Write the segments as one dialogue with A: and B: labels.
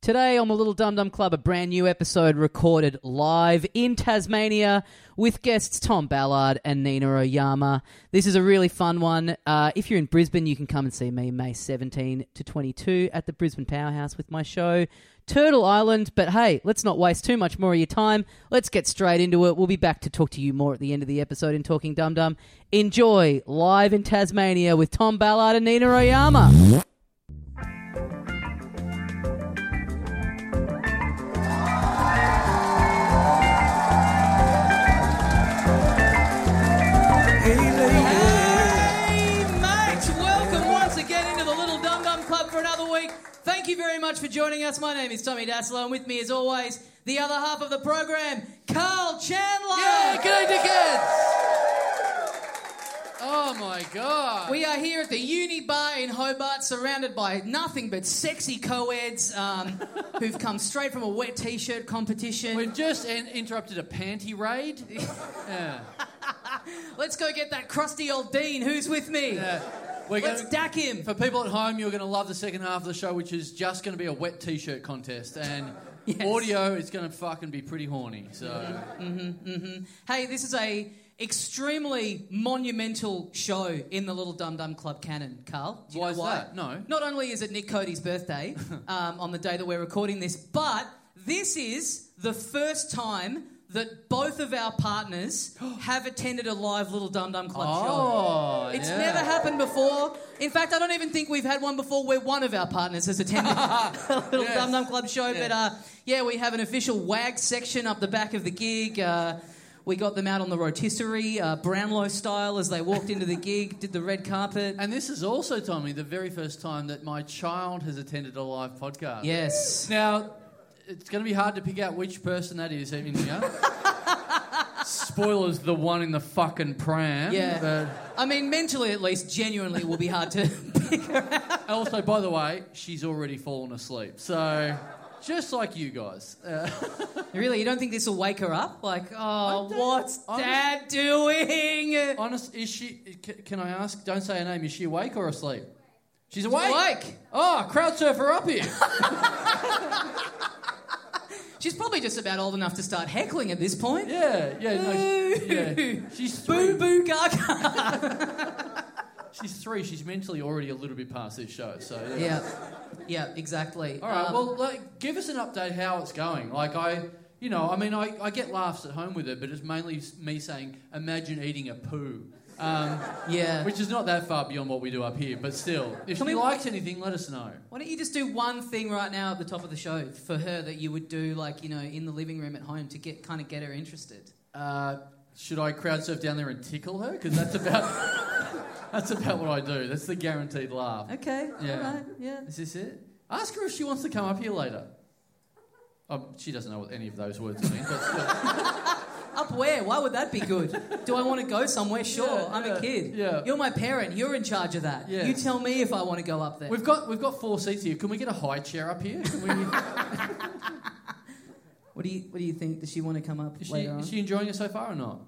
A: Today on the Little Dum Dum Club, a brand new episode recorded live in Tasmania with guests Tom Ballard and Nina Oyama. This is a really fun one. Uh, if you're in Brisbane, you can come and see me May 17 to 22 at the Brisbane Powerhouse with my show Turtle Island. But hey, let's not waste too much more of your time. Let's get straight into it. We'll be back to talk to you more at the end of the episode in Talking Dum Dum. Enjoy live in Tasmania with Tom Ballard and Nina Oyama. Hey, mates, welcome once again into the Little Dum Dum Club for another week. Thank you very much for joining us. My name is Tommy Dassler, and with me, as always, the other half of the program, Carl Chandler.
B: Yeah, g'day, dickheads! Oh my god!
A: We are here at the Uni Bar in Hobart, surrounded by nothing but sexy co-eds um, who've come straight from a wet t-shirt competition.
B: We just in- interrupted a panty raid.
A: Let's go get that crusty old dean who's with me.
B: Uh, we're
A: Let's
B: gonna-
A: dack him.
B: for people at home, you're going to love the second half of the show, which is just going to be a wet t-shirt contest, and
A: Yes.
B: audio is going to fucking be pretty horny. So
A: Hey, this is a extremely monumental show in the Little Dum Dum Club canon, Carl. Do you
B: Why
A: know
B: is
A: why?
B: that? No.
A: Not only is it Nick Cody's birthday um, on the day that we're recording this, but this is the first time that both of our partners have attended a live Little Dum Dum Club
B: Oh,
A: show. It's
B: yeah.
A: never happened before. In fact, I don't even think we've had one before where one of our partners has attended a Little
B: Yes.
A: Dum Dum Club show. But uh, yeah, we have an official WAG section up the back of the gig. Uh, we got them out on the rotisserie, uh, Brownlow style, as they walked into the gig, did the red carpet.
B: and this is also Tommy the very first time that my child has attended a live podcast.
A: Yes.
B: Now, it's going to be hard to pick out which person that is in here. Spoilers, the one in the fucking pram.
A: Yeah.
B: but-
A: I mean, mentally at least, genuinely, it will be hard to pick her out.
B: Also, by the way, she's already fallen asleep. So, just like you guys. Uh,
A: Really, you don't think this will wake her up? Like, oh,
B: don't-
A: what's
B: I'm-
A: Dad doing?
B: honest, is she? c- Can I ask? Don't say her name. Is she awake or asleep? She's awake.
A: awake.
B: Oh, crowd surfer up here.
A: She's probably just about old enough to start heckling at this point.
B: yeah, yeah, no,
A: Boo.
B: yeah. She's three.
A: Boo boo gaga.
B: She's three. She's mentally already a little bit past this show. So yeah.
A: yeah, yeah, exactly.
B: All right.
A: Um,
B: well, like, give us an update how it's going. Like I, you know, I mean, I, I get laughs at home with it, but it's mainly s- me saying, "Imagine eating a poo." Um,
A: yeah.
B: Which is not that far beyond what we do up here, but still. If
A: Can we-
B: she likes anything, let us know.
A: Why don't you just do one thing right now at the top of the show for her that you would do, like you know, in the living room at home to get kind of get her interested?
B: Uh, should I crowd surf down there and tickle her? Because that's about that's about what I do. That's the guaranteed laugh.
A: Okay.
B: Yeah.
A: All right. Yeah.
B: Is this it? Ask her if she wants to come up here later. Um, she doesn't know what any of those words mean. But still.
A: Up where? Why would that be good? Do I want to go somewhere? Sure.
B: Yeah,
A: I'm
B: yeah,
A: a kid.
B: yeah.
A: You're my parent. You're in charge of that.
B: Yeah.
A: You tell me if I want to go up there.
B: we've got we've got four seats here. Can we get a high chair up here? Can we,
A: What do you What do you think? Does she want to come up
B: is, she,
A: later on?
B: is she enjoying it so far or not?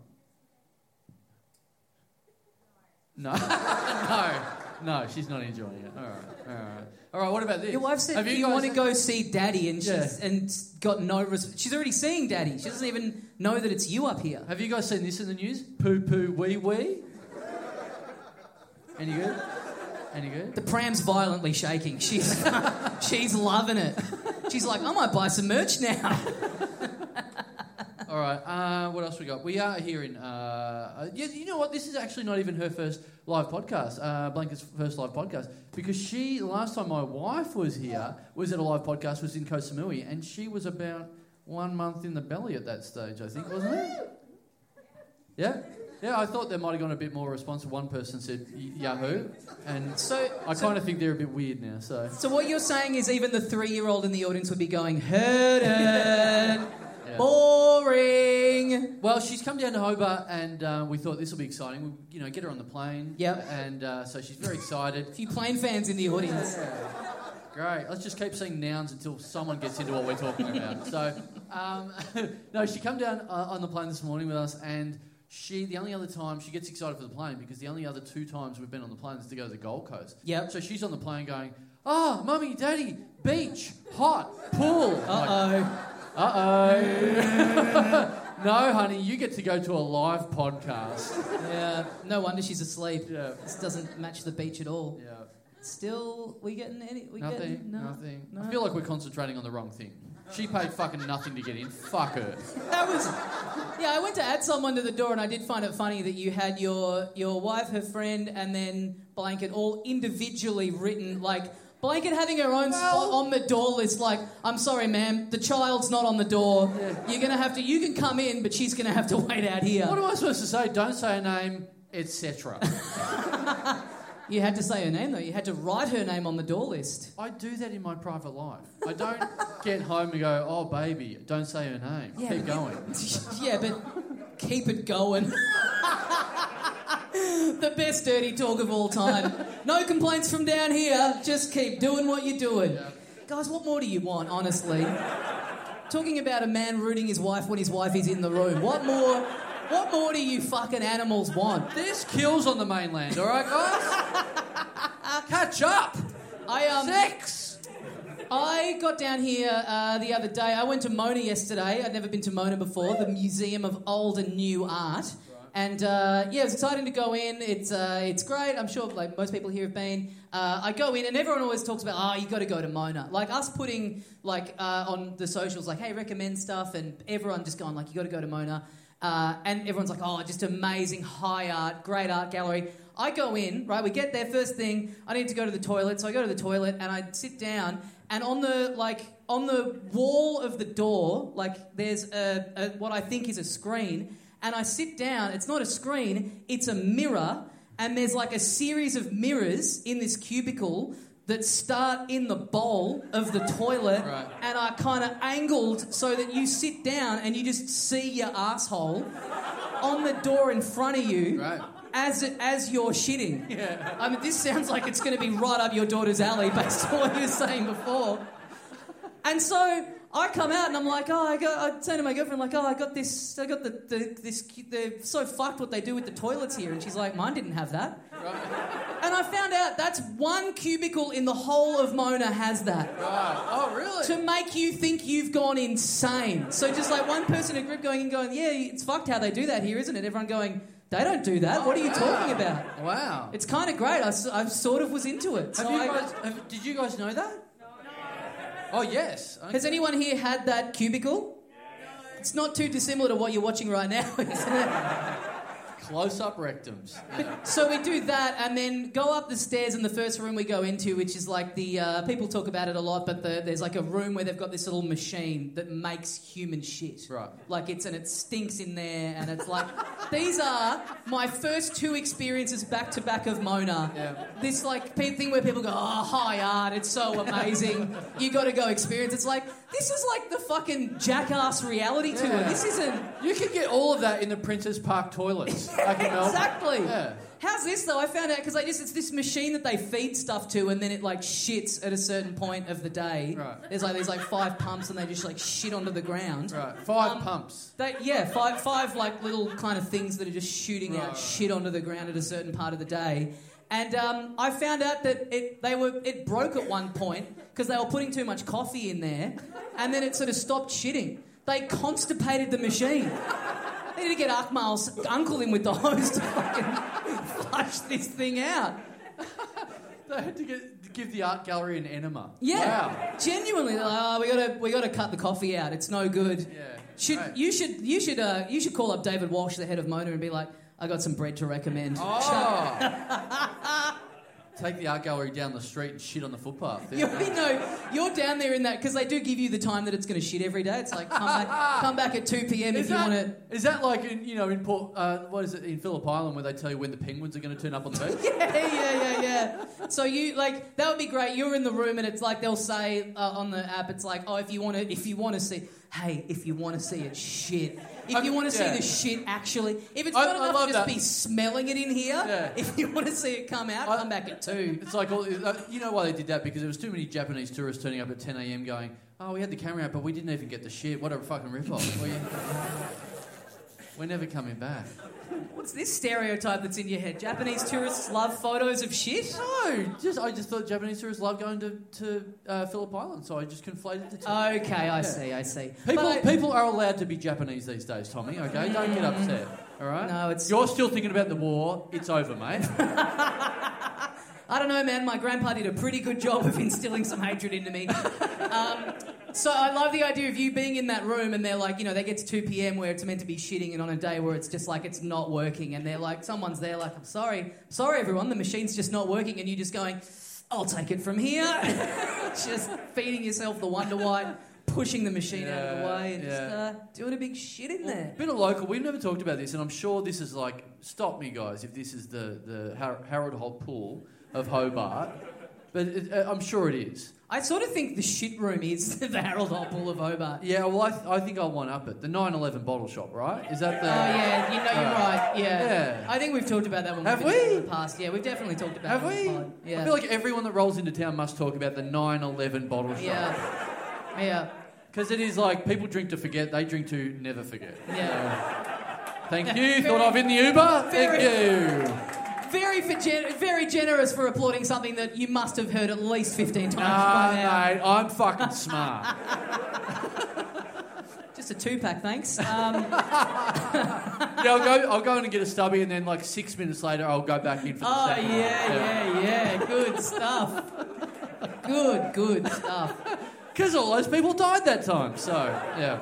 B: No, no, no. She's not enjoying it. All right, all right, all right. What about this?
A: Your wife said
B: Have
A: you,
B: guys-
A: want to go see Daddy, and she's
B: Yeah.
A: and got no. Res- she's already seeing Daddy. She doesn't even know that it's you up here.
B: Have you guys seen this in the news? Poo poo wee wee. Any good? Any good?
A: The pram's violently shaking. She's she's loving it. She's like, I might buy some merch now.
B: All right. Uh, what else we got? We are here in. Uh, uh, yeah, you know what? This is actually not even her first live podcast. Uh, Blanca's first live podcast because she last time my wife was here was at a live podcast was in Koh Samui and she was about one month in the belly at that stage. I think wasn't it? Yeah. Yeah, I thought there might have gone a bit more responsive. One person said y- Yahoo, and
A: So
B: I
A: so,
B: kind of think they're a bit weird now. So
A: so what you're saying is even the three year old in the audience would be going, Heard it.
B: Yeah.
A: Boring.
B: Well, she's come down to Hobart, and uh, we thought this will be exciting. We, you know, get her on the plane.
A: Yep.
B: And uh, so she's very excited.
A: A few plane fans in the audience.
B: Great. Let's just keep saying nouns until someone gets into what we're talking about. So, um, no, she come down uh, on the plane this morning with us, and she the only other time she gets excited for the plane because the only other two times we've been on the plane is to go to the Gold Coast.
A: Yep.
B: So she's on the plane going, "Oh, mummy, daddy, beach, hot, pool.
C: Uh
B: Uh oh. no, honey, you get to go to a live podcast.
A: Yeah. No wonder she's asleep.
B: Yeah.
A: This doesn't match the beach at all.
B: Yeah.
A: Still, we getting any? We
B: Nothing.
A: Getting, no.
B: Nothing. I
A: no.
B: feel like we're concentrating on the wrong thing. She paid fucking nothing to get in. Fuck her.
A: That was. Yeah, I went to add someone to the door, and I did find it funny that you had your your wife, her friend, and then blanket all individually written like. Blanket having her own spot on the door list, like, I'm sorry, ma'am, the child's not on the door. You're gonna have to, you can come in, but she's gonna have to wait out here.
B: What am I supposed to say? Don't say a name, etc.
A: You had to say her name, though. You had to write her name on the door list.
B: I do that in my private life. I don't get home and go, oh, baby, don't say her name.
A: Yeah, but-
B: Keep going.
A: yeah, but keep it going. the best dirty talk of all time. No complaints from down here. Just keep doing what you're doing. Guys, what more do you want, honestly? Talking about a man rooting his wife when his wife is in the room. What more? What more do you fucking animals want?
B: There's kills on the mainland, all right, guys? Catch up!
A: I um.
B: Sex!
A: I got down here uh, the other day. I went to Mona yesterday. I'd never been to Mona before, the Museum of Old and New Art. And uh, yeah, it was exciting to go in. It's uh, it's great. I'm sure like most people here have been. Uh, I go in, and everyone always talks about, oh, you got to go to Mona. Like us putting like uh, on the socials, like, hey, recommend stuff, and everyone just going like, you got to go to Mona. Uh, and everyone's like, oh, just amazing, high art, great art gallery. I go in, right? We get there, first thing, I need to go to the toilet. So I go to the toilet and I sit down, and on the, like, on the wall of the door, like, there's a, a, what I think is a screen. And I sit down, it's not a screen, it's a mirror. And there's like a series of mirrors in this cubicle that start in the bowl of the toilet
B: Right.
A: and are kind of angled so that you sit down and you just see your asshole on the door in front of you
B: Right.
A: as it, as you're shitting. I mean, this sounds like it's going to be right up your daughter's alley based on what you were saying before. And so I come out and I'm like, oh, I got. I turn to my girlfriend like, oh, I got this. I got the, the this. cu- They're so fucked what they do with the toilets here. And she's like, mine didn't have that. And I found out that's one cubicle in the whole of Mona has that
B: Right. Oh, really?
A: to make you think you've gone insane. So just like one person in a group going and going, yeah, it's fucked how they do that here, isn't it? Everyone going, they don't do that. What are you talking about?
B: Wow.
A: It's kind of great. I, s- I sort of was into it. So
B: Have you
A: I-
B: guys, have, did you guys know that? No. Oh, yes. Okay.
A: has anyone here had that cubicle? It's not too dissimilar to what you're watching right now, isn't it?
B: Close up rectums.
A: So we do that, and then go up the stairs in the first room we go into, which is like the uh, people talk about it a lot, but the, there's like a room where they've got this little machine that makes human shit.
B: Right.
A: Like it's and it stinks in there, and it's like these are my first two experiences back to back of Mona.
B: Yeah.
A: This like pe- thing where people go, oh high art, it's so amazing. you got to go experience. It's like this is like the fucking jackass reality tour.
B: Yeah.
A: This isn't.
B: You can get all of that in the Princess Park toilets. back in Melbourne.
A: Exactly.
B: Yeah.
A: How's this though? I found out because I just it's this machine that they feed stuff to, and then it like shits at a certain point of the day.
B: Right.
A: There's like these like five pumps, and they just like shit onto the ground.
B: Right.
A: Um,
B: Five pumps.
A: They, yeah, five five like little kind of things that are just shooting
B: Right,
A: out
B: right.
A: shit onto the ground at a certain part of the day. And um, I found out that it they were it broke at one point because they were putting too much coffee in there, and then it sort of stopped shitting. They constipated the machine. They need to get Akmal's uncle in with the hose to fucking flush this thing out.
B: They had to get, give the art gallery an enema.
A: Yeah, genuinely, they're like, oh, we gotta we gotta cut the coffee out. It's no good.
B: Wow. Yeah.
A: Should
B: Right.
A: you should you should uh, you should call up David Walsh, the head of Mona, and be like, I got some bread to recommend.
B: Oh. Take the art gallery down the street and shit on the footpath.
A: You already know you're down there in that because they do give you the time that it's going to shit every day. It's like come back, come back at two p.m.
B: Is
A: if you
B: that,
A: want to.
B: is that like in you know in Port uh, what is it in Phillip Island where they tell you when the penguins are going to turn up on the beach?
A: Yeah, yeah, yeah, yeah. So you like that would be great. You're in the room and it's like they'll say uh, on the app, it's like, oh, if you want to, if you want to see, hey, if you want to see it, shit. If
B: I'm-
A: you want to
B: yeah.
A: see the shit, actually, if it's
B: I-
A: not
B: I
A: enough
B: love
A: to just
B: that.
A: be smelling it in here,
B: Yeah.
A: if you want to see it come out,
B: I-
A: come back at two.
B: It's like all, uh, you know why they did that because there was too many Japanese tourists turning up at 10 a.m. going, "Oh, we had the camera out, but we didn't even get the shit. What a fucking ripoff!" well, yeah. We're never coming back.
A: What's this stereotype that's in your head? Japanese tourists love photos of shit?
B: No, just I just thought Japanese tourists love going to to uh, Phillip Island, so I just conflated the two.
A: Okay, I see, I see.
B: people
A: Oh, But-
B: people are allowed to be Japanese these days, Tommy. Okay, don't get upset. All right.
A: No, it's-
B: You're still thinking about the war. It's over, mate.
A: I don't know, man. My grandpa did a pretty good job of instilling some hatred into me. Um, so I love the idea of you being in that room and they're like, you know, they get to 2 p.m. where it's meant to be shitting and on a day where it's just like it's not working and they're like, someone's there like, I'm sorry, sorry everyone, the machine's just not working and you just going, I'll take it from here. just feeding yourself the Wonder White, pushing the machine out of the
B: Yeah,
A: way and just
B: yeah.
A: uh, doing a big shit in
B: Well,
A: there.
B: bit of Um, local. We've never talked about this, and I'm sure this is like stop me, guys, if this is the the Har- Harold Holt pool of Hobart. But it, uh, I'm sure it is.
A: I sort of think the shit room is the Harold Hopple of Hobart.
B: Yeah. Well, I, th- I think I one up it. The 9/11 bottle shop, right? Is that the?
A: Oh yeah, you know you're right. Yeah.
B: Yeah.
A: I think we've talked about that one.
B: Have
A: In
B: we?
A: the past, yeah, we've definitely talked about.
B: Have
A: it on
B: we?
A: the pod. Yeah.
B: I feel like everyone that rolls into town must talk about the 9/11 bottle shop.
A: yeah. Yeah.
B: Because it is like people drink to forget, they drink to never forget.
A: Yeah.
B: Thank you. Thought I've in the Uber. Thank you.
A: Very for gen- very generous for applauding something that you must have heard at least 15 times
B: Nah,
A: by now.
B: mate, I'm fucking smart.
A: Just a two pack, thanks. Um,
B: yeah, I'll go. I'll go in and get a stubby, and then like six minutes later, I'll go back in for the
A: oh yeah,
B: second. one.
A: yeah, yeah. Good stuff. Good, good stuff.
B: Because all those people died that time. So yeah.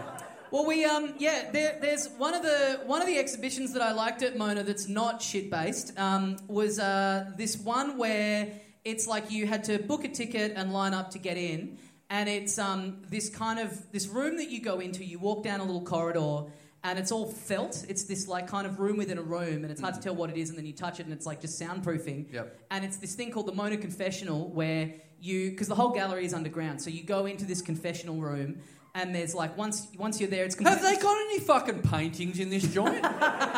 A: Well, we um yeah, there, there's one of the one of the exhibitions that I liked at Mona that's not shit based um, was uh, this one where it's like you had to book a ticket and line up to get in, and it's um, this kind of this room that you go into. You walk down a little corridor. And it's all felt. It's this like kind of room within a room, and it's hard to tell what it is. And then you touch it, and it's like just soundproofing
B: Yep.
A: and it's this thing called the Mona Confessional, where you because the whole gallery is underground, so you go into this confessional room, and there's like once once you're there, it's
B: Have
A: completely
B: they got any fucking paintings in this joint?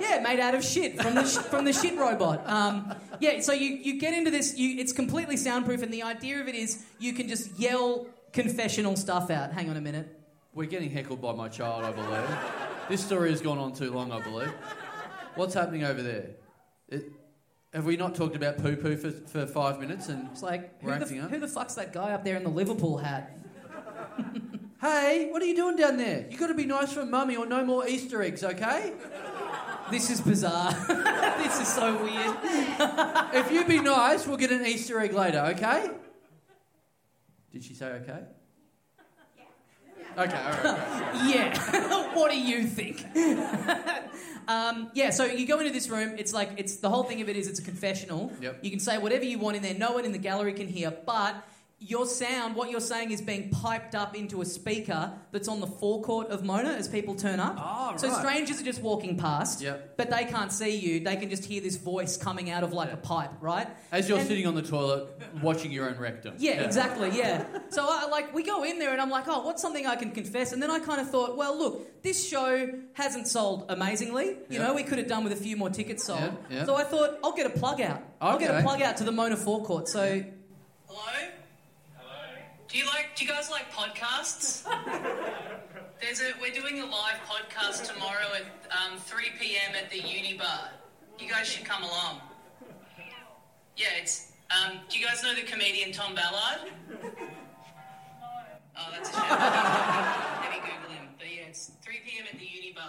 A: yeah made out of shit from the sh- from the shit robot. Um, yeah, so you you get into this, you it's completely soundproof, and the idea of it is you can just yell confessional stuff out. Hang on a minute.
B: We're getting heckled by my child, I believe. This story has gone on too long, I believe. What's happening over there? It, have we not talked about poo poo for, for five minutes? And
A: It's like
B: We're
A: who the,
B: acting up.
A: who the fuck's that guy up there in the Liverpool hat?
B: hey, what are you doing down there? You got to be nice for mummy, or no more Easter eggs, okay?
A: This is bizarre. this is so weird.
B: If you be nice, we'll get an Easter egg later, okay? Did she say okay? Okay, all right. all right.
A: Yeah. what do you think? um, yeah, so you go into this room, it's like it's the whole thing of it is it's a confessional.
B: Yep.
A: You can say whatever you want in there, no one in the gallery can hear, but your sound, what you're saying is being piped up into a speaker that's on the forecourt of Mona as people turn up.
B: Oh,
A: So
B: right.
A: strangers are just walking past,
B: Yep.
A: but they can't see you. They can just hear this voice coming out of like a pipe, right?
B: As you're
A: And-
B: sitting on the toilet watching your own rectum.
A: yeah, exactly. Yeah. So I like we go in there and I'm like, oh, what's something I can confess? And then I kind of thought, well, look, this show hasn't sold amazingly. You
B: Yeah.
A: know, we could have done with a few more tickets sold.
B: Yeah, yeah.
A: So I thought I'll get a plug out. I'll get a
B: Okay.
A: plug out to the Mona Forecourt. So. Hello. Hello. Do you like? Do you guys like podcasts? There's a. We're doing a live podcast tomorrow at um, 3 p.m. at the Unibar. You guys should come along. Yeah, it's. Um, do you guys know the comedian Tom Ballard? Oh, that's a shame. Maybe Google him. But yeah, it's 3 p.m. at the Unibar.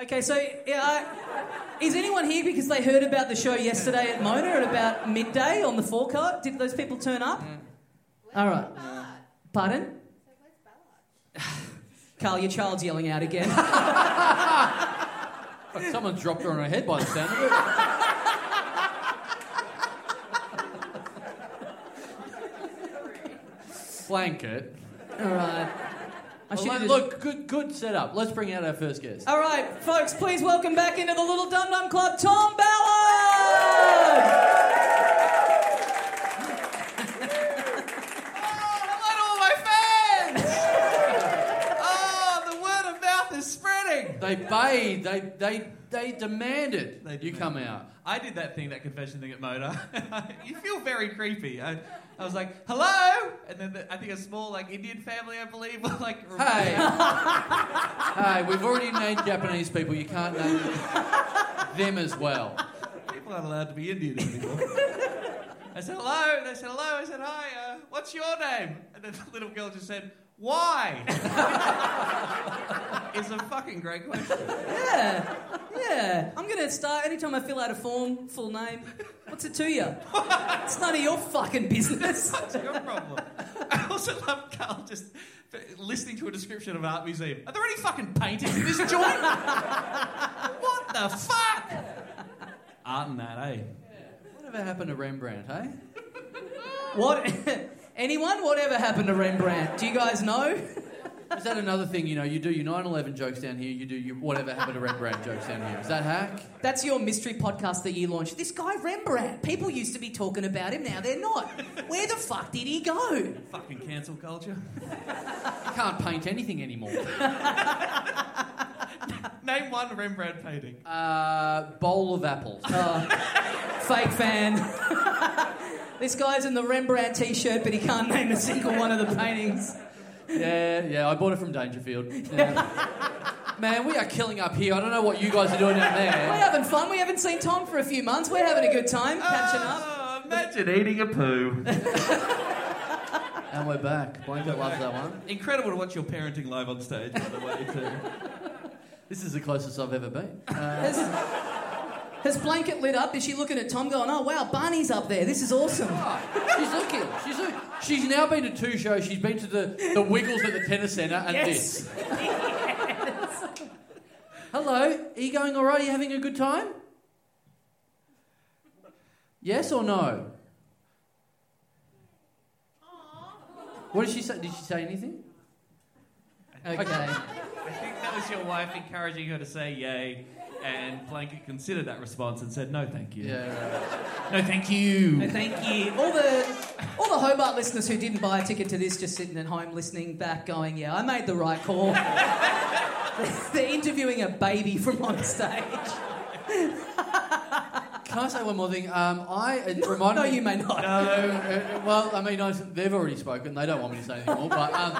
A: Okay, so yeah, I, is anyone here because they heard about the show yesterday at Mona at about midday on the forecourt? Did those people turn up?
B: Mm.
A: All right. Pardon? Carl, your child's yelling out again.
B: Someone dropped her on her head by the sound of it. Blanket.
A: All right. I should
B: Well, look, good, good setup. Let's bring out our first guest.
A: All right, folks, please welcome back into the Little Dum Dum Club, Tom Ballard.
B: hello to all my fans!
D: Ah,
B: oh, the word of mouth is spreading. They bathed. They they they demanded that you come out.
D: I did that thing, that confession thing at Moda. you feel very creepy. I, I was like, hello, and then the, I think a small like Indian family, I believe, were like,
B: Hey, hey, we've already named Japanese people. You can't name them as well.
D: people aren't allowed to be Indian anymore. I said hello, and they said hello. I said hi. Uh, what's your name? And then the little girl just said, why? it's a fucking great question.
A: Yeah, yeah. I'm gonna start anytime I fill out a form, full name. What's it to you? It's none of your fucking business.
D: It's your problem. I also love Carl just listening to a description of an art museum. Are there any fucking paintings in this joint? what the fuck? Art and that, eh?
B: Whatever happened to Rembrandt, hey?
A: What? Anyone? Whatever happened to Rembrandt? Do you guys know?
B: Is that another thing, you know, you do your 9-11 jokes down here, you do your whatever happened to Rembrandt jokes down here. Is that hack?
A: That's your mystery podcast that you launched. This guy Rembrandt. People used to be talking about him, now they're not. Where the fuck did he go?
D: Fucking cancel culture.
B: You can't paint anything anymore.
D: Name one Rembrandt painting.
B: Uh, bowl of apples. Uh,
A: Fake fan. this guy's in the Rembrandt t-shirt, but he can't name a single one of the paintings.
B: Yeah, yeah, I bought it from Dangerfield. Yeah. Man, we are killing up here. I don't know what you guys are doing down
A: We're
B: there.
A: having fun. We haven't seen Tom for a few months. We're having a good time catching up.
D: Oh, imagine eating a poo.
B: And we're back. Blanco loves that one.
D: Incredible to watch your parenting live on stage, by the way, too.
B: This is the closest I've ever been.
A: Has, has blanket lit up? Is she looking at Tom going, oh wow, Barney's up there. This is awesome.
B: She's looking. She's looking. She's now been to two shows. She's been to the, the Wiggles at the Tennis Centre and this. Hello, are you going all right? Are you having a good time? Yes or no? What did she say? Did she say anything?
A: Okay.
D: I think that was your wife encouraging her to say yay, and Blanket considered that response and said no, thank you.
B: Yeah.
D: No, thank you.
A: Thank you. All the all the Hobart listeners who didn't buy a ticket to this just sitting at home listening back going, yeah, I made the right call. They're interviewing a baby from on stage.
B: Can I say one more thing? Um, I it reminded
A: no,
B: me-
A: you may not.
B: No, uh, well, I mean, I, they've already spoken. They don't want me to say anything more. But um,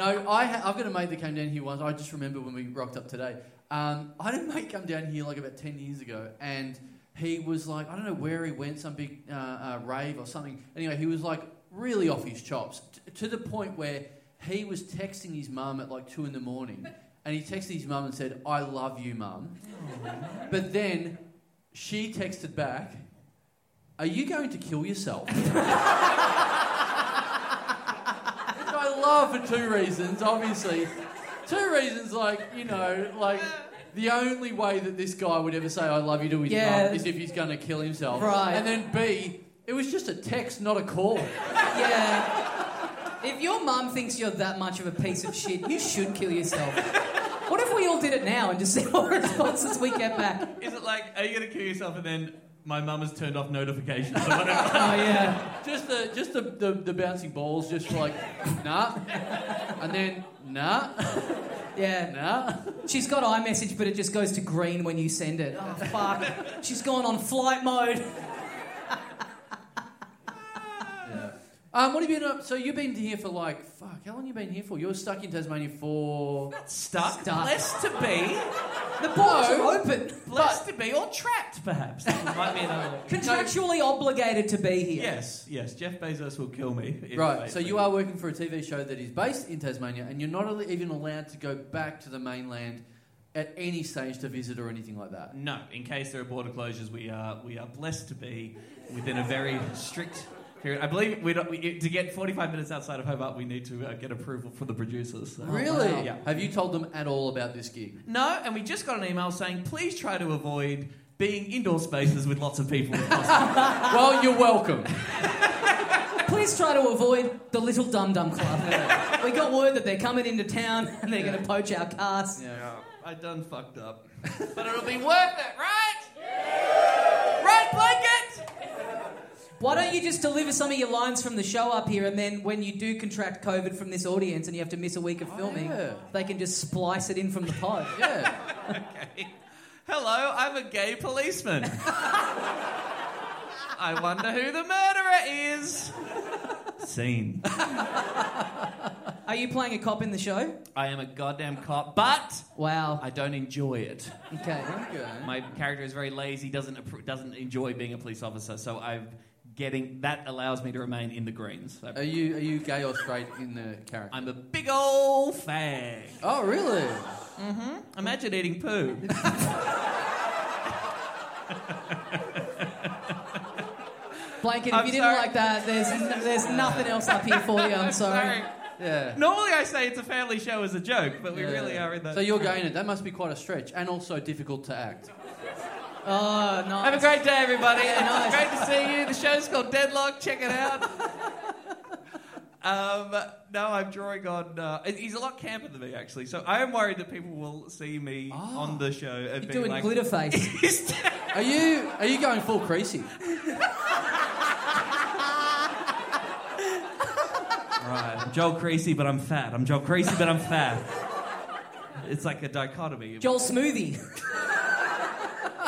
B: no, I ha- I've got a mate that came down here once. I just remember when we rocked up today. Um, I had a mate come down here like about ten years ago, and he was like, I don't know where he went, some big uh, uh, rave or something. Anyway, he was like really off his chops t- to the point where he was texting his mum at like two in the morning, and he texted his mum and said, "I love you, mum," but then she texted back. Are you going to kill yourself? Which I love for two reasons, obviously. Two reasons, like, you know, like the only way that this guy would ever say I love you to his
A: Yeah.
B: mum is if he's gonna kill himself.
A: Right.
B: And then B, it was just a text, not a call.
A: Yeah. If your mum thinks you're that much of a piece of shit, you should kill yourself. What if we all did it now and just see what responses we get back?
D: Is it like, are you going to kill yourself? And then my mum has turned off notifications or whatever.
A: Oh, yeah.
B: just the just the, the, the bouncing balls, just like, nah. And then nah,
A: Yeah.
B: nah.
A: She's got iMessage, but it just goes to green when you send it. Oh, fuck. She's gone on flight mode.
B: Um, what have you been up? So you've been here for like fuck. How long you been here for? You're stuck in Tasmania for
D: Stuck,
A: Stuck.
D: blessed to be,
A: The borders are open.
D: blessed to be, or trapped, perhaps. That might be another.
A: Contractually obligated to be here.
D: Yes, yes. Jeff Bezos will kill me. if they-
B: Right, so you are working for a TV show that is based in Tasmania, and you're not al- even allowed to go back to the mainland at any stage to visit or anything like that.
D: No, in case there are border closures, we are we are blessed to be within a very strict period. I believe we, don't, we to get 45 minutes outside of Hobart, we need to uh, get approval from the producers. so-
B: really?
D: Oh, Yeah.
B: Have you told them at all about this gig?
D: No, and we just got an email saying please try to avoid being indoor spaces with lots of people. if possible."
B: well, you're welcome.
A: Please try to avoid the Little Dum Dum Club. we got word that they're coming into town and they're going to poach our cast.
B: Yeah.
D: I done fucked up, but it'll be worth it, right? Right, blanket.
A: Why don't you just deliver some of your lines from the show up here, and then when you do contract COVID from this audience and you have
D: Oh,
A: to miss a week of filming,
B: yeah.
A: they can just splice it in from the pod.
B: Yeah.
D: Hello, I'm a gay policeman. I wonder who the murderer is. Scene.
A: Are you playing a cop in the show?
D: I am a goddamn cop, but
A: Wow.
D: I don't enjoy it.
A: Okay.
D: My character is very lazy, doesn't appro- doesn't enjoy being a police officer, so I'm getting that allows me to remain in the greens. So
B: Are you are you gay or straight in the character?
D: I'm a big old fag.
B: Oh really?
D: Imagine eating poo.
A: Blanket, if
D: I'm
A: you didn't
D: sorry.
A: like that, there's, n- there's nothing else up here for you. I'm sorry.
B: Yeah.
D: Normally I say it's a family show as a joke, but we
B: Yeah.
D: really are in the.
B: So you're gay in it. That must be quite a stretch, and also difficult to act.
A: Oh, no.
D: Have a great day, everybody.
A: Yeah, nice.
D: Great to see you. The show's called Deadlock. Check it out. um, no, I'm drawing on. Uh, he- he's a lot camper than me, actually. So I am worried that people will see me on the show and
A: Oh. You're
D: be
A: doing
D: like,
A: glitter face.
D: "Is that-
B: Are you are you going full creasy?
D: Right, I'm Joel Creasy, but I'm fat. I'm Joel Creasy, but I'm fat. It's like a dichotomy.
A: Joel Smoothie.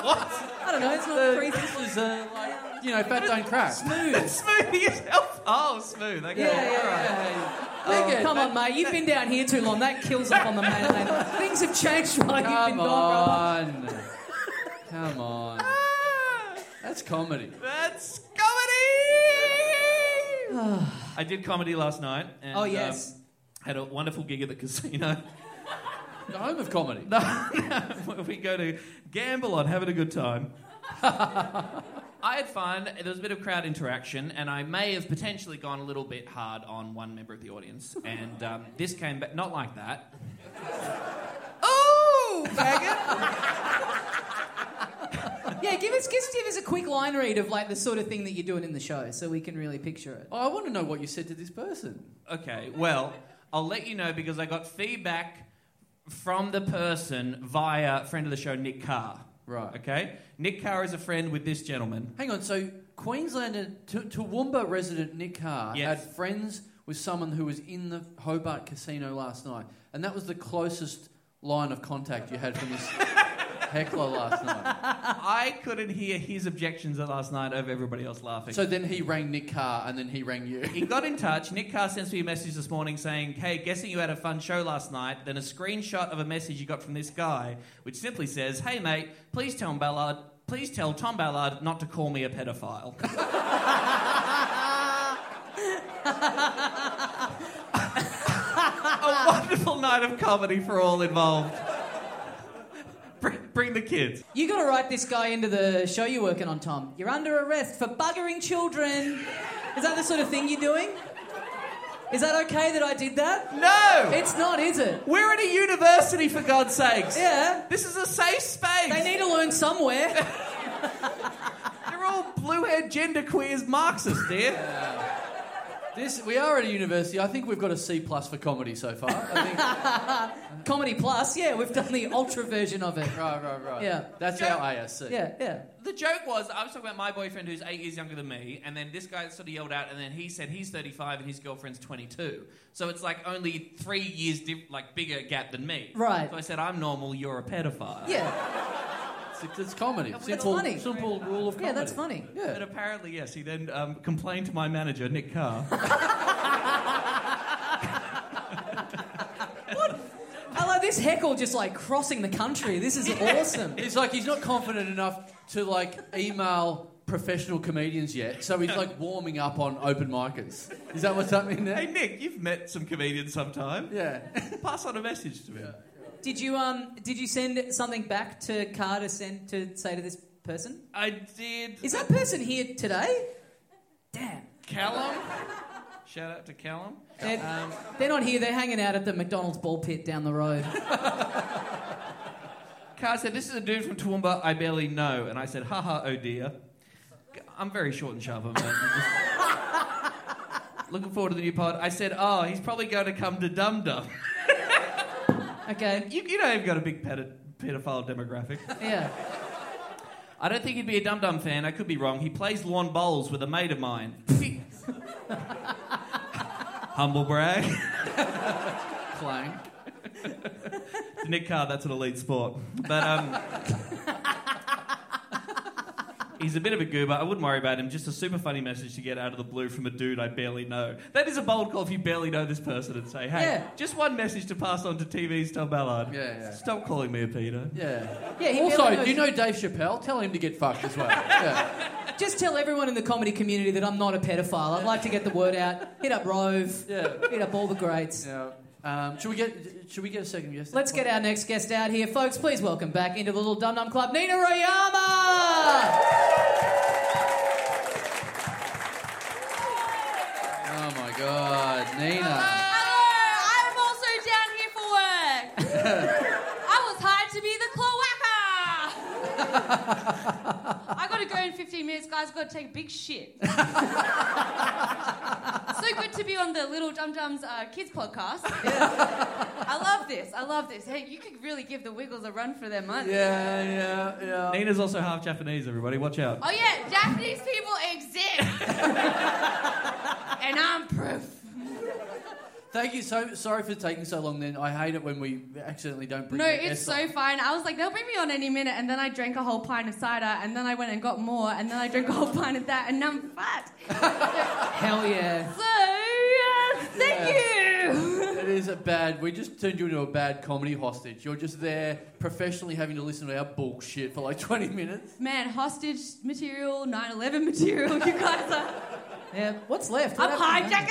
D: What?
A: I don't know. It's not crazy.
B: This is uh, like you know fat don't crack.
A: Smooth.
D: Smoothie is health. Oh, smooth. Okay.
A: Yeah, yeah,
D: all right.
A: yeah. Oh,
B: Megan,
A: come on, mate. You've been down here too long. That kills up on the mainland. Things have changed while you've been
B: Come
A: gone, brother.
B: on, come on.
D: Ah,
B: That's comedy.
D: That's comedy. I did comedy last night. And,
A: Oh,
D: um,
A: yes.
D: had a wonderful gig at the casino.
B: The home of comedy.
D: we go to gamble on having a good time. I had fun. There was a bit of crowd interaction, and I may have potentially gone a little bit hard on one member of the audience. And um, this came back, not like that. oh, faggot!
A: Yeah, give us, give, give us a quick line read of like the sort of thing that you're doing in the show, so we can really picture it.
B: Oh, I want to know what you said to this person.
D: okay, well, I'll let you know because I got feedback from the person via friend of the show, Nick Carr.
B: Right.
D: Okay? Nick Carr is a friend with this gentleman.
B: Hang on. So Queenslander T- Toowoomba resident Nick Carr
D: Yes.
B: had friends with someone who was in the Hobart casino last night, and that was the closest line of contact you had from this heckler last night.
D: I couldn't hear his objections at last night over everybody else laughing.
B: So then he rang Nick Carr, and then he rang you.
D: he got in touch. Nick Carr sends me a message this morning saying, Hey, guessing you had a fun show last night. Then a screenshot of a message you got from this guy, which simply says, Hey, mate, please tell Ballard, please tell Tom Ballard not to call me a pedophile. a wonderful night of comedy for all involved. Bring, bring the kids.
A: You got to write this guy into the show you're working on, Tom. You're under arrest for buggering children. Is that the sort of thing you're doing? Is that okay that I did that?
D: No!
A: It's not, is it?
D: We're at a university, for God's sakes.
A: Yeah.
D: This is a safe space.
A: They need to learn somewhere.
D: They're all blue-haired genderqueers Marxists, dear.
B: This we are at a university. I think we've got a C plus for comedy so far. I think, right,
A: Comedy Plus, yeah, we've done the ultra version of it.
B: right, right.
A: Yeah.
B: that's
D: Yeah.
B: our ASC.
A: Yeah, yeah.
D: the joke was, I was talking about my boyfriend who's eight years younger than me, and then this guy sort of yelled out, and then he said he's 35 and his girlfriend's 22. So it's like only three years, diff- like bigger gap than me.
A: Right.
D: So I said, I'm normal. You're a pedophile.
A: Yeah,
B: It's, it's comedy.
D: That's
B: simple,
A: funny.
B: simple rule of comedy.
A: yeah, that's funny.
B: Yeah.
D: And apparently, yes, he then um, complained to my manager, Nick Carr.
A: I like this heckle just like crossing the country. This is awesome.
B: It's like he's not confident enough to like email professional comedians yet, so he's like warming up on open micers. Is that what's happening
D: hey,
B: there?
D: Nick, you've met some comedians sometime.
B: Yeah.
D: Pass on a message to him.
A: Did you um did you send something back to Car to send to say to this person?
D: I did.
A: Is that person here today? Damn.
D: Callum. Shout out to Callum.
A: They're, they're not here. They're hanging out at the McDonald's ball pit down the road.
D: Car said, This is a dude from Toowoomba I barely know. And I said, Haha, oh dear. I'm very short and sharp, man. Looking forward to the new pod. I said, Oh, he's probably going to come to Dum Dum.
A: Okay.
D: You, you know, you've got a big pedi- pedophile demographic.
A: Yeah.
D: I don't think he'd be a Dum Dum fan. I could be wrong. He plays lawn bowls with a mate of mine. Humble brag.
B: Clang.
D: Nick Carr, that's an elite sport. But um, He's a bit of a goober. I wouldn't worry about him. Just a super funny message to get out of the blue from a dude I barely know. That is a bold call if you barely know this person and say, hey,
A: Yeah.
D: just one message to pass on to TV's Tom Ballard.
B: Yeah, yeah.
D: Stop calling me a pedo.
B: Yeah.
A: Yeah, he barely
B: also,
A: knows-
B: do you know Dave Chappelle? Tell him to get fucked as well. Yeah.
A: Just tell everyone in the comedy community that I'm not a pedophile. I'd like to get the word out. Hit up Rove.
B: Yeah.
A: Hit up all the greats.
B: yeah. Um, should we get Should we get a second guest?
A: Let's get our next guest out here, folks. Please welcome back into the Little Dum Dum Club, Nina Royama.
B: Oh my God, Nina.
E: I'm also down here for work. I was hired to be the cloaca. I gotta go in 15 minutes, guys. Gotta take a big shit. so good to be on the Little Dum Dums uh, Kids podcast. I love this. I love this. Hey, you could really give the Wiggles a run for their money.
B: Yeah, yeah, yeah.
D: Nina's also half Japanese, everybody. Watch out.
E: Oh yeah, Japanese people exist, and I'm proof.
B: Thank you. So sorry for taking so long. Then I hate it when we accidentally don't bring.
E: No,
B: the
E: it's
B: guests
E: so
B: on.
E: fine. I was like, they'll bring me on any minute, and then I drank a whole pint of cider, and then I went and got more, and then I drank a whole pint of that, and now I'm fat.
A: Hell yeah.
E: So, uh, thank you.
B: It is a bad. We just turned you into a bad comedy hostage. You're just there professionally having to listen to our bullshit for like 20 minutes.
E: Man, hostage material, 9 11 material, you guys are.
A: Yeah. What's left? What
E: I'm
A: happened, man?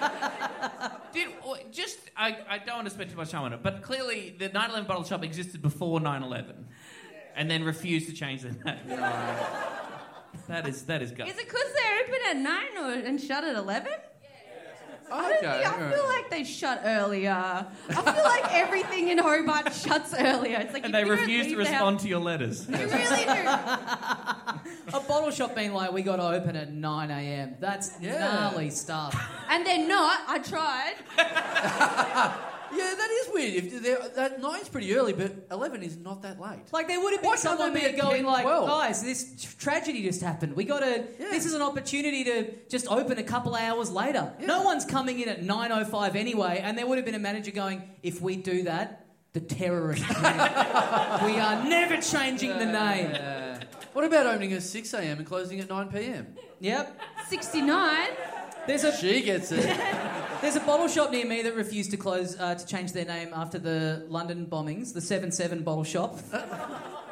E: hijacking the podcast.
D: Did, oh, just, I, I don't want to spend too much time on it, but clearly the 9 11 bottle shop existed before 9 11 and then refused to change their name. That is, that is gut.
E: Is it because they open at 9 or, and shut at 11? I, don't think, I feel like they shut earlier. I feel like everything in Hobart shuts earlier. It's like if
D: and they
E: you don't
D: refused to
E: leave the house-
D: respond to your letters.
E: They really do.
A: A bottle shop being like, we got to open at 9 a.m. That's
B: Yeah.
A: gnarly stuff.
E: And they're not. I tried.
B: Yeah, that is weird. If they're- that nine's pretty early, but 11 is not that late.
A: Like there would have been
B: Why can't
A: someone
B: they be
A: there
B: at
A: going
B: 10,
A: like,
B: 12?
A: guys, this tr- tragedy just happened. We got to.
B: Yeah.
A: This is an opportunity to just open a couple hours later. No one's coming in at nine oh five anyway, and there would have been a manager going, if we do that, the terrorists. win. we are never changing the name.
B: What about opening at 6 a.m. and closing at 9 p.m.?
A: Yep.
E: 69.
A: There's a
B: She gets it.
A: there's a bottle shop near me that refused to close uh, to change their name after the London bombings. The Seven Seven Bottle Shop.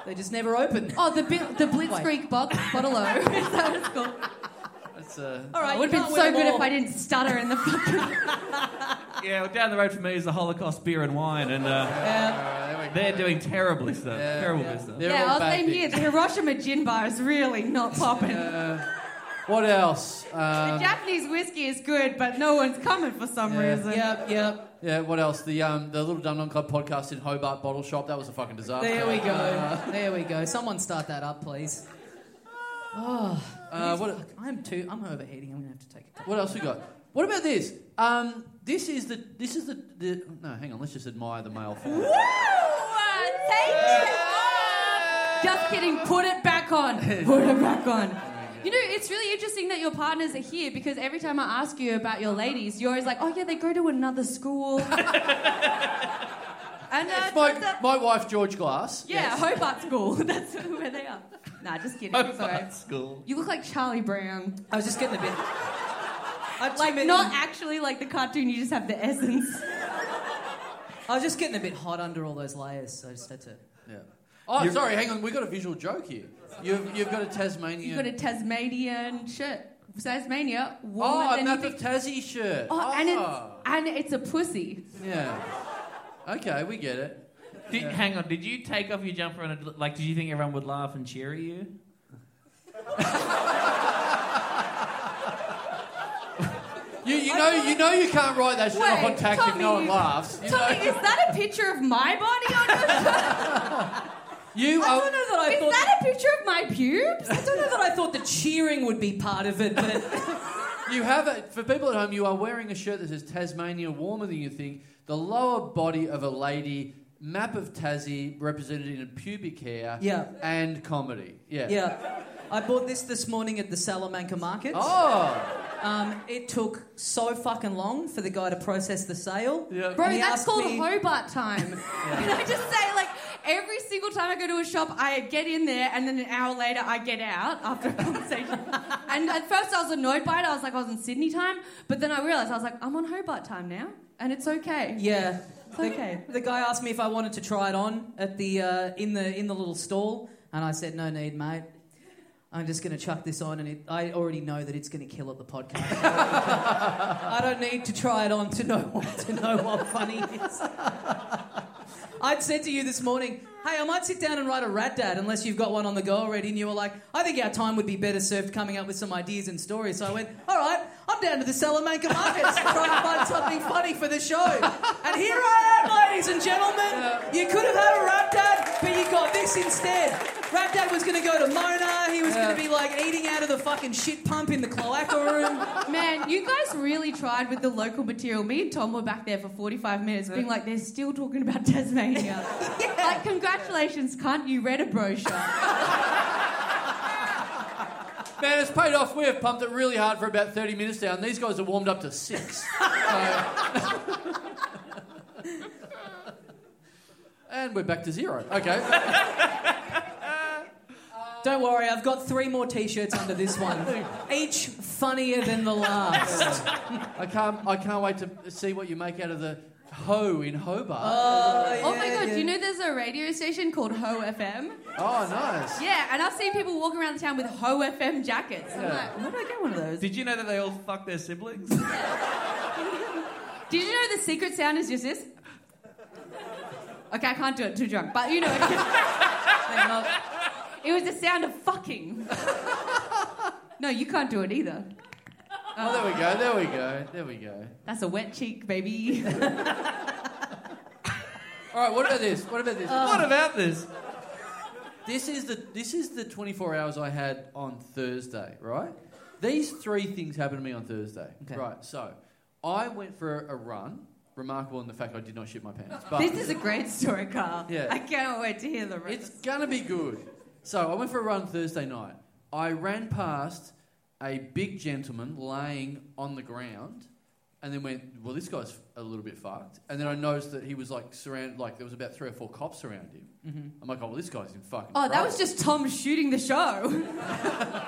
A: they just never opened.
E: Oh, the bi- the Blitzkrieg box bottle. Is that what it's called?
B: That's, uh,
A: All right,
E: It would
A: you
E: have
A: can't
E: been so
A: win them
E: good if
A: all.
E: I didn't stutter in the fucking.
D: Yeah, well, down the road from me is the Holocaust beer and wine, and uh,
A: Yeah.
B: all right, there we go.
D: they're doing terribly stuff. terrible business.
B: They're
E: yeah, I
B: all
E: was
B: bad
E: saying here,
B: things.
E: the Hiroshima gin bar is really not popping.
A: Uh,
B: What else?
E: the
B: Um,
E: Japanese whiskey is good, but no one's coming for some reason.
A: Yep. Yep.
B: yeah, what else? The um, the Little Dum Dum Club podcast in Hobart Bottle Shop. That was a fucking disaster.
A: There we go. There we go. Someone start that up, please.
B: Uh, what,
A: Fuck, I'm too. I'm overheating. I'm gonna have to take a.
B: What else we got? What about this? Um, this is the this is the, the no. Hang on, let's just admire the male form.
E: Woo! Uh, Take it off! Just kidding, put it back on. Put it back
A: Oh
E: on. You know, it's really interesting that your partners are here because every time I ask you about your ladies, you're always like, oh yeah, they go to another school. and uh,
B: My,
E: turns out-
B: my wife George Glass.
E: yeah, Hobart School. That's where they are. Nah, just kidding. Sorry.
D: Hobart School.
E: You look like Charlie Brown.
A: I was just getting a bit. I'd
E: Like, not actually like the cartoon, you just have the essence.
A: I was just getting a bit hot under all those layers, so I just had to.
B: Yeah. Oh, sorry. Hang on. We have got a visual joke here. You've you've got a Tasmanian.
E: You've got a Tasmanian shirt. Tasmania, warmer
B: oh, a
E: than you
B: map
E: think.
B: of Tassie shirt. Ah,
E: Oh, and it's and it's a pussy.
B: yeah. Okay, we get it.
D: Did, Hang on, did you take off your jumper and it- like? Did you think everyone would laugh and cheer at you?
B: You, you know you know you can't write that shit up
E: Wait,
B: on tact if
E: Tommy,
B: no one
E: you-
B: laughs. You,
E: Tommy,
B: know,
E: is that a picture of my body on your
B: you
A: I
B: are
A: don't know that I
E: Is
A: thought.
E: that a picture of my pubes?
A: I don't know that I thought the cheering would be part of it, but it,
B: You have a, for people at home. You are wearing a shirt that says Tasmania warmer than you think. The lower body of a lady. Map of Tassie represented in pubic hair.
A: Yeah.
B: And comedy. Yeah.
A: yeah. I bought this this morning at the Salamanca market.
B: Oh.
A: Um, it took so fucking long for the guy to process the sale.
B: Yeah.
E: Bro,
A: And he
E: that's
A: asked
E: called
A: me-
E: Hobart time. Can I just say, like, Every single time I go to a shop, I get in there, and then an hour later, I get out after a conversation. and at first, I was annoyed by it. I was like, I was in Sydney time, but then I realised I was like, I'm on Hobart time now, and it's okay.
A: Yeah.
E: It's
A: The,
E: okay.
A: the guy asked me if I wanted to try it on at the uh, in the in the little stall, and I said, "No need, mate. I'm just going to chuck this on, and it, I already know that it's going to kill at the podcast. I don't need to try it on to know what, to know what funny is." I'd said to you this morning, "Hey, I might sit down and write a rat dad unless you've got one on the go already." And you were like, "I think our time would be better served coming up with some ideas and stories." So I went, "All right, I'm down to the Salamanca markets to try and find something funny for the show." And here I am, ladies and gentlemen. You could have had a rat dad, but you got this instead. Rat dad was going to go to Mona. He was going to be like eating out of the fucking shit pump in the cloaca room.
E: Man, you guys really tried with the local material. Me and Tom were back there for 45 minutes being like, they're still talking about Tasmania. Like, congratulations, cunt, you read a brochure.
B: Man, it's paid off. We have pumped it really hard for about 30 minutes now, and these guys are warmed up to six. So- and we're back to zero. Okay.
A: Don't worry, I've got three more t-shirts under this one. Each funnier than the last.
B: I can't, I can't wait to see what you make out of the hoe in Hobart.
A: Oh,
E: oh my
A: yeah,
E: god,
A: yeah.
E: do you know there's a radio station called Ho FM?
B: oh, nice.
E: Yeah, and I've seen people walking around the town with Ho FM jackets. I'm like, where do I get one of those?
D: Did you know that they all fuck their siblings?
E: Did you know the secret sound is just this? Okay, I can't do it, too drunk. But you know, it, it was the sound of fucking. No, you can't do it either.
B: Oh, there we go. There we go. There we go.
E: That's a wet cheek, baby.
B: All right. What about this? What about this?
D: what about this?
B: This is the this is the 24 hours I had on Thursday, right? These three things happened to me on Thursday.
A: Okay.
B: Right. So, I went for a run. Remarkable in the fact I did not shit my pants. But
E: This is a great story, Carl.
B: Yeah.
E: I cannot wait to hear the rest.
B: It's gonna be good. So I went for a run Thursday night. I ran past a big gentleman laying on the ground, and then went, "Well, this guy's a little bit fucked." And then I noticed that he was like surrounded, like there was about three or four cops around him. I'm like, "Oh, well, this guy's in fucking."
E: Mm-hmm. oh, that
B: trouble."
E: was just Tom shooting the show.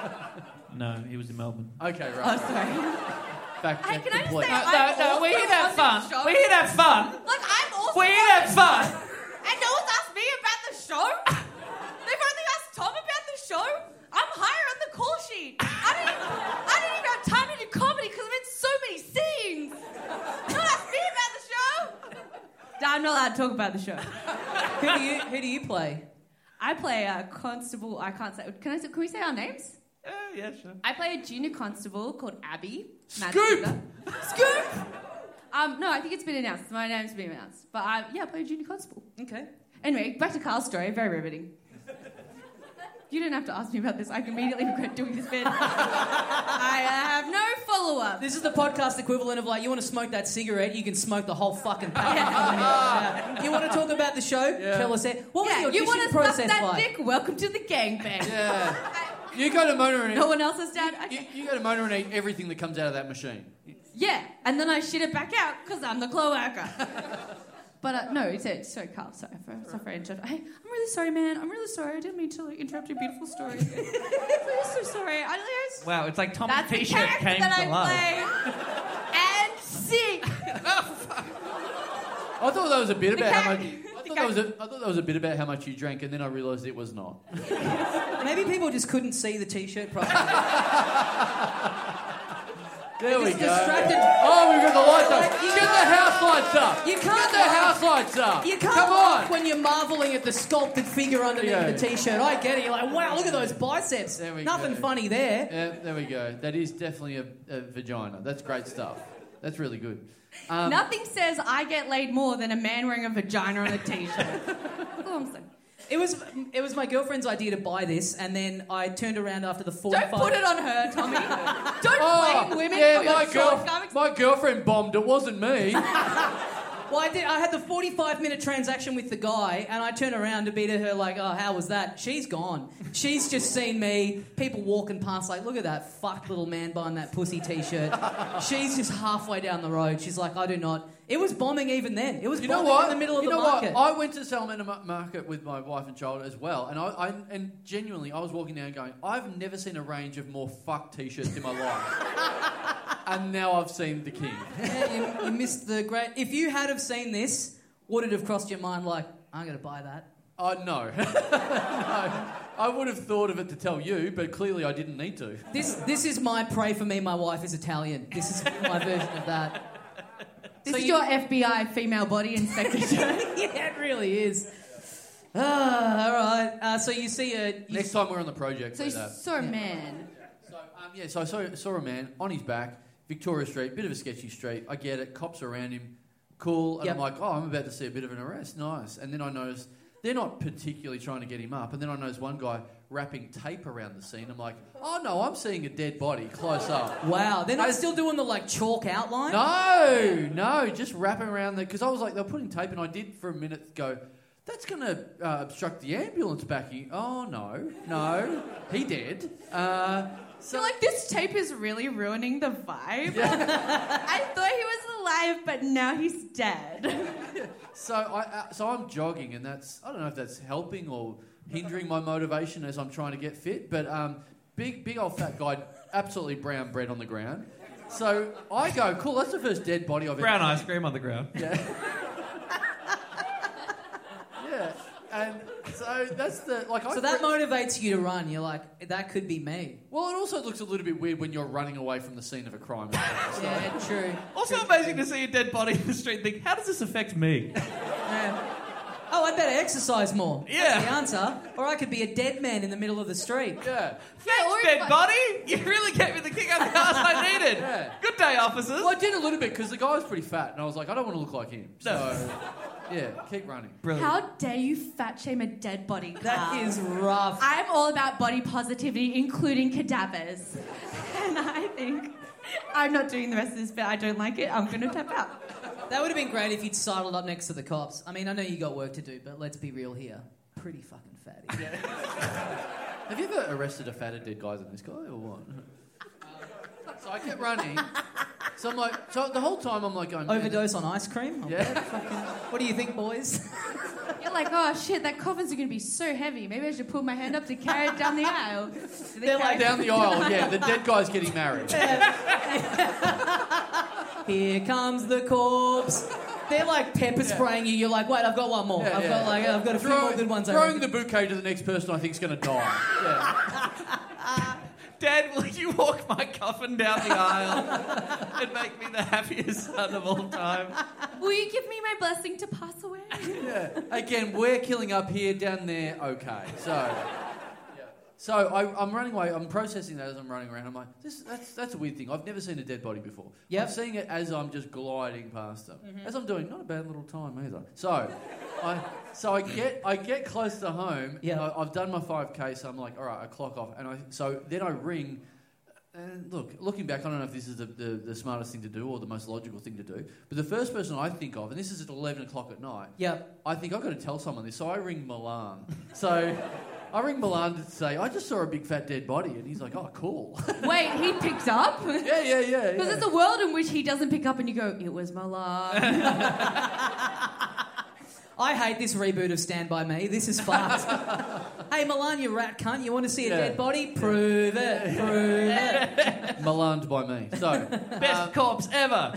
D: No, he was in Melbourne.
B: okay.
E: Oh,
B: Right.
E: sorry.
B: Back
E: Hey,
B: check
E: can I just
B: complete.
E: say-
D: No,
E: I'm
D: no, Uh, no,
E: also
D: we here to have
E: on this
D: fun.
E: show.
D: We here to have fun.
E: Like, I'm also.
D: We here to have fun.
E: And no one's asked me about the show. They've only asked Tom about the show. I'm higher on the call sheet. I didn't even, I didn't even have time to do comedy because I'm in so many scenes. No one asked me about the show. I'm not allowed to talk about the show.
A: Who do you who do you play?
E: I play a constable. I can't say. Can I? say- Can we say our names?
D: Yeah, yeah, sure.
E: I play a junior constable called Abby. Mad
B: Scoop!
E: Singer. Scoop! Um, no, I think it's been announced. My name's been announced. But I, yeah, I play a junior constable.
A: Okay.
E: Anyway, back to Carl's story. Very riveting. You don't have to ask me about this. I immediately regret doing this bit. I have no follow up.
A: This is the podcast equivalent of like you want to smoke that cigarette, you can smoke the whole fucking pack. Yeah. You want to talk about the show? Tell us it. What was
E: Yeah,
A: your
E: you
A: audition
E: want to suck
A: process
E: that
A: like?
E: dick? Welcome to the gangbang.
B: Yeah. You go to Mona and
E: No one else has done. Okay.
B: you, you go to Mona and eat everything that comes out of that machine.
E: Yeah, and then I shit it back out because I'm the cloaca. but uh, no, it's it. Sorry, Carl. Sorry for, sorry for interrupting. Hey, I'm really sorry, man. I'm really sorry. I didn't mean to like, interrupt your beautiful story. I'm so sorry. I, I just,
D: Wow, it's like Tom's
E: that's the
D: t-shirt
E: character
D: came
E: that
D: to
E: I
D: life.
E: play. and sick.
B: I thought that was a bit about how much.
E: cat-
B: I
E: the
B: thought, that was a, I thought that was a bit about how much you drank, and then I realised it was not.
A: Maybe people just couldn't see the t-shirt properly.
B: There we
A: Just
B: go.
A: distracted.
B: Oh, we've got the lights up.
A: You
B: Get the house lights up.
A: You
B: Get
A: can't
B: the
A: laugh.
B: house lights up.
A: You can't
B: Come
A: laugh
B: on.
A: when you're marveling at the sculpted figure underneath
B: Yeah.
A: the t-shirt. I get it. You're like, wow, look at those biceps.
B: There we
A: Nothing
B: go.
A: funny there.
B: Yeah, Uh, there we go. That is definitely a, a vagina. That's great stuff. That's really good. Um,
E: Nothing says I get laid more than a man wearing a vagina on a t-shirt. That's all I'm saying.
A: It was it was my girlfriend's idea to buy this, and then I turned around after the 45
E: Don't put it on her, Tommy. Don't
B: oh,
E: blame women
B: yeah,
E: for
B: my,
E: your
B: girl,
E: shortcomings.
B: my girlfriend bombed. It wasn't me.
A: Well, I did. I had the 45 minute transaction with the guy, and I turn around to be to her like, "Oh, how was that?" She's gone. She's just seen me. People walking past, like, "Look at that fucked little man behind that pussy t-shirt." She's just halfway down the road. She's like, "I do not." It was bombing even then. It was
B: You know
A: bombing
B: what?
A: in the middle of
B: you
A: the
B: know
A: market.
B: What? I went to Salamander Mar- Market with my wife and child as well, and I, I and genuinely, I was walking down going, I've never seen a range of more fuck t-shirts in my life, and now I've seen the king.
A: Yeah, you, you missed the great. If you had have seen this, would it have crossed your mind like, "I'm going to buy that"?
B: Oh no. no, I would have thought of it to tell you, but clearly I didn't need to.
A: This this is my pray for me. My wife is Italian. This is my version of that.
E: This
A: So
E: is
A: you-
E: your FBI female body inspector show.
A: yeah, it really is. Ah, all right. Uh, so you see a you-
B: Next time we're on the project,
E: so
B: we're
E: you
B: that.
E: saw a man.
B: So um, yeah, so I saw, saw a man on his back, Victoria Street, bit of a sketchy street. I get it. Cops around him, cool. And I'm
A: Yep.
B: like, oh, I'm about to see a bit of an arrest, nice. And then I noticed they're not particularly trying to get him up. And then I noticed one guy wrapping tape around the scene. I'm like, oh no, I'm seeing a dead body close up.
A: wow. They're not still doing the like chalk outline.
B: No, no, just wrapping around the because I was like they're putting tape, and I did for a minute go. That's going to uh, obstruct the ambulance backing. Oh no, no, he did. Uh,
E: So like this tape is really ruining the vibe. I thought he was alive, but now he's dead.
B: So I uh, so I'm jogging, and that's I don't know if that's helping or hindering my motivation as I'm trying to get fit. But um, big big old fat guy, absolutely brown bread on the ground. So I go, cool. That's the first dead body I've
D: Brown ice cream on the ground.
B: ever. Yeah, and so that's the like. I
A: So that motivates you to run. You're like, that could be me.
B: well, it also looks a little bit weird when you're running away from the scene of a crime.
A: Yeah, true.
D: Also amazing to see a dead body in the street and think, how does this affect me?
A: Yeah. Oh, I'd better exercise more.
D: Yeah.
A: That's the answer. Or I could be a dead man in the middle of the street.
B: yeah.
E: Yeah, or if
D: Thanks,
E: I-
D: dead body! You really gave me the kick out of the ass I needed.
B: Yeah.
D: Good day, officers.
B: Well, I did a little bit because the guy was pretty fat, and I was like, I don't want to look like him. So yeah, keep running.
D: Brilliant.
E: How dare you fat shame a dead body?
A: That is rough.
E: I'm all about body positivity, including cadavers. And I think I'm not doing the rest of this bit. I don't like it. I'm going to tap out.
A: That would have been great if you'd sidled up next to the cops. I mean, I know you got work to do, but let's be real here. Pretty fucking fatty.
B: Have you ever arrested a fatter dead guy than this guy, or what? so I kept running. So I'm like, so the whole time I'm like going "Man,
A: Overdose on ice cream? Oh,
B: Yeah.
A: fucking- What do you think, boys?
E: You're like, oh shit, that coffin's going to be so heavy. Maybe I should pull my hand up to carry it down the aisle. So they
A: They're
E: carry-
A: like-
B: Down the aisle, yeah. The dead guy's getting married.
A: Here comes the corpse. They're like pepper spraying you. You're like, wait, I've got one more.
B: Yeah,
A: I've
B: yeah.
A: got like, I've got a few
B: Throw-
A: more good ones. I
B: Throwing
A: reckon.
B: the bouquet to the next person I think is going to die. Yeah.
D: Dad, will you walk my coffin down the aisle and make me the happiest son of all time?
E: Will you give me my blessing to pass away?
B: Again, we're killing up here, down there, okay. So, so I, I'm running away. I'm processing that as I'm running around. I'm like, this, that's that's a weird thing. I've never seen a dead body before. Yeah,
A: Yep. Mm-hmm.
B: I'm seeing it as I'm just gliding past them, as I'm doing. Not a bad little time either. So, I so I get I get close to home.
A: Yeah.
B: and I, I've done my 5k, so I'm like, all right, I clock off, and I so then I ring. And look, looking back, I don't know if this is the, the, the smartest thing to do or the most logical thing to do, but the first person I think of, and this is at 11 o'clock at night,
A: Yep.
B: I think I've got to tell someone this. So I ring Milan. So I ring Milan to say, I just saw a big fat dead body. And he's like, oh, cool.
E: Wait, he picked up? Because
B: yeah, yeah, yeah. yeah.
E: it's a world in which he doesn't pick up and you go, it was my love.
A: I hate this reboot of Stand By Me. This is fast. hey, Milan, you rat cunt. You want to see a
B: Yeah.
A: dead body? Prove it. Prove it.
B: Milan'd by me. So,
D: Best corpse ever.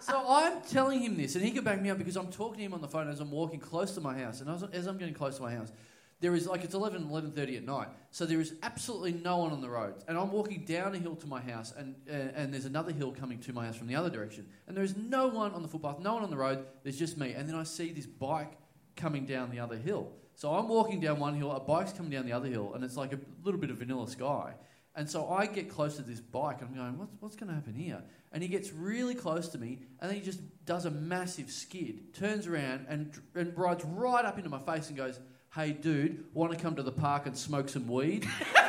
B: so I'm telling him this, and he can back me up because I'm talking to him on the phone as I'm walking close to my house. And as, as I'm getting close to my house, there is like it's 11, 11.30 at night, so there is absolutely no one on the roads. And I'm walking down a hill to my house, and, uh, and there's another hill coming to my house from the other direction. And there is no one on the footpath, no one on the road, there's just me. And then I see this bike coming down the other hill. So I'm walking down one hill, a bike's coming down the other hill, and it's like a little bit of vanilla sky. And so I get close to this bike, and I'm going, what's, what's going to happen here? And he gets really close to me, and then he just does a massive skid, turns around, and, dr- and rides right up into my face and goes, hey, dude, want to come to the park and smoke some weed?
D: Carl,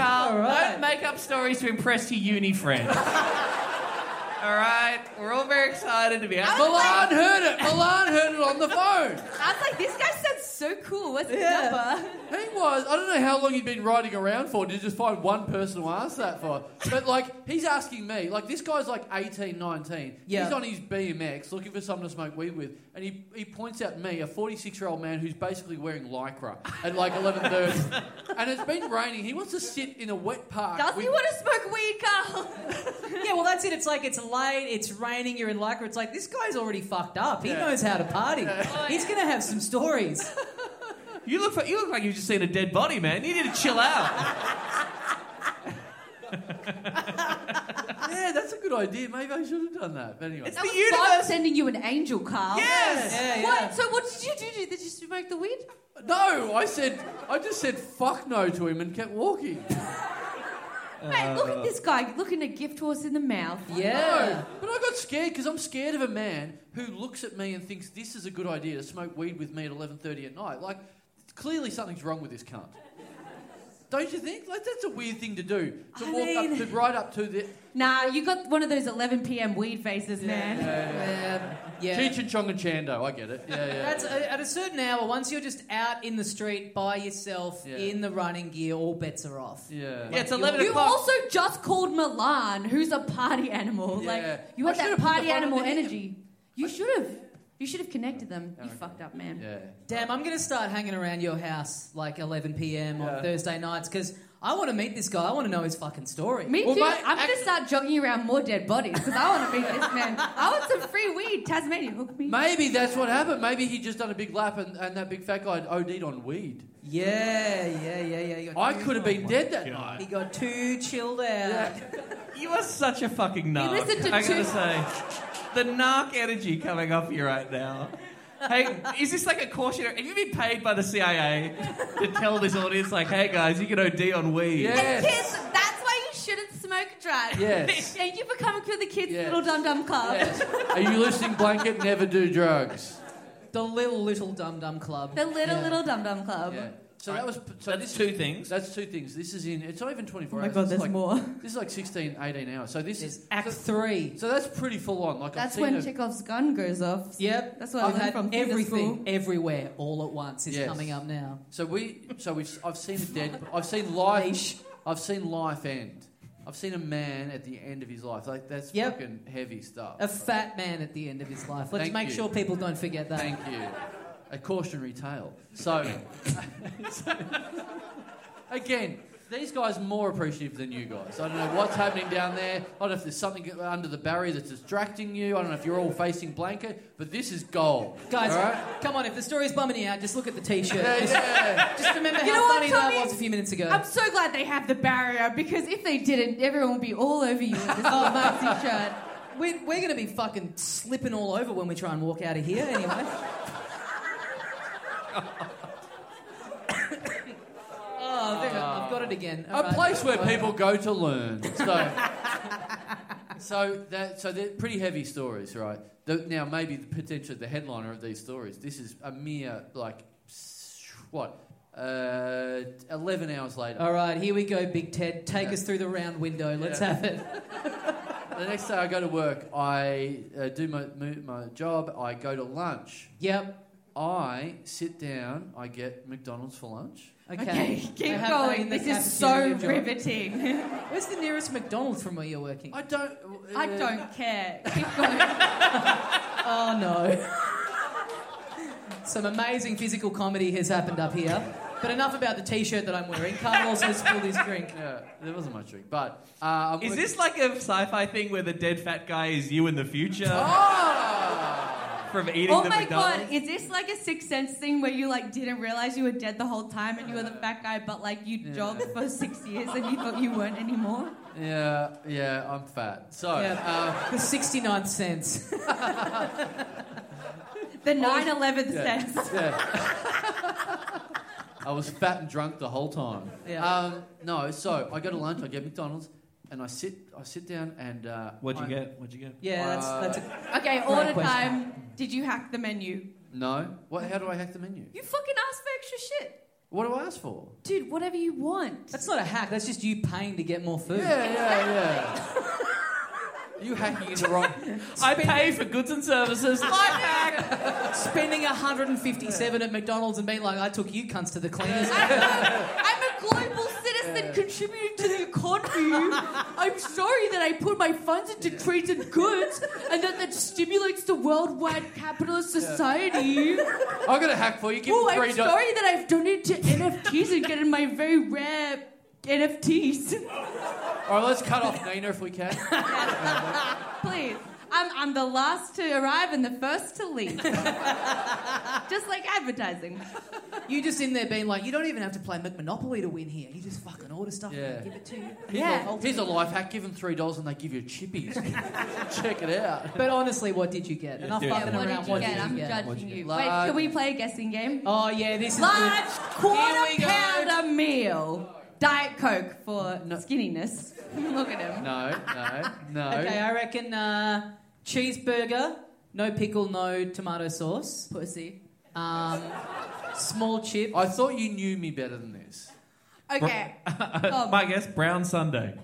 A: All right.
D: don't make up stories to impress your uni friends. All right, we're all very excited to be out.
B: Milan heard it. Milan heard it on the phone.
E: I was like, this guy sounds so cool. What's his number?
B: He was. I don't know how long he'd been riding around for to just find one person to ask that for. But, like, he's asking me. Like, this guy's like 18, 19.
A: Yeah.
B: He's on his BMX looking for someone to smoke weed with. And he, he points out me, a 46 year old man who's basically wearing lycra at like 11.30. and it's been raining. He wants to sit in a wet park.
E: Does
B: with-
E: he want to smoke weed, Carl?
A: Yeah, well, that's it. It's like it's late, it's raining, you're in Lycra. It's like this guy's already fucked up. He knows how to party. He's going to have some stories.
D: You look, you look like you've just seen a dead body, man. You need to chill out.
B: yeah, that's a good idea. Maybe I should have done that. But anyway.
E: That was
D: universe-
E: God sending you an angel, Carl.
D: Yes.
A: Yeah,
E: What? So what did you do? Did you smoke the weed?
B: No, I said, I just said fuck no to him and kept walking.
E: Mate, look at this guy looking a gift horse in the mouth.
A: Yeah.
B: No, but I got scared because I'm scared of a man who looks at me and thinks this is a good idea to smoke weed with me at 11:30 at night. Like, clearly something's wrong with this cunt. Don't you think? Like, that's a weird thing to do. To
E: I
B: walk
E: mean-
B: up to right up to the
E: Nah, you got one of those 11 p.m. weed faces, man.
A: Yeah.
B: Cheech and Chong and Chando. I get it. Yeah, yeah.
A: That's uh, at a certain hour, once you're just out in the street by yourself
B: Yeah.
A: in the running gear, all bets are off.
B: yeah.
D: Yeah, it's 11
E: You
D: o'clock.
E: also just called Milan, who's a party animal.
B: Yeah.
E: Like you
B: I should've
E: had that
B: put the
E: party
B: phone
E: animal
B: on him.
E: energy. You should have. You should have connected them. You fucked up, man.
B: yeah.
A: Damn, I'm going to start hanging around your house like 11 p.m. on Thursday nights because I want to meet this guy. I want to know his fucking story.
E: Me
B: Well,
E: too.
B: mate,
E: I'm
B: act-
E: gonna start jogging around more dead bodies because I want to meet this man. I want some free weed. Tasmania, hook me.
B: Maybe that's what happened. Maybe he just done a big lap and, and that big fat guy OD'd on weed.
A: Yeah, yeah, yeah, yeah. You got
B: I
A: too-
B: could have been dead that
A: He
B: night.
A: got too chilled out.
D: You are such a fucking narc.
E: listened to
D: I
E: two-
D: gotta say, the narc energy coming off you right now. Hey, is this like a cautionary? Have you been paid by the CIA to tell this audience, like, hey guys, you can OD on weed?
E: And
B: Yes.
E: kids, that's why you shouldn't smoke drugs.
B: Yes.
E: Thank you for coming to the kids'
B: Yes.
E: little dum dum club.
B: yes. Are you listening, Blanket? Never do drugs.
A: The little little dum dum club.
E: The little
A: Yeah.
E: little dum dum club.
B: Yeah. So that was. So this
D: That's two things.
B: That's two things. This is in. It's not even 24
E: Oh my
B: hours. This
E: god,
B: is
E: there's
B: like,
E: more.
B: This is like 16, 18 hours. So this
A: There's
B: is.
A: Act
B: so,
A: Three.
B: so that's pretty full on. Like
E: That's
B: I've seen
E: when
B: it-
E: Chekhov's gun goes off.
A: Yep,
E: That's what I
A: I've
E: learned
A: had
E: from theatre
A: everything
E: school.
A: everywhere all at once is
B: Yes.
A: coming up now.
B: So we. So we've. I've seen a dead. I've seen life.
A: Leash.
B: I've seen life end. I've seen a man at the end of his life. Like that's
A: Yep.
B: fucking heavy stuff.
A: A fat man at the end of his life. Let's
B: Thank
A: make
B: you.
A: sure people don't forget that.
B: Thank you. A cautionary tale. So, again, these guys are more appreciative than you guys. I don't know what's happening down there. I don't know if there's something under the barrier that's distracting you. I don't know if you're all facing blanket, but this is gold.
A: Guys,
B: all right?
A: come on, if the story's bumming you out, just look at the t shirt.
B: Yeah,
A: Just,
B: yeah.
A: just remember
E: You
A: how
E: know what,
A: funny that
E: Tommy?
A: was a few minutes ago.
E: I'm so glad they have the barrier because if they didn't, everyone would be all over you in this little maxi shirt.
A: We're, we're going to be fucking slipping all over when we try and walk out of here, anyway. oh, there we go. I've got it again. All
B: A
A: right.
B: place where people go to learn. So, so that so they're pretty heavy stories, right? The, now maybe the potential the headliner of these stories. This is a mere like s- what uh, eleven hours later.
A: All right, here we go, Big Ted. Take
B: Yeah.
A: us through the round window. Let's have it.
B: The next day I go to work. I uh, do my mo- my job. I go to lunch.
A: Yep.
B: I sit down. I get McDonald's for lunch.
A: Okay.
E: Okay,
A: I
E: keep
A: have that
E: going.
A: in the
E: This is so
A: cafeteria drawer.
E: riveting.
A: Where's the nearest McDonald's from where you're working?
B: I don't.
E: I
B: uh,
E: don't care. Keep going.
A: Oh no. Some amazing physical comedy has happened up here. But enough about the t shirt that I'm wearing. Carl also spilled his drink.
B: Yeah, there wasn't much drink, but uh, I'm
D: Is
B: work-
D: this like a sci-fi thing where the dead fat guy is you in the future
B: Oh!
D: from eating
E: Oh
D: the
E: my
D: McDonald's?
E: god, is this like a sixth sense thing where you like didn't realize you were dead the whole time and you were the fat guy, but like you jogged for six years and you thought you weren't anymore?
B: Yeah, yeah, I'm fat. So,
A: Yeah. The 69th cents.
E: The 9 11th
B: yeah.
E: sense.
B: uh, yeah. I was fat and drunk the whole time.
A: Yeah.
B: Um, no, so I go to lunch, I get McDonald's, and I sit, I sit down, and uh,
D: What'd you
B: I-
D: get? What'd you get?
A: Yeah, that's, that's a,
E: Okay,
A: Great
E: order
A: question.
E: time. Did you hack the menu?
B: No, what? How do I hack the menu?
E: You fucking asked for extra shit.
B: What do I ask for?
E: Dude, whatever you want.
A: that's not a hack. That's just you paying to get more food.
B: Yeah, yeah, yeah. you hacking in the wrong.
D: I pay for goods and services. Life hack.
A: Spending 157 at McDonald's and being like, I took you cunts to the cleaners.
E: I'm a global citizen contributing to the economy. I'm sorry that I put my funds into trades and goods and that that stimulates the worldwide capitalist society.
B: I'm gonna hack for you. Give
E: Oh,
B: me
E: I'm
B: three dollars.
E: sorry that I've donated to NFTs and getting my very rare NFTs.
B: All right, let's cut off Nina if we can.
E: Please. I'm, I'm the last to arrive and the first to leave. Just like advertising.
A: you just in there being like, you don't even have to play McMonopoly to win here. You just fucking order stuff
B: Yeah.
A: and they give it to you.
E: Yeah.
B: Here's a life hack. Give them three dollars and they give you chippies. Check it out.
A: But honestly, what did you get? Enough
F: Yeah,
A: fucking
E: What
A: around.
E: did you
A: what
E: get?
A: did
E: I'm
A: you get?
E: judging you. Wait,
B: Large-
E: can we play a guessing game?
A: Oh yeah, this is
E: Large
A: good.
E: quarter
A: Here we go.
E: pounder meal. Diet Coke for skinniness. Look at him.
B: No, no, no.
A: Okay, I reckon uh, cheeseburger, no pickle, no tomato sauce,
E: Pussy.
A: um, small chip.
B: I thought you knew me better than this.
E: Okay. Um,
D: My guess, brown Sunday.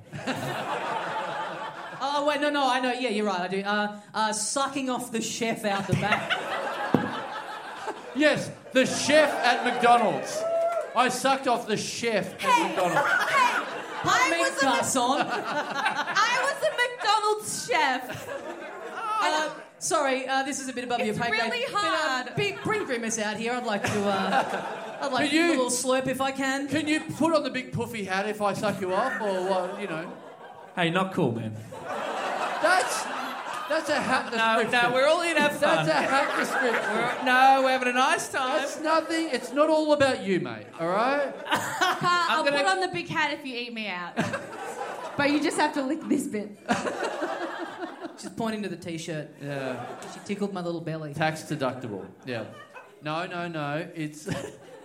A: Oh wait, no, no, I know. Yeah, you're right. I do. Uh, uh, sucking off the chef out the back.
B: Yes, the chef at McDonald's. I sucked off the chef at McDonald's.
A: I
E: was a-
A: garçon.
E: I was a McDonald's chef. Oh.
A: Uh, sorry, uh, this is a bit above
E: It's
A: your pay grade.
E: really
A: but, uh,
E: hard.
A: be- bring Grimace out here. I'd like to. Uh, I'd like
B: Could
A: to give
B: you-
A: a little slurp if I can.
B: Can you put on the big puffy hat if I suck you off, or what? You know,
D: Hey, not cool, man.
B: that's that's a hat.
D: No, no, we're all in our
B: That's a
D: fun.
B: hat description.
D: No, we're having a nice time.
B: That's nothing. It's not all about you, mate. All right.
E: Carl, I'll
D: gonna-
E: put on the big hat if you eat me out. but you just have to lick this bit.
A: She's pointing to the t-shirt.
B: Yeah.
A: She tickled my little belly.
B: Tax deductible. Yeah. No, no, no. It's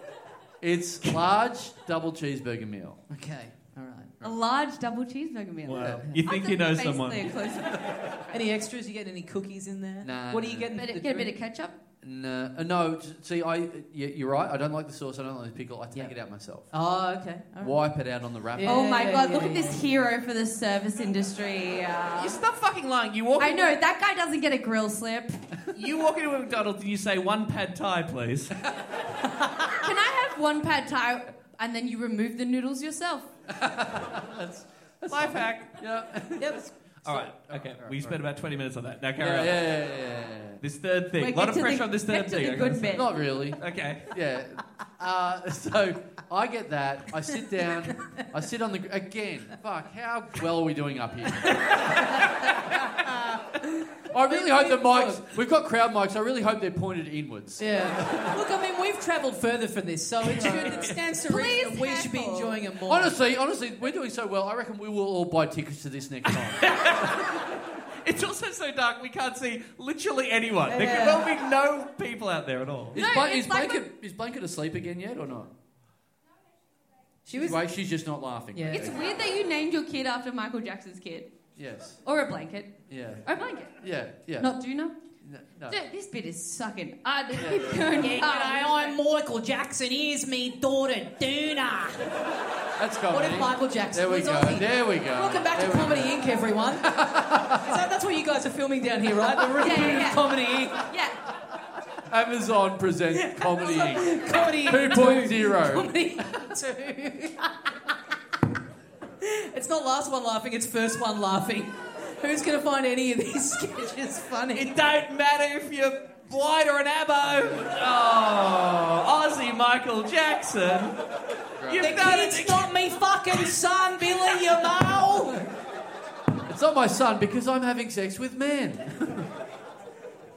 B: it's large double cheeseburger meal.
A: Okay, all right.
E: A large double cheeseburger meal.
D: Wow. You think
E: After
D: you know
E: basically
D: someone.
E: a close-
A: Any extras? You get any cookies in there?
B: Nah,
A: What are you
B: nah.
A: getting? for
E: Bit
A: the
E: of- Get a bit
A: drink?
E: of ketchup.
B: No, uh, no. t- See, I y- you're right. I don't like the sauce. I don't like the pickle. I take
A: Yeah.
B: it out myself.
A: Oh, okay. all right.
B: Wipe it out on the wrapper.
A: Yeah,
E: oh my god,
A: yeah,
E: look at
A: yeah.
E: this hero for the service industry. Uh,
D: You Oh, stop fucking lying. You walk.
E: I know, that guy doesn't get a grill slip.
D: You walk into a McDonald's and you say one pad thai, please.
E: Can I have one pad thai and then you remove the noodles yourself?
D: Life hack.
B: Yeah.
A: Yep.
D: All right. Okay. we spent about twenty minutes on that. Now
B: Yeah,
D: carry
B: yeah,
D: on.
B: yeah, yeah, yeah,
D: This third thing.
E: Wait,
D: a lot
E: get
D: of
E: to the-
D: pressure on this
E: get
D: third
E: to
D: thing.
E: the
D: I
E: good
D: guess.
E: bit.
B: yeah. Not really.
D: Okay.
B: Yeah. Uh, so I get that. I sit down. I sit on the gr- again. Fuck. How well are we doing up here? I really hope the mics. We've got crowd mics. I really hope they're pointed inwards.
A: Yeah. Look, I mean, we've travelled further for this, so it, should, it stands to reason
E: Please
A: that we should be
E: heckle.
A: enjoying it more.
B: Honestly, honestly, we're doing so well. I reckon we will all buy tickets to this next time.
D: It's also so dark we can't see literally anyone. There could well be no people out there at all.
B: Is,
E: No,
B: Blan-
E: it's
B: is
E: like
B: blanket is blanket asleep again yet or not?
A: she was.
B: Wait, she's just not laughing.
A: Yeah.
E: It's weird that you named your kid after Michael Jackson's kid.
B: Yes.
E: Or a blanket.
B: Yeah.
E: Or a blanket.
B: Yeah. Yeah.
E: Not Juno.
B: No, no.
E: Dude, this bit is sucking. I keep going.
A: G'day, Ah, I'm Michael Jackson. Here's me daughter, Duna.
B: That's comedy.
A: What if Michael Jackson
B: There we
A: was
B: go.
A: Aussie?
B: There we go.
A: Welcome back
B: There
A: to
B: we
A: Comedy
B: go.
A: Inc., everyone. so that's what you guys are filming down here, right? The real
E: Yeah, yeah, yeah.
A: Comedy Inc.
E: Yeah.
B: Amazon presents Comedy Inc.
A: Comedy Inc.
B: 2.0.
A: Comedy Inc. 2. it's not last one laughing, it's first one laughing. Who's going to find any of these sketches funny?
D: It don't matter if you're white or an abo. Oh, Aussie Michael Jackson. You've
A: The
D: done
A: kid's
D: it.
A: not me fucking son, Billy, you mole!
B: It's not my son because I'm having sex with men.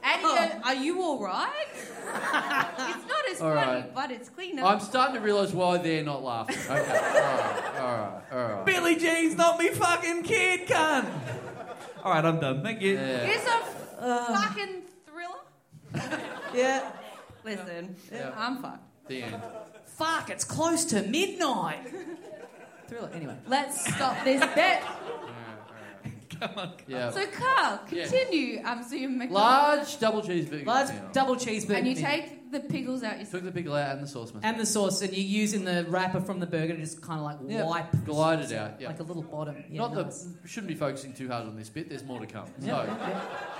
E: Addie,
A: Huh.
E: are you alright? it's not as
B: All
E: funny,
B: right.
E: but it's cleaner.
B: I'm starting to realise why they're not laughing. Okay. All right. All right. All right.
D: Billy Jean's not me fucking kid, cunt. All right, I'm done. Thank you.
B: Yeah.
E: It's a fucking thriller.
A: Yeah.
E: Listen,
B: Yeah.
E: I'm fucked.
B: The end.
A: Fuck, it's close to midnight. Thriller, anyway.
E: Let's stop this bit.
B: Yeah.
E: So, Carl,
B: Yeah.
E: continue. Um, so you make
B: Large double cheeseburger.
A: Large
B: meal.
A: double cheeseburger.
E: and you
A: meal.
E: take the pickles out yourself.
B: Took the pickle out and the sauce mustard.
A: And the sauce, and you use in the wrapper from the burger to just kind of like
B: Yeah,
A: wipe, the
B: glide
A: sauce
B: it out, yeah.
A: like a little bottom. Yeah,
B: Not
A: nice.
B: the shouldn't be focusing too hard on this bit. There's more to come. So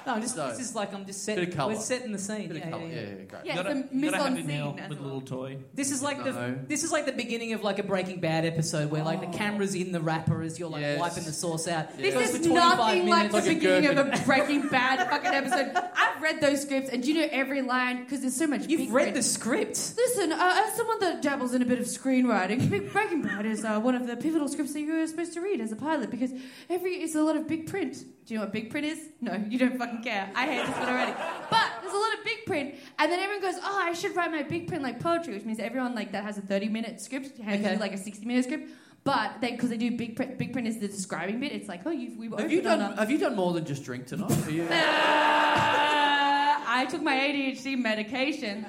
A: No, just
B: So-
A: this is like I'm just
B: Bit
A: setting.
B: of colour.
A: We're setting the scene.
B: bit of
A: yeah,
B: colour.
A: yeah,
B: Yeah,
A: yeah.
B: yeah, great.
E: Yeah,
G: You gotta-
E: it's a
G: you
E: mise
G: gotta
E: en
G: have it now
E: scene. as
G: with a
E: well.
G: little toy.
A: This is like
B: No.
A: the this is like the beginning of like a Breaking Bad episode where like the camera's in the wrapper as you're like
B: Oh. Yes.
A: wiping the sauce out.
B: Yeah.
E: This
B: It goes
A: for
E: is
A: 25
E: nothing like
A: minutes.
E: the
B: Like a
E: beginning of a Breaking Bad fucking episode. I've read those scripts, and you know every line because there's so much.
A: You've
E: big
A: read
E: print.
A: the script.
E: Listen, uh, as someone that dabbles in a bit of screenwriting, Big Breaking Bad is uh, one of the pivotal scripts that you are supposed to read as a pilot because every it's a lot of big print. Do you know what big print is? No, you don't fucking care. I hate this one already. But there's a lot of big print, and then everyone goes, "Oh, I should write my big print like poetry," which means everyone like that has a 30-minute script hands
A: Okay.
E: you like a 60-minute script. But they because they do big print, big print is the describing bit. It's like, oh, you we
B: Have you
E: opened on
B: done
E: a-
B: Have you done more than just drink tonight? Are you-
E: Uh, I took my ADHD medication.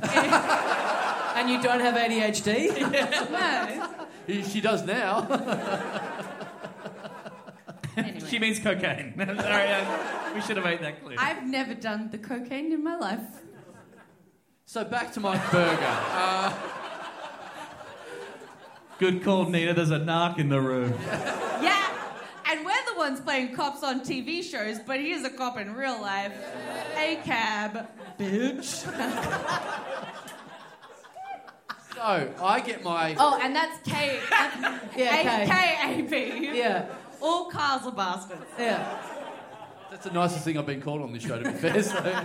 A: And you don't have ADHD?
E: No.
B: she does now.
E: Anyway.
D: She means cocaine. I'm sorry, I- we should have made that clear.
E: I've never done the cocaine in my life.
B: So back to my burger. Uh,
D: Good call, Nina. There's a narc in the room.
E: Yeah, and we're the ones playing cops on TV shows, but he is a cop in real life. A cab.
A: Bitch.
B: so I get my
E: Oh, and that's K. that's
A: Yeah,
E: A- K-A-B.
A: Yeah.
E: All cars are bastards.
A: Yeah.
B: That's the nicest thing I've been called on this show, to be fair. So.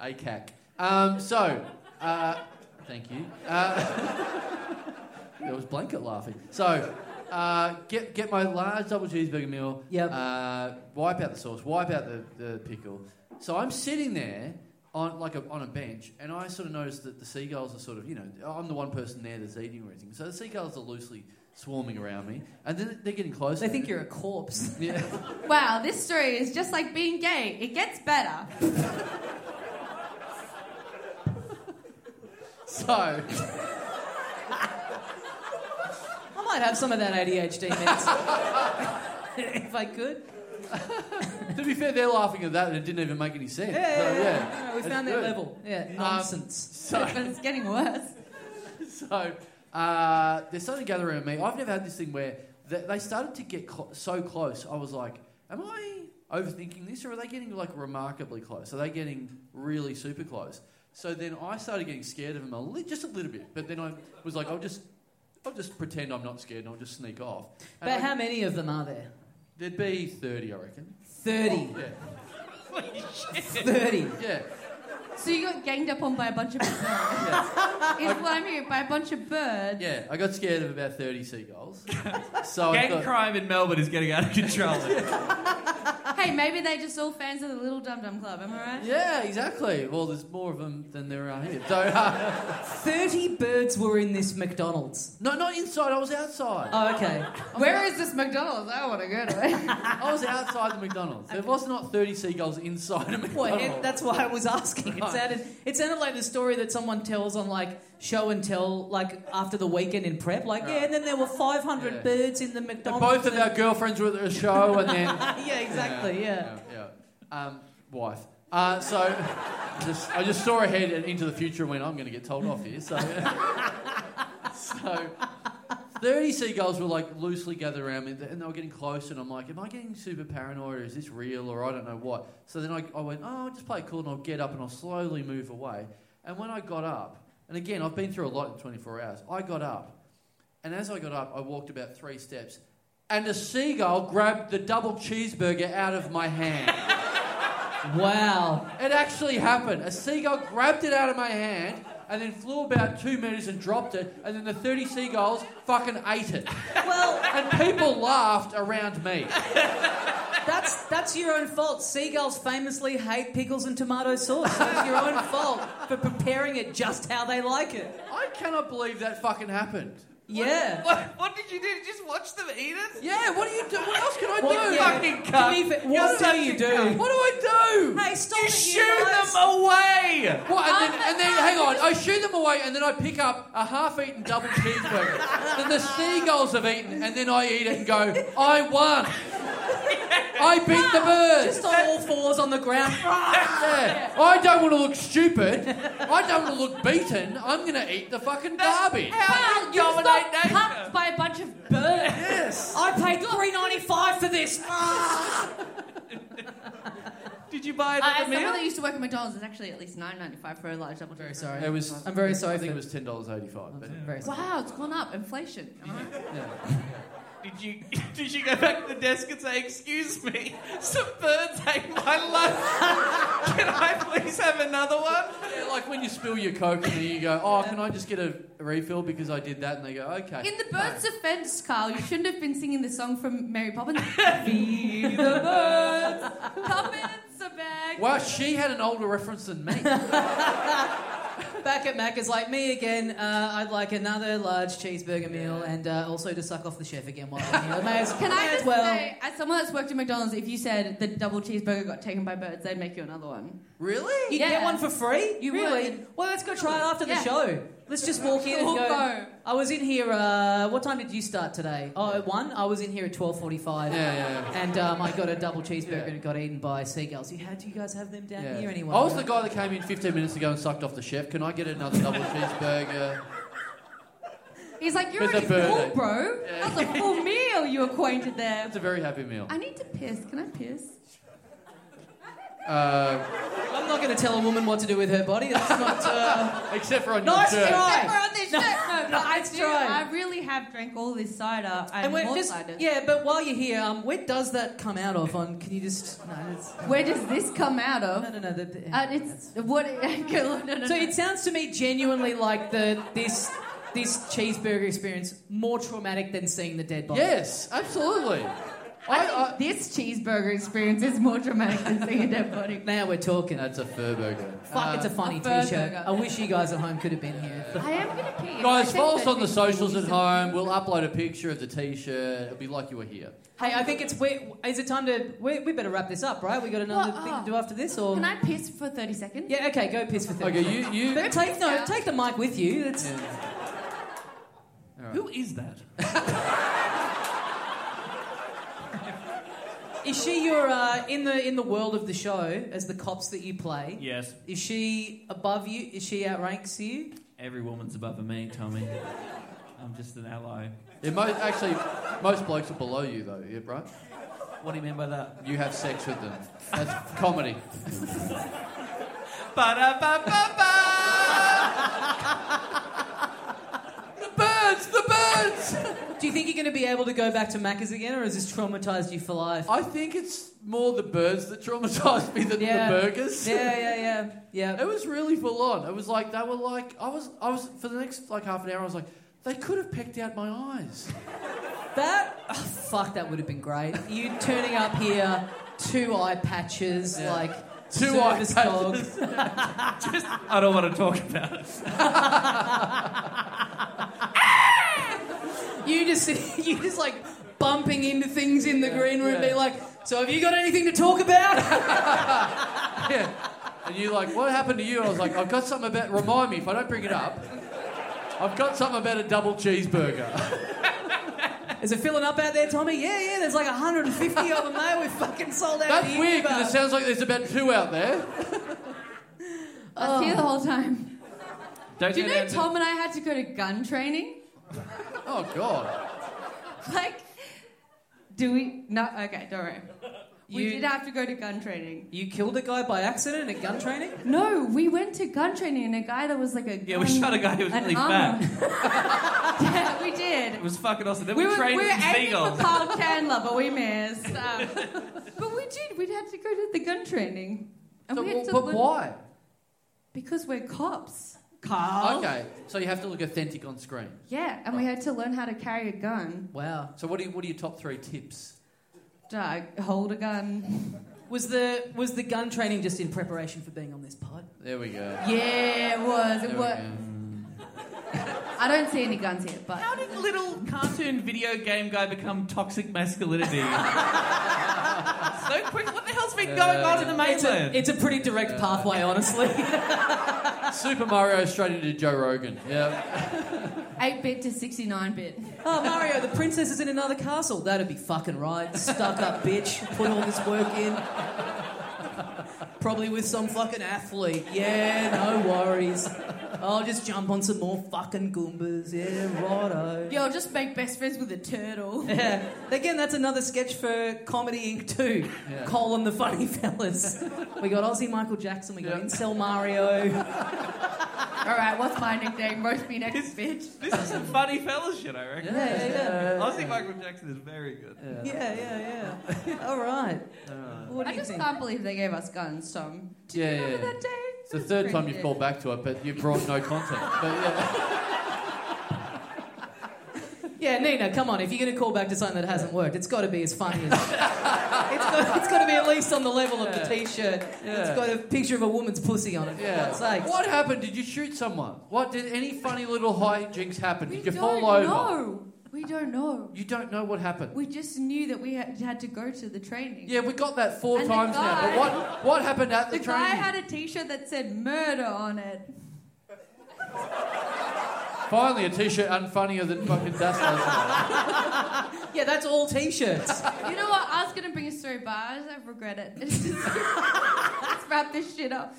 B: ACAC. Um, so, uh, thank you. Uh, there was blanket laughing. So, uh, get, get my large double cheeseburger meal.
A: Yep.
B: Uh, wipe out the sauce, wipe out the, the pickle. So I'm sitting there on like a, on a bench, and I sort of notice that the seagulls are sort of, you know, I'm the one person there that's eating or anything. So the seagulls are loosely swarming around me, and then they're getting closer.
A: They think you're a corpse.
B: Yeah.
E: Wow, this story is just like being gay. It gets better.
B: So.
A: I might have some of that ADHD meds. if I could.
B: to be fair, they're laughing at that, and it didn't even make any sense.
A: Yeah,
B: so,
A: yeah,
B: yeah.
A: yeah. No, we
B: That's
A: found that
B: good. Um,
A: level. Yeah, nonsense.
E: but it's getting worse.
B: So uh, they're starting to gather around me. I've never had this thing where they, they started to get cl- so close. I was like, "Am I overthinking this, or are they getting like remarkably close? Are they getting really super close?" So then I started getting scared of them a li- just a little bit, but then I was like, "I'll just, I'll just pretend I'm not scared, and I'll just sneak off." And
A: But
B: I-
A: how many of them are there?
B: there'd be thirty, I reckon.
A: 30.
B: Yeah,
A: 30.
B: yeah.
E: So you got ganged up on by a bunch of birds. It's what I'm hearing, by a bunch of birds.
B: Yeah, I got scared of about 30 seagulls. So I
D: Gang
B: thought,
D: crime in Melbourne is getting out of control.
E: Hey, maybe they're just all fans of the Little Dum Dum Club, am I right?
B: Yeah, exactly. Well, there's more of them than there are here. So, uh,
A: 30 birds were in this McDonald's.
B: no, not inside. I was outside.
A: Oh, okay.
E: Where is this McDonald's? I want to go to it.
B: I was outside the McDonald's. There was not 30 seagulls inside a
A: Well,
B: McDonald's.
A: it, that's why I was asking. It
B: Oh. Right.
A: sounded, it sounded like the story that someone tells on like show and tell, like after the weekend in prep. Like, yeah, and then there were 500
B: Yeah.
A: birds in the
B: And
A: McDonald's.
B: both of our girlfriends were at the show, and then
A: yeah, exactly. Yeah.
B: yeah. yeah. Um, wife. Uh, so, just, I just saw ahead and into the future and went, I'm going to get told off here. So, so, 30 seagulls were like loosely gathered around me and they were getting close, and I'm like, Am I getting super paranoid or is this real or I don't know what? So then I, I went, Oh, I'll just play it cool and I'll get up and I'll slowly move away. And when I got up, and again, I've been through a lot in 24 hours, I got up. And as I got up, I walked about three steps, and a seagull grabbed the double cheeseburger out of my hand.
A: Wow.
B: it actually happened. A seagull grabbed it out of my hand and then flew about two metres and dropped it, and then the 30 seagulls fucking ate it.
A: Well,
B: And people laughed around me.
A: that's that's your own fault. Seagulls famously hate pickles and tomato sauce. So it's your own fault for preparing it just how they like it.
B: I cannot believe that fucking happened.
A: Yeah.
D: what, what did you do? Just watch them eat it?
B: Yeah, what do you do? What else can I
A: What-
B: do?
A: yeah.
D: Fucking
A: To
D: cunt.
A: be fair-
D: You're
A: What
D: such
A: do you
D: a
A: do?
D: cunt.
B: What do I do?
A: Hey, stop
D: You
A: it,
D: shoo
A: guys.
D: them away!
B: What, and, then,
E: I'm
B: and then, hang on, I shoo them away and then I pick up a half eaten double cheeseburger that the seagulls have eaten and then I eat it and go, I won. I beat the bird.
A: Just on all fours on the ground.
B: Yeah. I don't want to look stupid. I don't want to look beaten. I'm going to eat the fucking garbage.
E: Wow, you just got pumped by a bunch of birds.
A: I paid three ninety five for this.
D: Did you buy
E: Uh,
D: another
E: someone
D: meal?
E: that used to work at McDonald's is actually at least nine ninety five for a large double. Very
A: sorry.
B: It was.
A: I'm very
B: I
A: sorry. For,
B: think it was ten dollars eighty-five. But
A: very sorry.
E: Wow, it's gone up. Inflation. am I right?
D: Did you did you go back to the desk and say, "Excuse me, some birds ate my lunch. Can I please have another one?"
B: Yeah, like when you spill your coke and then you go, "Oh, can I just get a refill because I did that?" And they go, "Okay."
E: In the bird's defense, Carl, you shouldn't have been singing the song from Mary Poppins. Feed the birds. Puppets are back.
B: Wow, she had an older reference than me.
A: Back at Mac is like me again. Uh, I'd like another large cheeseburger meal and uh, also to suck off the chef again while I'm here. May as,
E: Can
A: may
E: I
A: as
E: just
A: well.
E: say, as someone that's worked at McDonald's, if you said the double cheeseburger got taken by birds, they'd make you another one.
B: really?
A: You
E: Yeah.
A: get one for free?
E: You
A: really?
E: would.
A: Well, let's go try it after the
E: Yeah.
A: show. Let's just walk in and
E: We'll
A: go.
E: go.
A: I was in here. Uh, what time did you start today? Oh, at one. I was in here at twelve forty-five.
B: Yeah, yeah, yeah.
A: And um, I got a double cheeseburger
B: Yeah.
A: and it got eaten by seagulls. You had? Do you guys have them down
B: Yeah.
A: here anyway?
B: I was the guy that came in 15 minutes ago and sucked off the chef. Can I get another double cheeseburger?
E: He's like, you're
B: It's a
E: already full,
B: bird.
E: bro. That's a full meal you acquainted there.
B: That's a very happy meal.
E: I need to piss. Can I piss?
B: Uh,
A: I'm not going to tell a woman what to do with her body. That's not. Uh...
B: except for on
A: Nice
B: your shirt.
A: try.
E: Except for on this
A: No,
E: shirt. No, but I
A: nice
E: do.
A: try.
E: I really have drank all this cider and,
A: we're
E: more
A: just-
E: cider.
A: yeah, but while you're here, um, where does that come out of? On can you just no, it's,
E: Where does this come out of?
A: no, no, no. The, the-
E: Uh, it's what. no, no, no,
A: So
E: no.
A: it sounds to me genuinely like the this this cheeseburger experience more traumatic than seeing the dead body.
B: Yes, absolutely.
E: I
B: I, I,
E: think this cheeseburger experience is more dramatic than seeing a dead body. Uh,
A: Now we're talking.
B: that's a fur burger.
A: Fuck, it's a funny
E: a fur
A: T-shirt.
E: burger.
A: I wish you guys at home could have been here.
E: I am gonna pee.
B: Guys,
E: I
B: follow
E: think
B: us on the
E: that's
B: socials
E: really
B: at home. We'll upload a picture of the t-shirt. It'll be like you were here.
A: Hey, I think it's we. Is it time to? We, we better wrap this up, right? We got another
E: Well,
A: thing
E: uh,
A: to do after this, or
E: Can I piss for thirty seconds?
A: yeah, okay, go piss for thirty.
B: Okay, you you.
A: But take no, take the mic with you. It's,
D: Who is that?
A: Is she your uh, in the in the world of the show as the cops that you play?
D: Yes,
A: Is she above you? Is she outranks you?
D: every woman's above me, Tommy. I'm just an ally.
B: Yeah, most, actually, most blokes are below you though, yeah, right?
D: What do you mean by that?
B: You have sex with them. That's comedy.
D: Ba-da-ba-ba-ba!
B: The birds, the birds.
A: Do you think you're going to be able to go back to Macca's again, or has this traumatized you for life?
E: Oh.
B: I think it's more the birds that traumatized me than
A: Yeah.
B: the burgers.
A: Yeah, yeah, yeah, yeah.
B: It was really full on. It was like they were like I was I was for the next like half an hour I was like they could have pecked out my eyes.
A: That oh, fuck, that would have been great. You turning up here, two eye patches,
B: Yeah.
A: like
B: Two
A: service
B: eye
A: dog.
D: I don't want to talk about it.
A: You just you just like bumping into things in the green room,
B: yeah.
A: being like, "So have you got anything to talk about?"
B: Yeah. And you're like, what happened to you? And I was like, I've got something about remind me if I don't bring it up. I've got something about a double cheeseburger.
A: Is it filling up out there, Tommy? Yeah, yeah. There's like 150 of them, mate. We fucking sold out.
B: That's
A: the
B: weird
A: Uber.
B: because it sounds like there's about two out there.
E: I was here the whole time.
D: Don't
E: Do you
D: go
E: know
D: down to-
E: Tom and I had to go to gun training?
B: Oh god.
E: Like, do we? No, okay, don't worry.
A: You-
E: We did have to go to gun training.
A: You killed a guy by accident at gun training.
E: No, we went to gun training and a guy that was like a
D: Yeah, we
E: gun-
D: shot a guy who was
E: an
D: really
E: armor. yeah, we did.
D: It was fucking awesome. Then we,
E: We were, we
D: trained
E: were
D: some
E: aiming for
D: seagulls.
E: Carl Chandler, but we missed. Um, but we did. We'd had to go to the gun training, and
B: So,
E: we had
B: well,
E: to
B: but
E: look-
B: why?
E: Because we're cops.
A: Carl.
B: Okay. So you have to look authentic on screen.
E: Yeah, and we had to learn how to carry a gun.
A: Wow.
B: So what are, you, what are your top three tips?
E: Uh, hold a gun.
A: Was the was the gun training just in preparation for being on this pod?
B: There we go.
E: Yeah, it was.
B: There
E: It
B: we
E: was.
B: go.
E: I don't see any guns here, but
D: How did little cartoon video game guy become toxic masculinity? so quick. What the hell's been going on in the
A: It's a,
D: mainland?
A: it's a pretty direct pathway, honestly.
B: Super Mario straight into Joe Rogan. Yeah.
E: 8 bit to 69 bit.
A: Oh, Mario, the princess is in another castle. That'd be fucking right. Stuck up bitch. Put all this work in. Probably with some fucking athlete. Yeah, no worries. I'll just jump on some more fucking Goombas. Yeah, righto.
E: Yo, just make best friends with a turtle.
A: Yeah. Again, that's another sketch for Comedy Inc. 2.
B: Yeah.
A: Colin the Funny Fellas. We got Aussie Michael Jackson, we got Incel Mario.
E: Alright, what's my nickname? Roast me next, bitch.
D: This is some funny fellas shit, I reckon.
A: Yeah, yeah,
D: I think Michael Jackson is very good.
A: yeah. Yeah, yeah, yeah. All right. What do
E: I
A: you
E: just
A: think?
E: can't believe they gave us guns, Tom. Do
B: Yeah,
E: you remember
B: yeah.
E: that day?
B: It's the third time you've called back to it, but you brought no content. But yeah,
A: Yeah, Nina, come on. If you're going to call back to something that hasn't worked, it's got to be as funny as. it's got, it's got to be at least on the level of the T-shirt. It's
B: Yeah.
A: got a picture of a woman's pussy on it. For
B: yeah.
A: God's sakes.
B: What happened? Did you shoot someone? What did any funny little hijinks happen?
E: We
B: Did you
E: don't
B: fall over?
E: know. We don't know.
B: You don't know what happened.
E: We just knew that we had had to go to the training.
B: yeah, we got that four
E: And the
B: times now. But
E: guy-
B: what what happened at the,
E: The guy
B: training?
E: had a T-shirt that said "murder" on it.
B: Finally, a t-shirt unfunnier than fucking dust. Last
A: Yeah, that's all T-shirts.
E: You know what? I was gonna bring a story, but I just regret it. It's just- Let's wrap this shit up.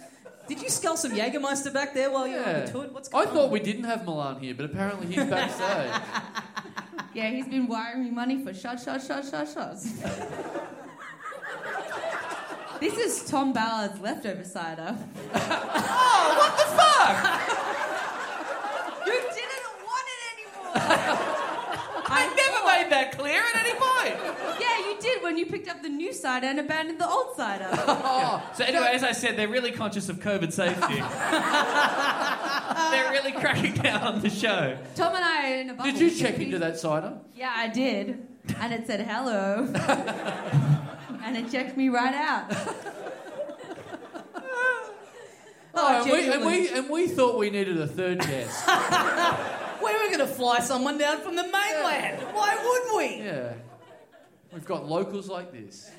A: Did you scull some Jägermeister back there
E: Oh,
A: while you were on
B: Yeah.
A: the tour? What's
B: I
A: going
B: thought
A: on?
B: we didn't have Milan here, but apparently he's backstage.
E: Yeah, he's been wiring me money for shot, shot, shot, shot, shots. this is Tom Ballard's leftover cider. oh, what the fuck! you didn't want it anymore.
D: I never made that clear at any point.
E: Yeah, you did when you picked up the new cider and abandoned the old cider.
D: So anyway, as I said, they're really conscious of COVID safety. they're really cracking down on the show.
E: Tom and I are in a bubble.
B: Did you check into that cider?
E: Yeah, I did. And it said hello. and it checked me right out.
A: Oh,
B: and, Uh, we, and,
A: genuinely.
B: we, and we thought we needed a third guest.
A: we were going to fly someone down from the mainland. Why would we?
B: yeah. We've got locals like this.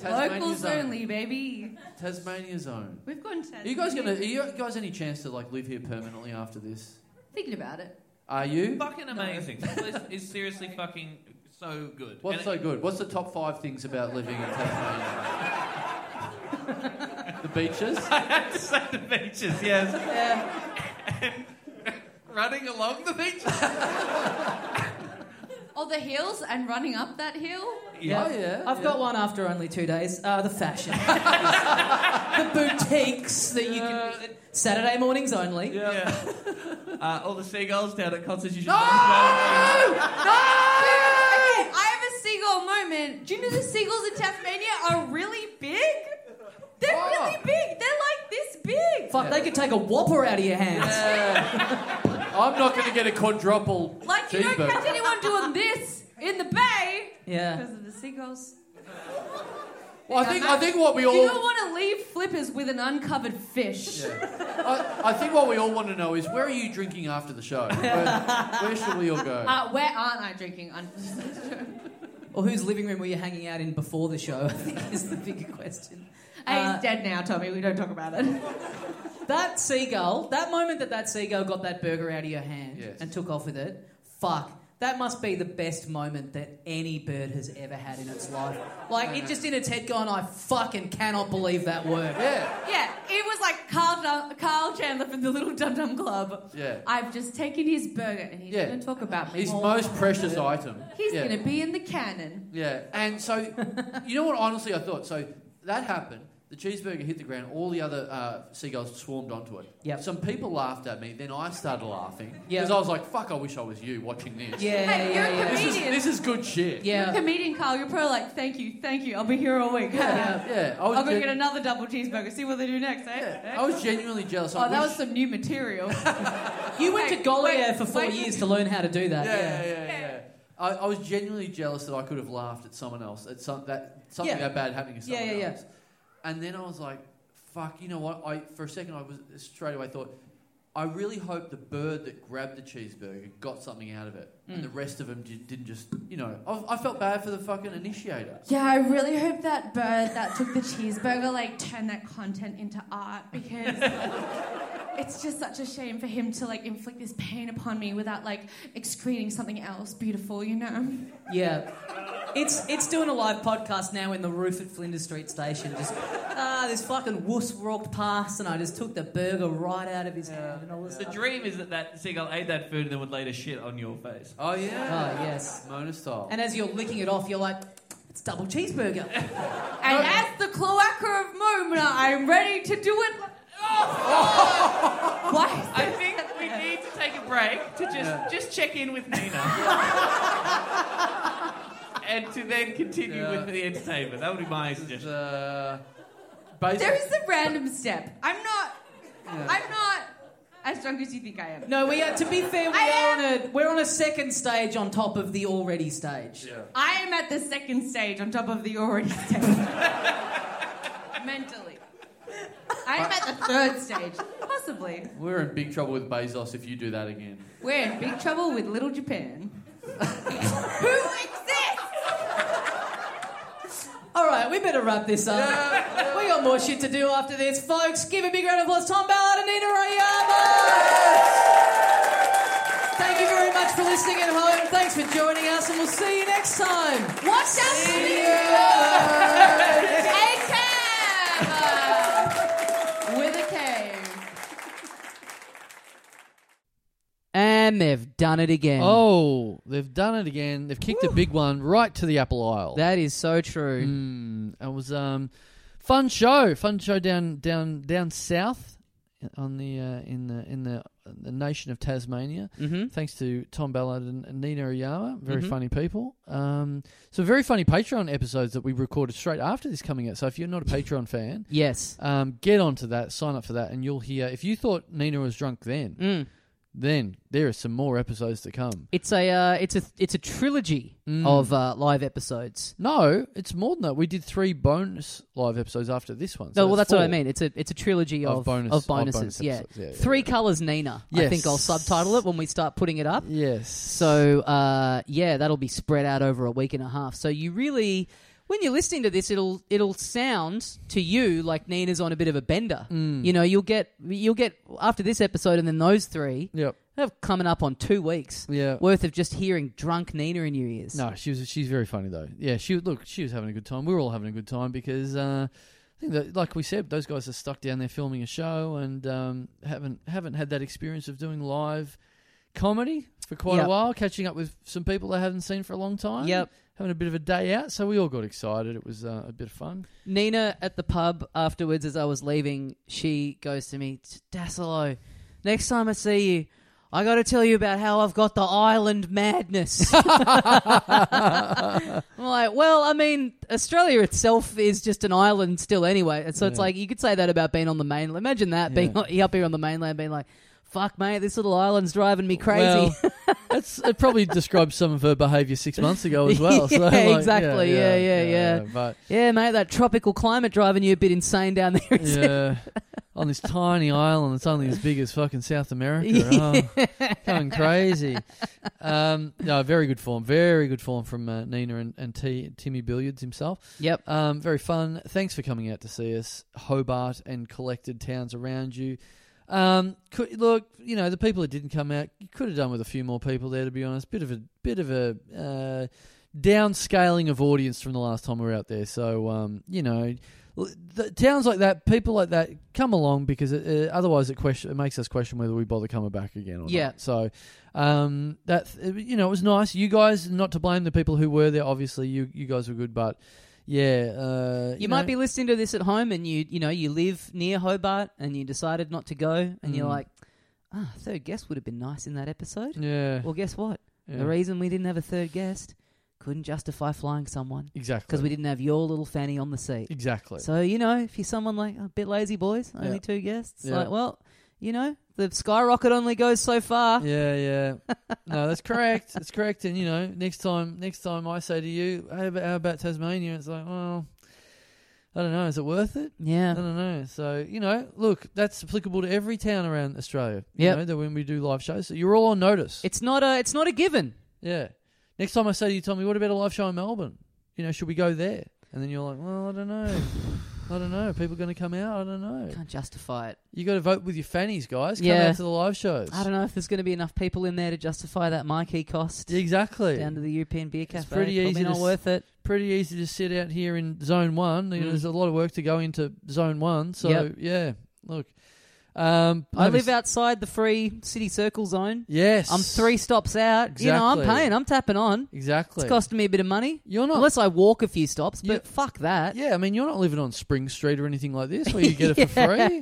B: Tasmania's
E: Locals
B: own.
E: only, baby.
B: Tasmania's own.
E: We've gone to
B: Are you guys gonna? Are you guys any chance to like live here permanently after this?
E: Thinking about it.
B: Are you?
D: Fucking amazing. This list is seriously fucking so good.
B: What's
D: And-
B: so good? What's the top five things about living in Tasmania? the beaches.
D: I had to say the beaches, yes.
A: Yeah.
D: Running along the beaches.
E: Oh, the hills and running up that hill?
B: Oh yeah.
A: I've got one after only two days. Uh, the fashion. the boutiques that you can. Saturday mornings only.
D: Yeah. Uh, all the seagulls down at Constitution.
E: Okay, I have a seagull moment. Do you know the seagulls in Tasmania are really big? They're
B: Oh.
E: really big. They're like this big.
A: Fuck, they could take a whopper out of your hands.
B: I'm not gonna get a quadruple
E: Like, you don't
B: cheeseburger.
E: catch anyone doing this in the bay
A: Yeah.
E: because of the seagulls.
B: well, I think I think what we all
E: You don't want to leave flippers with an uncovered fish.
B: I, I think what we all want to know is where are you drinking after the show? Where, where should we all go?
E: Uh, where aren't I drinking? Un-
A: Or whose living room were you hanging out in before the show? I think is the bigger question.
E: hey,
A: Uh,
E: he's dead now, Tommy. We don't talk about it.
A: That seagull, that moment that that seagull got that burger out of your hand
B: Yes.
A: and took off with it, fuck. That must be the best moment that any bird has ever had in its life. Like, it just in its head gone, I fucking cannot believe that worked.
B: Yeah,
E: Yeah, it was like Carl, Dun- Carl Chandler from the Little Dum Dum Club.
B: yeah.
E: I've just taken his burger and he's
B: Yeah.
E: going to talk about me.
B: His
E: more.
B: most precious item.
E: he's
B: yeah.
E: going to be in the cannon.
B: Yeah, and so you know what? Honestly, I thought so. That happened. The cheeseburger hit the ground. All the other uh, seagulls swarmed onto it.
A: Yep.
B: Some people laughed at me. Then I started laughing
A: Yeah.
B: because I was like, "Fuck! I wish I was you watching this.
A: Yeah,
E: Hey, you're a
A: yeah,
B: This is
E: Comedian.
B: this is good shit."
E: You're a
A: yeah. yeah.
E: comedian, Carl. You're probably like, thank you, thank you. I'll be here all week.
A: Yeah.
B: yeah. I was,
E: I'll go
B: gen-
E: get another double cheeseburger, see what they do next, eh?
B: yeah,
E: Eh?
B: I was genuinely jealous. I
E: Oh, that
B: wish-
E: was some new material.
A: You went to
E: Wait,
A: Goliad
E: wait,
A: for four
E: wait.
A: years to learn how to do that.
B: Yeah, yeah,
A: Yeah.
B: yeah. yeah. I, I was genuinely jealous that I could have laughed at someone else at some that something
A: Yeah.
B: that bad happening to
A: Yeah,
B: someone
A: yeah, yeah.
B: else. And then I was like, "Fuck!" You know what? I for a second I was straight away thought, I really hope the bird that grabbed the cheeseburger got something out of it,
A: Hmm.
B: and the rest of them did, didn't just. You know, I, I felt bad for the fucking initiator.
E: Yeah, I really hope that bird that took the cheeseburger like turned that content into art because it's just such a shame for him to like inflict this pain upon me without like excreting something else beautiful, you know?
H: Yeah. It's it's doing a live podcast now in the roof at Flinders Street Station. Just ah, this fucking wuss walked past, and I just took the burger right out of his hand and all this
I: The
H: stuff.
I: dream is that that seagull ate that food and then would later shit on your face.
B: Oh
H: Oh
B: yeah,
H: yes.
B: Mona style.
H: And as you're licking it off, you're like, it's double cheeseburger.
E: And as the cloaca of Momona, I'm ready to do it. Why? is
I: I
E: there-
I: think we need to take a break to just just check in with Nina. and to then continue
B: Yeah.
I: with the entertainment. That would be my
B: It's,
I: suggestion.
B: uh, basic-
E: There is the random step. I'm not. I'm not as drunk as you think I am.
H: No, we are. To be fair, we
E: I
H: are on a we're on a second stage on top of the already stage.
B: Yeah.
E: I am at the second stage on top of the already stage. Mentally. I am at the third stage, possibly.
B: We're in big trouble with Bezos if you do that again.
E: We're in big trouble with Little Japan. Who exists?
H: All right, we better wrap this up. We got more shit to do after this, folks. Give a big round of applause, Tom Ballard and Nina Royama. Thank you very much for listening at home. Thanks for joining us, and we'll see you next time.
E: Watch out for A cab! With a K.
A: And they've done it again.
B: Oh, they've done it again. They've kicked a big one right to the apple aisle.
A: that is so true.
B: Mm, it was um, fun show, fun show down down down south on the uh, in the in the, the nation of Tasmania.
A: Mm-hmm.
B: Thanks to Tom Ballard and and Nina Oyama, very funny people. Um, so very funny Patreon episodes that we recorded straight after this coming out. So if you're not a Patreon fan,
A: Yes.
B: um, get onto that, sign up for that, and you'll hear. If you thought Nina was drunk then,
A: Mm.
B: then there are some more episodes to come.
A: It's a uh, it's a it's a trilogy
B: Mm.
A: of uh, live episodes.
B: No, it's more than that. We did three bonus live episodes after this one.
A: No,
B: so
A: well, that's what I
B: four.
A: mean. It's a it's a trilogy
B: Of
A: of
B: bonus-
A: of
B: of bonus
A: bonuses. yeah.
B: episodes. Yeah, yeah,
A: three colors, Nina. I think I'll
B: Yes.
A: subtitle it when we start putting it up.
B: Yes.
A: So uh, yeah, that'll be spread out over a week and a half. So you really, when you're listening to this, it'll it'll sound to you like Nina's on a bit of a bender.
B: Mm.
A: You know, you'll get you'll get after this episode and then those three
B: Yep.
A: have coming up on two weeks
B: Yeah.
A: worth of just hearing drunk Nina in your ears.
B: No, she was she's very funny though. Yeah, she was- look, she was having a good time. We were all having a good time because uh, I think that like we said, those guys are stuck down there filming a show and um, haven't haven't had that experience of doing live comedy for quite
A: Yep.
B: a while, catching up with some people they haven't seen for a long time.
A: Yep.
B: Having a bit of a day out, so we all got excited. It was uh, a bit of fun.
A: Nina at the pub afterwards, as I was leaving, she goes to me, Dasilo, next time I see you, I got to tell you about how I've got the island madness. I'm like, well, I mean, Australia itself is just an island still anyway. And so it's
B: Yeah.
A: like, you could say that about being on the mainland. Imagine that, being up here on the mainland, being like, fuck, mate, this little island's driving me crazy.
B: Well, that's it. Probably describes some of her behavior six months ago as well. so,
A: Yeah,
B: like,
A: exactly. Yeah, yeah, yeah.
B: But
A: yeah, mate, that tropical climate driving you a bit insane down there. isn't it?
B: yeah, on this tiny island that's only as big as fucking South America. Oh, going crazy. Um, no, very good form. Very good form from uh, Nina and, and T, Timmy Billiards himself.
A: Yep.
B: Um, very fun. Thanks for coming out to see us, Hobart and collected towns around you. Um, could, look, you know the people that didn't come out, you could have done with a few more people there. To be honest, bit of a bit of a uh, downscaling of audience from the last time we were out there. So um, you know, l- the, towns like that, people like that, come along because it, uh, otherwise it question it makes us question whether we bother coming back again. Or
A: Yeah.
B: Not. So um, that you know it was nice. You guys, not to blame the people who were there. Obviously, you you guys were good, but yeah, uh,
A: You, might
B: know-
A: be listening to this at home, and you you know you live near Hobart, and you decided not to go, and you're
B: Mm.
A: like, ah, third guest would have been nice in that episode.
B: yeah,
A: Well, guess what?
B: yeah.
A: The reason we didn't have a third guest couldn't justify flying someone
B: exactly
A: because we didn't have your little fanny on the seat.
B: exactly.
A: So you know, if you're someone like a bit lazy, boys, only
B: Yeah.
A: two guests,
B: Yeah.
A: like, well, you know, the skyrocket only goes so far.
B: Yeah, yeah. No, that's correct. That's correct. And you know, next time, next time I say to you, "How about, how about Tasmania?" It's like, well, I don't know. Is it worth it? I
A: Yeah,
B: don't know. So you know, look, that's applicable to every town around Australia. you
A: Yep.
B: know, that when we do live shows, so you're all on notice.
A: it's not a it's not a given.
B: yeah. Next time I say to you, Tommy, what about a live show in Melbourne? You know, should we go there? And then you're like, well, I don't know. I don't know. People going to come out. I don't know.
A: Can't justify it.
B: You got to vote with your fannies, guys. Come
A: Yeah.
B: out to the live shows.
A: I don't know if there's going to be enough people in there to justify that Mikey cost
B: Exactly.
A: down to the European Beer Cafe.
B: pretty
A: Probably
B: easy to
A: not
B: s-
A: worth it.
B: Pretty easy to sit out here in zone one. You know,
A: Mm.
B: There's a lot of work to go into zone one. So
A: Yep.
B: yeah, look. Um,
A: I
B: have a
A: live
B: s-
A: outside the free city circle zone.
B: Yes,
A: I'm three stops out. You know, I'm
B: Exactly.
A: paying. I'm tapping on.
B: Exactly.
A: It's costing me a bit of money.
B: You're not.
A: Unless I walk a few stops, but
B: You-
A: fuck that.
B: yeah, I mean, you're not living on Spring Street or anything like this, where you get it for free.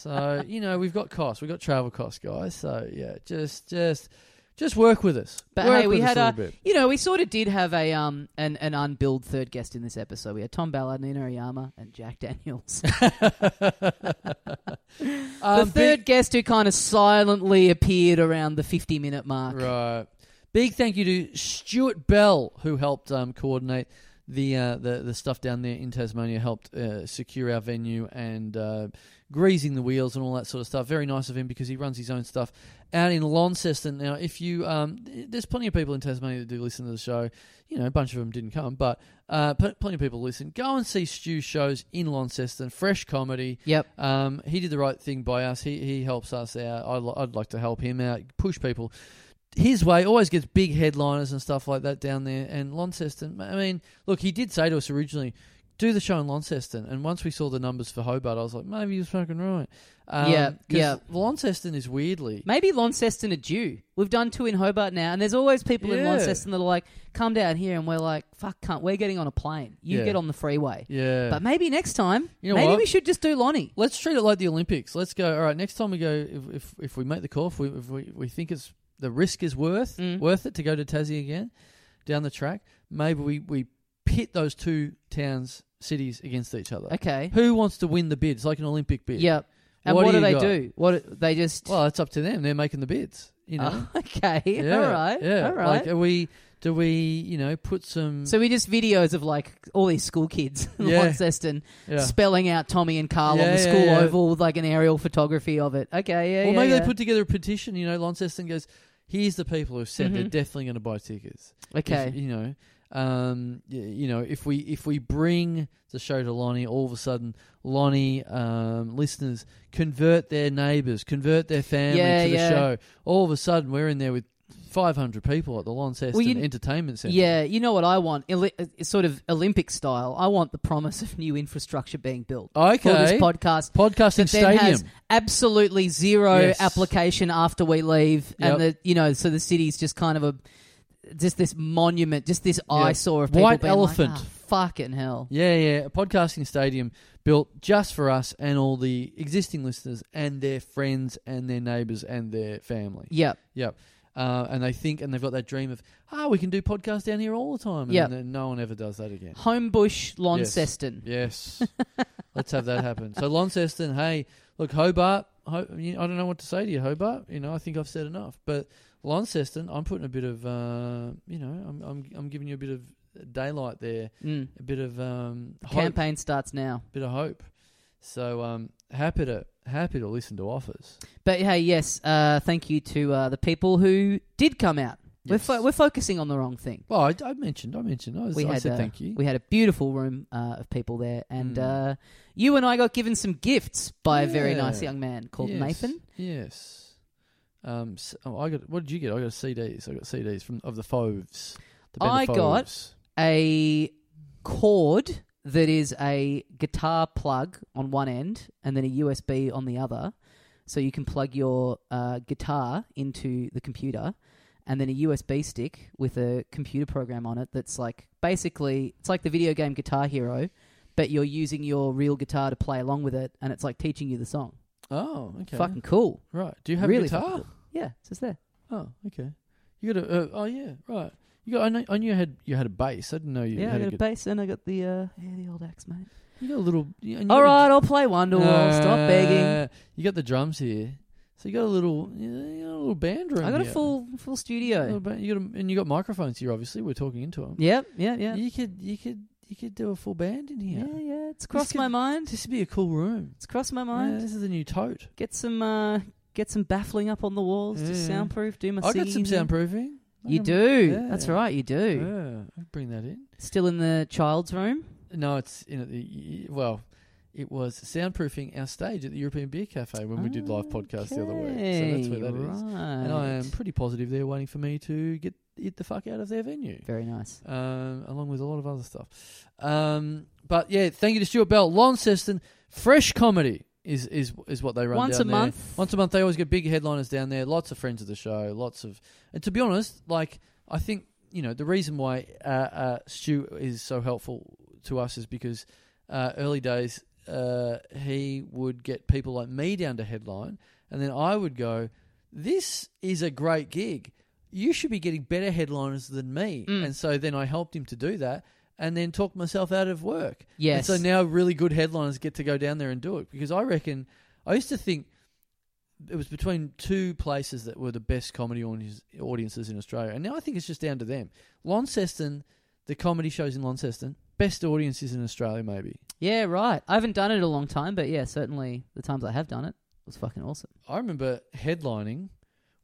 B: so you know, we've got costs. We've got travel costs, guys. So yeah, just just just work with us.
A: But
B: Work
A: hey, we
B: with us
A: had
B: a
A: a,
B: little bit.
A: you know, we sort of did have a um an, an unbilled third guest in this episode. We had Tom Ballard, Nina Oyama, and Jack Daniels.
B: Um,
A: the
B: big-
A: third guest who kind of silently appeared around the 50 minute mark.
B: Right. Big thank you to Stuart Bell who helped um, coordinate the, uh, the the stuff down there in Tasmania, helped uh, secure our venue and uh, greasing the wheels and all that sort of stuff. Very nice of him because he runs his own stuff out in Launceston. Now, if you um, th- there's plenty of people in Tasmania that do listen to the show. You know, a bunch of them didn't come, but uh, pl- plenty of people listen. Go and see Stu's shows in Launceston. Fresh comedy.
A: Yep.
B: Um, he did the right thing by us. He he helps us out. I'd, li- I'd like to help him out. Push people his way. Always gets big headliners and stuff like that down there. And Launceston. I mean, look, he did say to us originally, "Do the show in Launceston." And once we saw the numbers for Hobart, I was like, maybe he was fucking right. Um,
A: Yeah,
B: 'cause
A: yeah.
B: Launceston is weirdly.
A: Maybe Launceston are due. We've done two in Hobart now, and there's always people in
B: Yeah.
A: Launceston that are like, come down here, and we're like, fuck, cunt, we're getting on a plane. You
B: Yeah.
A: get on the freeway.
B: Yeah.
A: But maybe next time,
B: You know
A: maybe
B: what?
A: we should just do Lonnie.
B: Let's treat it like the Olympics. Let's go. All right, next time we go, if if, if we make the call, if we if we, we think it's the risk is worth
A: Mm.
B: worth it to go to Tassie again, down the track, maybe we we pit those two towns cities against each other.
A: Okay.
B: Who wants to win the bids? Like an Olympic bid.
A: Yep. And what,
B: What do
A: do, they
B: you got?
A: do? What they just?
B: Well, it's up to them. They're making the bids. You know.
A: Oh, okay.
B: Yeah,
A: all right.
B: Yeah.
A: All right.
B: Like, are we? Do we? You know, put some.
A: so we just videos of like all these school kids in
B: Yeah.
A: Launceston
B: yeah.
A: spelling out Tommy and Carl on
B: Yeah,
A: the
B: yeah,
A: school
B: yeah.
A: oval with like an aerial photography of it. Okay, yeah,
B: or
A: yeah,
B: maybe
A: yeah.
B: they put together a petition. You know, Launceston goes. Here's the people who have said they're
A: Mhm.
B: definitely going to buy tickets. If,
A: okay.
B: you know, um, y- you know, if we if we bring the show to Lonnie, all of a sudden, Lonnie um, listeners convert their neighbours, convert their family
A: Yeah,
B: to the
A: yeah.
B: show. All of a sudden, we're in there with. 500 people at the Launceston
A: Well, you-
B: Entertainment Centre.
A: Yeah, you know what I want? Eli- uh, sort of Olympic style. I want the promise of new infrastructure being built for this
B: Okay.
A: podcast.
B: Podcasting
A: That then
B: Stadium.
A: has absolutely zero
B: Yes.
A: application after we leave, and
B: Yep.
A: the you know, so the city's just kind of a just this monument, just this eyesore of people
B: White
A: being like,
B: elephant.
A: "Ah, fucking hell.
B: Yeah, yeah, a podcasting stadium built just for us and all the existing listeners and their friends and their neighbours and their family.
A: Yep.
B: Yep. Uh, and they think, and they've got that dream of, ah, we can do podcasts down here all the time. And
A: Yeah.
B: then no one ever does that again.
A: Homebush Launceston.
B: Yes. Let's have that happen. So, Launceston, hey, look, Hobart, Ho- you- I don't know what to say to you, Hobart. You know, I think I've said enough. But Launceston, I'm putting a bit of, uh, you know, I'm, I'm, I'm giving you a bit of daylight there,
A: Mm.
B: a bit of um, hope.
A: Campaign starts now.
B: bit of hope. So um, happy to happy to listen to offers.
A: But hey, yes, uh, thank you to uh, the people who did come out. We're,
B: Yes.
A: fo- we're focusing on the wrong thing.
B: Well, I, I mentioned, I mentioned, I, was,
A: We
B: I
A: had,
B: said
A: uh,
B: thank you.
A: We had a beautiful room uh, of people there, and
B: Mm.
A: uh, you and I got given some gifts by a very
B: Yeah.
A: nice young man called
B: Yes,
A: Nathan.
B: Yes. Um, s oh, I got. What did you get? I got CDs. I got CDs from of the Foves. The band
A: I
B: The
A: got-
B: Foves.
A: A cord that is a guitar plug on one end, and then a USB on the other, so you can plug your uh, guitar into the computer. And then a USB stick with a computer program on it that's like basically it's like the video game Guitar Hero, but you're using your real guitar to play along with it, and it's like teaching you the song.
B: Oh, okay.
A: Fucking cool.
B: Right. Do you have
A: Really
B: a guitar?
A: fucking Yeah, it's just there.
B: Oh, okay. You got a. Uh, oh yeah. Right. You got. I knew, I knew you had. You had a bass. I didn't know you
A: Yeah, I
B: had
A: got
B: a.
A: a
B: gu-
A: bass and I got the uh, yeah, the old axe, mate.
B: You got a little. You, and you
A: All
B: got a-
A: right, I'll play Wonderwall. Stop begging.
B: Uh, You got the drums here, so you got a little, you know, you got a little band room.
A: I got a
B: here.
A: full full
B: A little
A: studio.
B: ba- you got a, and you got microphones here. Obviously, we're talking into them.
A: Yep, yeah, yeah, yeah,
B: You could, you could, you could do a full band in here.
A: yeah, It's crossed
B: could-
A: my mind.
B: This would be a cool room.
A: It's crossed my
B: Yeah,
A: mind.
B: this is the new tote.
A: Get some uh, get some baffling up on the walls, just
B: Yeah.
A: soundproof. Do my
B: I got
A: singing
B: some
A: in there.
B: soundproofing. I
A: You
B: can-
A: do.
B: Yeah.
A: That's right. You do.
B: Yeah, I'd bring that in.
A: Still in the child's room.
B: no, it's in it- y- y- well, it was soundproofing our stage at the European Beer Cafe when we did live podcast the other week. So that's where that is. And I am pretty positive they're waiting for me to get it the fuck out of their venue.
A: Very nice.
B: um, along with a lot of other stuff. Um, but yeah, thank you to Stuart Bell, Launceston, Fresh Comedy is is is what they run
A: Once
B: down
A: a
B: there.
A: month?
B: Once a month, they always get big headliners down there. Lots of friends of the show. Lots of, and to be honest, like I think you know the reason why uh, uh, Stu is so helpful to us is because uh, early days uh, he would get people like me down to headline, and then I would go, "This is a great gig." you should be getting better headliners than me. And so then I helped him to do that and then talked myself out of work.
A: Yes.
B: And so now really good headliners get to go down there and do it because I reckon I used to think it was between two places that were the best comedy audience, audiences in Australia. And now I think it's just down to them. Launceston, the comedy shows in Launceston, best audiences in Australia maybe.
A: Yeah, right. I haven't done it in a long time, but yeah, certainly the times I have done it was fucking awesome.
B: I remember headlining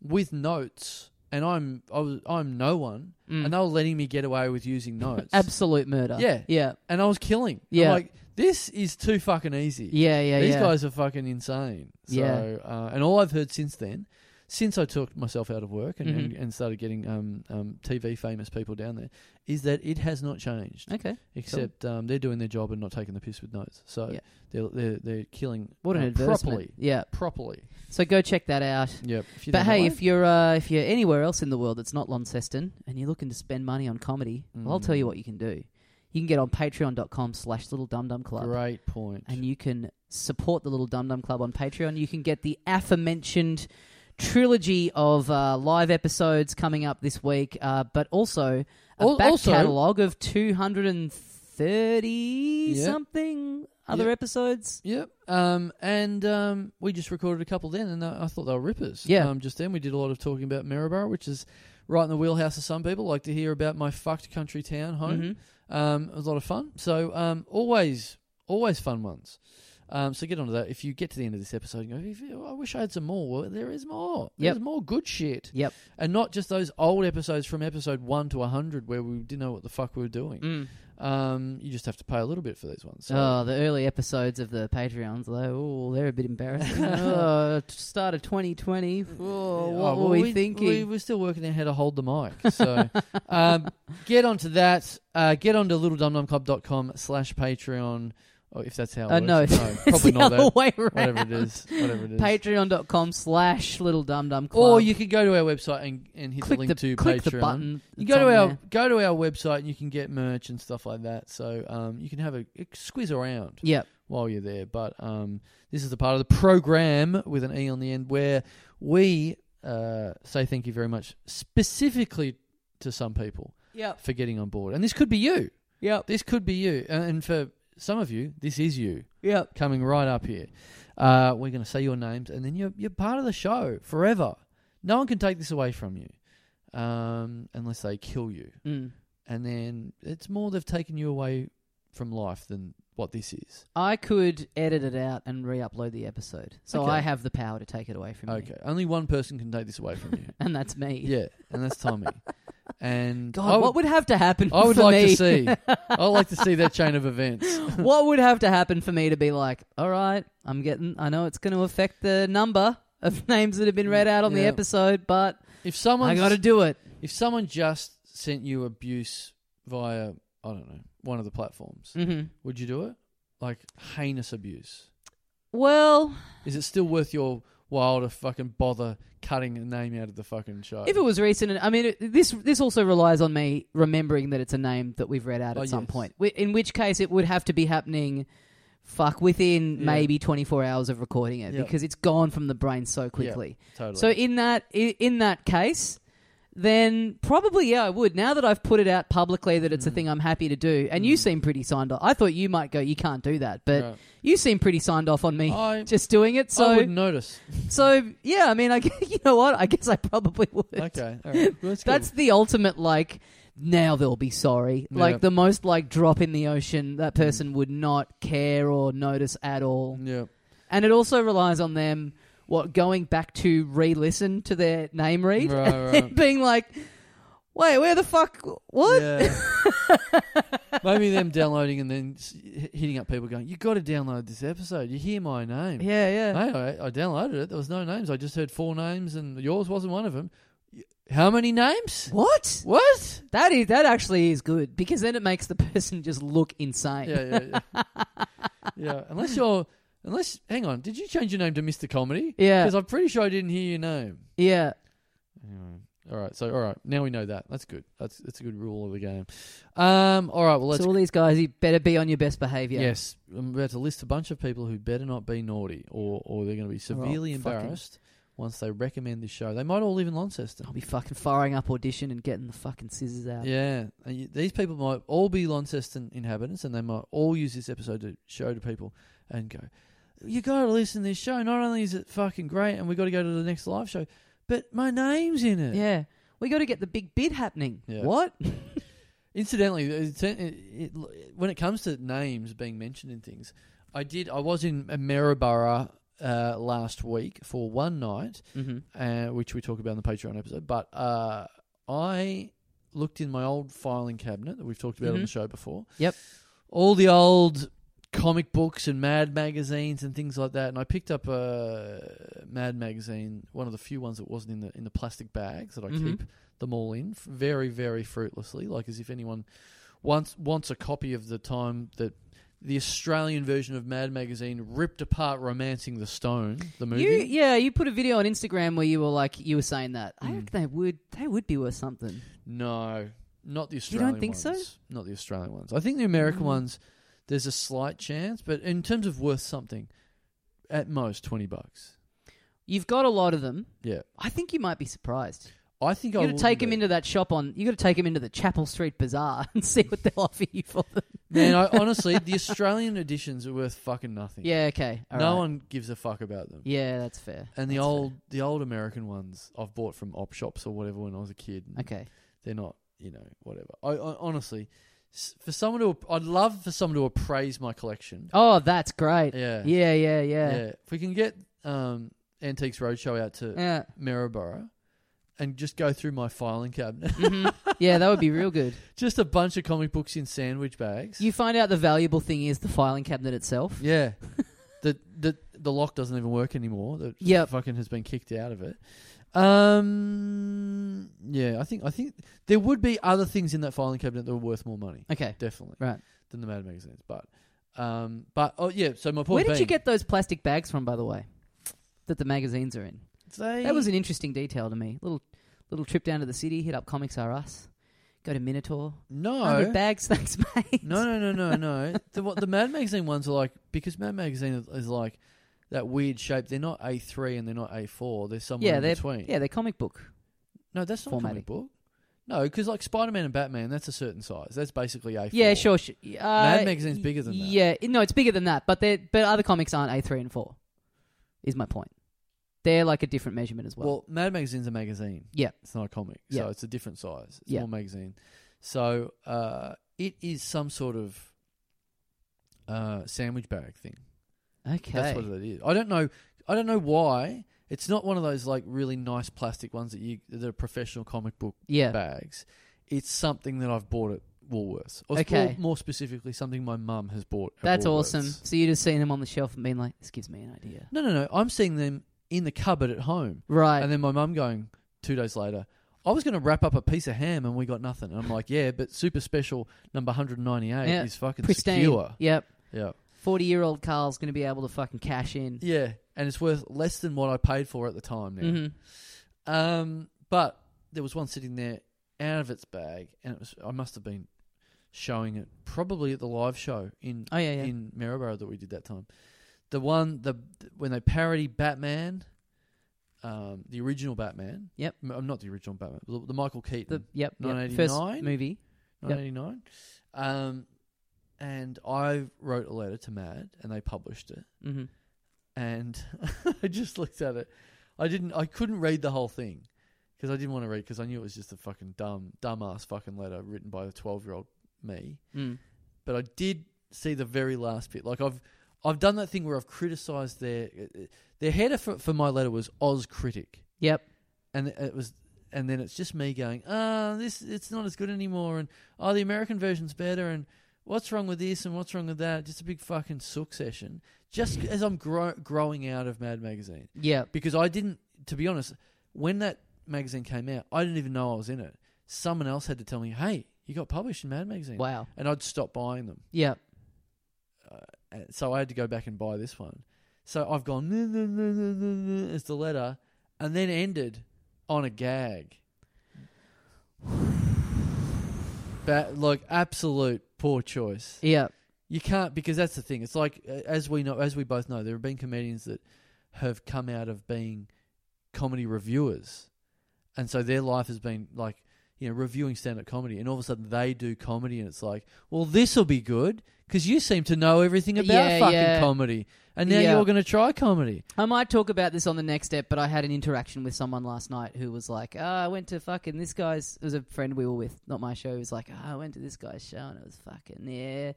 B: with notes and I'm I was, I'm no one
A: Mm.
B: and they were letting me get away with using notes.
A: Absolute murder.
B: Yeah.
A: yeah,
B: and I was killing. I'm
A: Yeah.
B: like this is too fucking easy.
A: yeah, yeah.
B: These
A: yeah.
B: guys are fucking insane. So,
A: Yeah.
B: uh, and all I've heard since then, since I took myself out of work and, and,
A: Mhm.
B: and started getting um, um, TV famous people down there, is that it has not changed.
A: Okay.
B: Except um, they're doing their job and not taking the piss with notes. So
A: Yeah.
B: they're, they're they're killing
A: What an
B: uh,
A: advertisement.
B: properly.
A: Yeah.
B: Properly.
A: So go check that out.
B: Yep. If you
A: But
B: don't know
A: hey,
B: why-
A: if you're uh, if you're anywhere else in the world that's not Launceston and you're looking to spend money on comedy, well, I'll tell
B: Mm.
A: you what you can do. You can get on patreon.com slash little dum dum club
B: great point.
A: and you can support the little dum dum club on Patreon. You can get the aforementioned trilogy of uh, live episodes coming up this week, uh, but also a
B: Al-
A: back
B: also-
A: catalogue of 230
B: Yep.
A: something other
B: Yep.
A: episodes.
B: Yep. Um, and um, we just recorded a couple then, and uh, I I thought they were rippers.
A: Yeah.
B: Um, just then, we did a lot of talking about Maryborough, which is right in the wheelhouse of some people. Like to hear about my fucked country town home.
A: Mm-hmm.
B: Um, it was a lot of fun. So um, always, always fun ones. Um, so get onto that. If you get to the end of this episode and go, "If you- I wish I had some more. Well, there is more.
A: Yep.
B: There's more good shit.
A: Yep.
B: And not just those old episodes from episode 1 to 100 where we didn't know what the fuck we were doing. Um, you just have to pay a little bit for these ones. So
A: Mm. Oh, the early episodes of the Patreons, though, oh, they're a bit embarrassing. oh, t- start of 2020. Oh,
B: Yeah,
A: what
B: oh,
A: were
B: well,
A: we,
B: We
A: thinking?
B: were still working out how to hold the mic. So um, get onto that. Uh, get onto littledumdumclub.com slash Patreon. Or if that's how it
A: Uh,
B: works.
A: no.
B: no,
A: It's
B: probably
A: the
B: not
A: other
B: that.
A: way
B: Whatever
A: round.
B: it is. Whatever it is.
A: Patreon.com slash little dum dum club.
B: or you can go to our website and, and hit
A: click
B: the link to
A: click
B: Patreon.
A: the button.
B: You
A: that's
B: go to
A: on
B: our
A: there.
B: go to our website and you can get merch and stuff like that. So um, you can have a, a squiz around
A: Yep.
B: while you're there. But um, this is the part of the program with an E on the end where we uh, say thank you very much specifically to some people
A: Yep.
B: for getting on board. And this could be you.
A: Yep.
B: This could be you. And and for some of you, this is you
A: Yep.
B: coming right up here. Uh, we're going to say your names and then you're, you're part of the show forever. No one can take this away from you um, unless they kill you.
A: Mm.
B: And then it's more they've taken you away from life than what this is.
A: I could edit it out and re-upload the episode, so
B: Okay.
A: I have the power to take it away from you,
B: Okay, only one person can take this away from you.
A: and that's me.
B: yeah, and that's Tommy. And
A: God,
B: I would,
A: what would have to happen?
B: I would
A: for
B: like
A: me-
B: to see. I'd like to see that chain of events.
A: what would have to happen for me to be like, all right, I'm getting, I know it's going to affect the number of names that have been read out on the
B: Yeah.
A: episode, but
B: If someone,
A: I got to do it.
B: if someone just sent you abuse via, I don't know, one of the platforms,
A: Mm-hmm.
B: would you do it? Like heinous abuse.
A: Well,
B: Is it still worth your while to fucking bother cutting a name out of the fucking show?
A: if it was recent, and I mean, it- this this also relies on me remembering that it's a name that we've read out at
B: Oh,
A: some
B: yes.
A: point. Whi- In which case, it would have to be happening. Fuck within
B: Yeah.
A: maybe 24 hours of recording it
B: Yeah.
A: because it's gone from the brain so quickly.
B: totally.
A: So in that i- in that case, then probably yeah, I would. Now that I've put it out publicly that
B: Mm.
A: it's a thing I'm happy to do, and you seem pretty signed off. I thought you might go, you can't do that, but
B: Right.
A: you seem pretty signed off on me
B: I-
A: just doing it.
B: I
A: So
B: wouldn't notice.
A: so yeah, I mean, I gu- you know what? I guess I probably would.
B: Okay, all right. Well, that's,
A: That's
B: cool.
A: the ultimate like. Now they'll be sorry.
B: Yeah. Mm.
A: Like the most like drop in the ocean, that person would not care or notice at all.
B: yeah.
A: And it also relies on them what going back to re-listen to their name read
B: Right,
A: and
B: right.
A: being like wait, where the fuck? What?
B: Yeah. Maybe them downloading and then s- h- hitting up people going, "You got to download this episode. You hear my name."
A: Yeah, yeah.
B: Mate, I, I downloaded it. There was no names. I just heard four names, and yours wasn't one of them. How many names?
A: What?
B: What?
A: That is that actually is good because then it makes the person just look insane.
B: Yeah, yeah, yeah. yeah. Unless you're, unless, hang on. Did you change your name to Mister Comedy?
A: Yeah.
B: Because I'm pretty sure I didn't hear your name.
A: Yeah.
B: Anyway. All right. So, all right. Now we know that. That's good. That's that's a good rule of the game. Um. All right. Well, let's.
A: so all these guys, you better be on your best behavior.
B: Yes, I'm about to list a bunch of people who better not be naughty, or or they're going to be severely
A: fucking-
B: embarrassed once they recommend this show. They might all live in Launceston.
A: I'll be fucking firing up audition and getting the fucking scissors out.
B: Yeah, and you, these people might all be Launceston inhabitants, and they might all use this episode to show to people and go, "You got to listen to this show. Not only is it fucking great, and we got to go to the next live show, but my name's in it."
A: Yeah. We got to get the big bid happening.
B: Yeah.
A: What?
B: Incidentally, it's, it, it, when it comes to names being mentioned in things, I did. I was in Maryborough uh, last week for one night,
A: mm-hmm.
B: uh, which we talk about in the Patreon episode. But uh, I looked in my old filing cabinet that we've talked about on the
A: Mhm.
B: show before.
A: Yep.
B: All the old comic books and Mad magazines and things like that, and I picked up a Mad magazine, one of the few ones that wasn't in the in the plastic bags that I
A: Mhm.
B: keep them all in, f- very very fruitlessly, like as if anyone wants wants a copy of the time that. The Australian version of Mad Magazine ripped apart "Romancing the Stone," the movie.
A: You yeah, you put a video on Instagram where you were like you were saying that. I
B: Mm.
A: think they would they would be worth something.
B: No, not the
A: You
B: Australian.
A: don't think so?
B: ones. Not the Australian ones. I think the American
A: Mm.
B: ones. There's a slight chance, but in terms of worth something, at most twenty bucks.
A: You've got a lot of them.
B: Yeah,
A: I think you might be surprised.
B: I think
A: You
B: I
A: got to
B: would
A: take them
B: be.
A: into that shop on. You got to take them into the Chapel Street Bazaar and see what they'll offer you for them.
B: Man, I, honestly, the Australian editions are worth fucking nothing.
A: Yeah, okay. all
B: no
A: right.
B: one gives a fuck about them.
A: Yeah, that's fair.
B: And the
A: That's
B: old, the old American ones I've bought from op shops or whatever when I was a kid.
A: fair. Okay.
B: they're not, you know, whatever. I, I honestly, s- for someone to, I'd love for someone to appraise my collection.
A: Oh, that's great.
B: Yeah,
A: Yeah, yeah, yeah.
B: Yeah.
A: Yeah.
B: If we can get um, Antiques Roadshow out to
A: Yeah,
B: Maryborough and just go through my filing cabinet,
A: Mhm. Yeah, that would be real good.
B: just a bunch of comic books in sandwich bags.
A: You find out the valuable thing is the filing cabinet itself.
B: yeah. the, the, the lock doesn't even work anymore. The
A: Yep.
B: fucking has been kicked out of it. Um, yeah, I think I think there would be other things in that filing cabinet that were worth more money,
A: Okay.
B: definitely,
A: Right.
B: than the Mad magazines. But, um, but oh yeah. So my point.
A: Where did you
B: being,
A: get those plastic bags from, by the way? That the magazines are in.
B: They,
A: That was an interesting detail to me. Little little trip down to the city, hit up Comics R Us, go to Minotaur.
B: no
A: 100 bags, thanks, mate.
B: No, no, no, no, no. the what the Mad Magazine ones are like because Mad Magazine is, is like that weird shape. They're not A three and they're not A four. They're somewhere
A: Yeah,
B: in
A: they're
B: between.
A: yeah, they're comic book.
B: No, that's not a
A: formatting.
B: comic book. No, because like Spider Man and Batman, that's a certain size. That's basically A four.
A: Yeah, sure. sure. Uh,
B: Mad Magazine's bigger than that.
A: Yeah, no, it's bigger than that. But they but other comics aren't A three and four. Is my point. They're like a different measurement as
B: Well,
A: well.
B: Mad Magazine's a magazine.
A: Yeah.
B: it's not a comic,
A: Yeah.
B: so it's a different size. It's
A: Yeah.
B: more magazine. So uh, it is some sort of uh, sandwich bag thing.
A: okay.
B: That's what it is. I don't know. I don't know why. It's not one of those like really nice plastic ones that you that are professional comic book
A: yeah.
B: bags. It's something that I've bought at Woolworths. Or
A: Okay.
B: more- more specifically, something my mum has bought. At
A: That's
B: Woolworths.
A: awesome. So you just seen them on the shelf and being like, "This gives me an idea."
B: No, no, no. I'm seeing them in the cupboard at home,
A: Right.
B: and then my mum going two days later. I was going to wrap up a piece of ham and we got nothing. And I'm like, yeah, but super special number 198
A: Yeah.
B: is fucking
A: Pristine.
B: secure.
A: Yep.
B: Yeah.
A: Forty year old Carl's going to be able to fucking cash in.
B: Yeah. And it's worth less than what I paid for at the time now.
A: hmm
B: Um, but there was one sitting there out of its bag, and it was I must have been showing it probably at the live show in
A: Oh yeah, yeah.
B: in Maryborough that we did that time. The one the when they parody Batman, um, the original Batman.
A: Yep.
B: M- I'm not the original Batman. The, the Michael
A: the
B: Keaton,
A: yep, yep. first
B: 1989?
A: movie.
B: 1989. Um, and I wrote a letter to Mad, and they published it.
A: Mm-hmm.
B: And I just looked at it. I didn't. I couldn't read the whole thing because I didn't want to read because I knew it was just a fucking dumb, dumbass fucking letter written by the twelve-year-old me.
A: Mm.
B: But I did see the very last bit. Like I've, I've done that thing where I've criticised uh, their, their header for, for my letter was Oz critic,
A: Yep.
B: and it was and then it's just me going, ah, this it's not as good anymore, and oh, the American version's better, and what's wrong with this and what's wrong with that? Just a big fucking sook session. Just as I'm grow- growing out of Mad Magazine
A: Yeah.
B: because I didn't, to be honest, when that magazine came out, I didn't even know I was in it. Someone else had to tell me, hey, you got published in Mad Magazine,
A: Wow.
B: and I'd stop buying them.
A: Yeah.
B: And uh, so I had to go back and buy this one. So I've gone "Nah, nah, nah, nah, nah, nah," as the letter, and then ended on a gag. But like absolute poor choice.
A: Yeah.
B: You can't because that's the thing. It's like uh, as we know, as we both know, there have been comedians that have come out of being comedy reviewers, and so their life has been like you know reviewing stand-up comedy, and all of a sudden they do comedy, and it's like, well, this will be good because you seem to know everything about
A: Yeah,
B: fucking
A: yeah.
B: comedy, and now
A: Yeah.
B: you're going to try comedy.
A: I might talk about this on the next step, but I had an interaction with someone last night who was like, "Ah, I went to fucking this guy's. It was a friend we were with, not my show. He was like, "Ah, I went to this guy's show and it was fucking, yeah.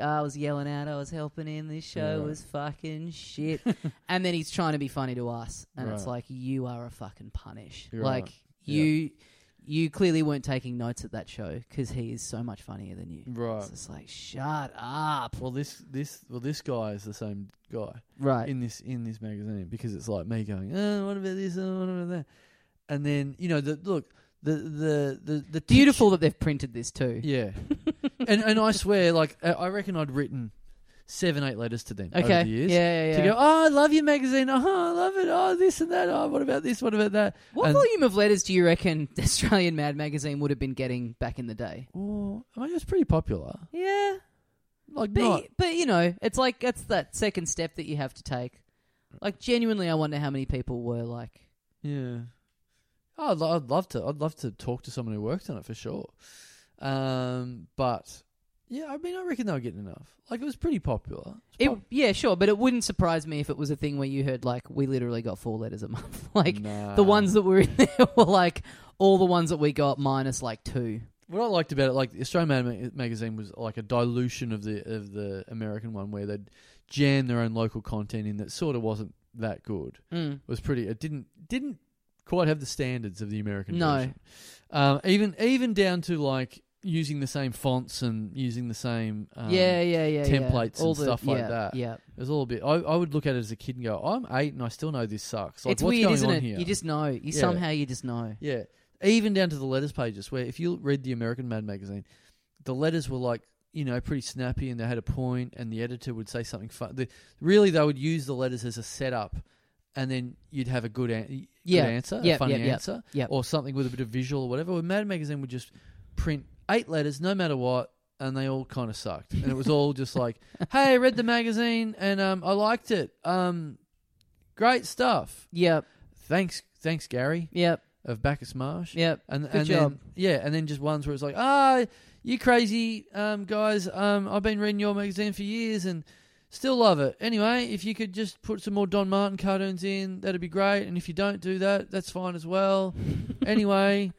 A: I was yelling out, I was helping him. This show
B: Right.
A: was fucking shit. and then he's trying to be funny to us. And it's
B: Right.
A: like, you are a fucking punish.
B: You're
A: like,
B: right.
A: you. You clearly weren't taking notes at that show because he is so much funnier than you.
B: Right.
A: It's just like, shut up.
B: Well, this this well this guy is the same guy.
A: Right.
B: in this in this magazine because it's like me going, oh, what about this? Oh, what about that? And then you know the look the the the, the
A: Beautiful that they've printed this too.
B: picture- yeah. and and I swear, like I- I reckon I'd written seven eight letters to them over
A: Okay.
B: the years.
A: yeah, yeah, yeah.
B: To go, oh, I love your magazine. Oh, I love it. Oh, this and that. Oh, what about this? What about that?
A: What
B: And-
A: volume of letters do you reckon the Australian Mad Magazine would have been getting back in the day?
B: Oh, I mean, it was pretty popular.
A: Yeah,
B: Like,
A: but
B: not,
A: but you know, it's like that's that second step that you have to take. Like genuinely, I wonder how many people were like,
B: Yeah. Oh, I'd, lo- I'd love to. I'd love to talk to someone who worked on it for sure. Um, but yeah, I mean, I reckon they were getting enough. Like it was pretty popular. It's
A: it,
B: pop-
A: yeah, sure, but it wouldn't surprise me if it was a thing where you heard like we literally got four letters a month. like
B: Nah.
A: the ones that were in there were like all the ones that we got minus like two.
B: What I liked about it, like the Australian Mag- magazine, was like a dilution of the of the American one, where they'd jam their own local content in that sort of wasn't that good.
A: Mm.
B: was pretty. It didn't didn't quite have the standards of the American
A: No.
B: version. Um, even even down to like using the same fonts and using the same um,
A: yeah, yeah, yeah, yeah.
B: templates and
A: all the,
B: stuff like
A: yeah,
B: that.
A: Yeah,
B: It was all a bit. I, I would look at it as a kid and go, I'm eight and I still know this sucks. Like,
A: it's
B: what's
A: weird,
B: going
A: isn't
B: on
A: it?
B: here?
A: You just know. You
B: Yeah.
A: somehow you just know.
B: yeah. Even down to the letters pages, where if you read the American Mad magazine, the letters were like you know pretty snappy and they had a point, and the editor would say something fun. The, really, they would use the letters as a setup, and then you'd have a good, an-
A: Yeah.
B: good answer,
A: Yeah,
B: a funny
A: yeah, yeah,
B: answer,
A: yeah.
B: or something with a bit of visual or whatever. Where Mad magazine would just print eight letters, no matter what. And they all kind of sucked, and it was all just like, "Hey, I read the magazine and um, I liked it. Um, great stuff.
A: Yep,
B: Thanks, thanks, Gary
A: yep,
B: of Bacchus Marsh.
A: yep.
B: And,
A: Good
B: and
A: job.
B: Then, yeah, and then just ones where it's like, ah, you crazy um, guys, um, I've been reading your magazine for years and still love it. Anyway, if you could just put some more Don Martin cartoons in, that'd be great. And if you don't do that, that's fine as well. anyway,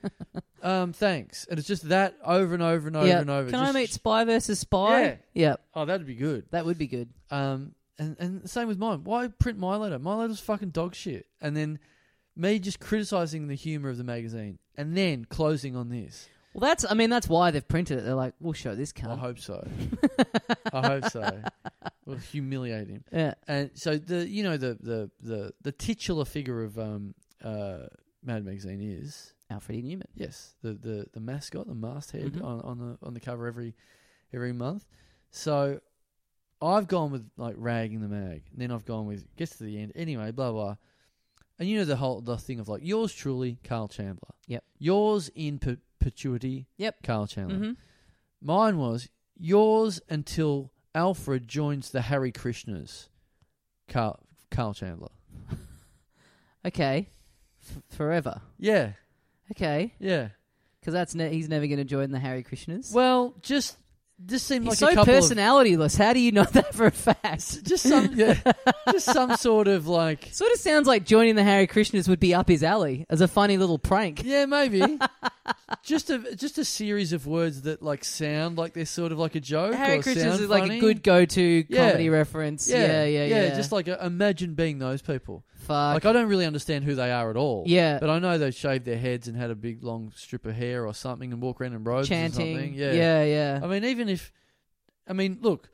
B: um, thanks. And it's just that over and over and over
A: Yeah.
B: and over.
A: Can I
B: Just-
A: meet Spy versus Spy?
B: Yeah.
A: Yep.
B: Oh, that'd be good.
A: That would be good.
B: Um, and and same with mine. Why print my letter? My letter's fucking dog shit. And then me just criticizing the humor of the magazine, and then closing on this.
A: Well, that's. I mean, that's why they've printed it. They're like, we'll show this
B: I
A: cunt.
B: hope so. I hope so. We'll humiliate him.
A: Yeah.
B: And so the you know the the the, the titular figure of um uh Mad Magazine is
A: Alfred E. Newman.
B: yes the the the mascot the masthead
A: Mhm.
B: on, on the on the cover every every month. So I've gone with like ragging the mag. And then I've gone with gets to the end anyway. Blah blah. And you know the whole the thing of like yours truly Carl Chandler.
A: Yep.
B: Yours in per- perpetuity.
A: Yep.
B: Carl Chandler.
A: Mm-hmm.
B: Mine was yours until Alfred joins the Harry Krishnas. Carl, Carl Chandler.
A: Okay. F- forever.
B: Yeah,
A: Okay.
B: yeah.
A: Because that's ne- he's never going to join the Harry Krishnas.
B: Well, just just seemed
A: he's
B: like a
A: so
B: couple
A: personalityless. How do you know that for a
B: of
A: fact?
B: just some yeah, just some sort of like
A: Sort of sounds like joining the Harry Krishnas would be up his alley as a funny little prank.
B: yeah maybe just a just a series of words that like sound like they're sort of like a joke.
A: Harry
B: or
A: Krishnas
B: sound
A: is like
B: funny.
A: a good go-to
B: Yeah.
A: comedy reference. Yeah, yeah, yeah.
B: Just like uh imagine being those people.
A: Fuck.
B: Like I don't really understand who they are at all.
A: Yeah.
B: But I know they shaved their heads and had a big long strip of hair or something and walk around in robes or
A: chanting.
B: something.
A: Yeah, yeah.
B: I mean, even if, I mean, look,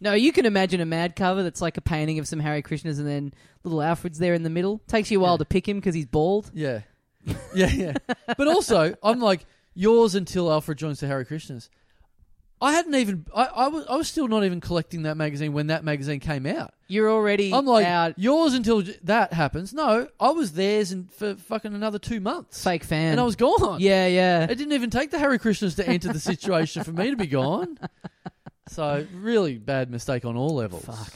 A: No, you can imagine a mad cover that's like a painting of some Harry Krishnas and then little Alfred's there in the middle. Takes you a while
B: Yeah.
A: to pick him because he's bald.
B: yeah, yeah, yeah. but also, I'm like yours until Alfred joins the Harry Krishnas. I hadn't even, I, I was, I was still not even collecting that magazine when that magazine came out.
A: You're already
B: I'm like
A: out
B: yours until j- that happens. No, I was theirs and for fucking another two months,
A: fake fan.
B: and I was gone.
A: yeah, yeah.
B: It didn't even take the Harry Krishnas to enter the situation for me to be gone. So really bad mistake on all levels.
A: Fuck.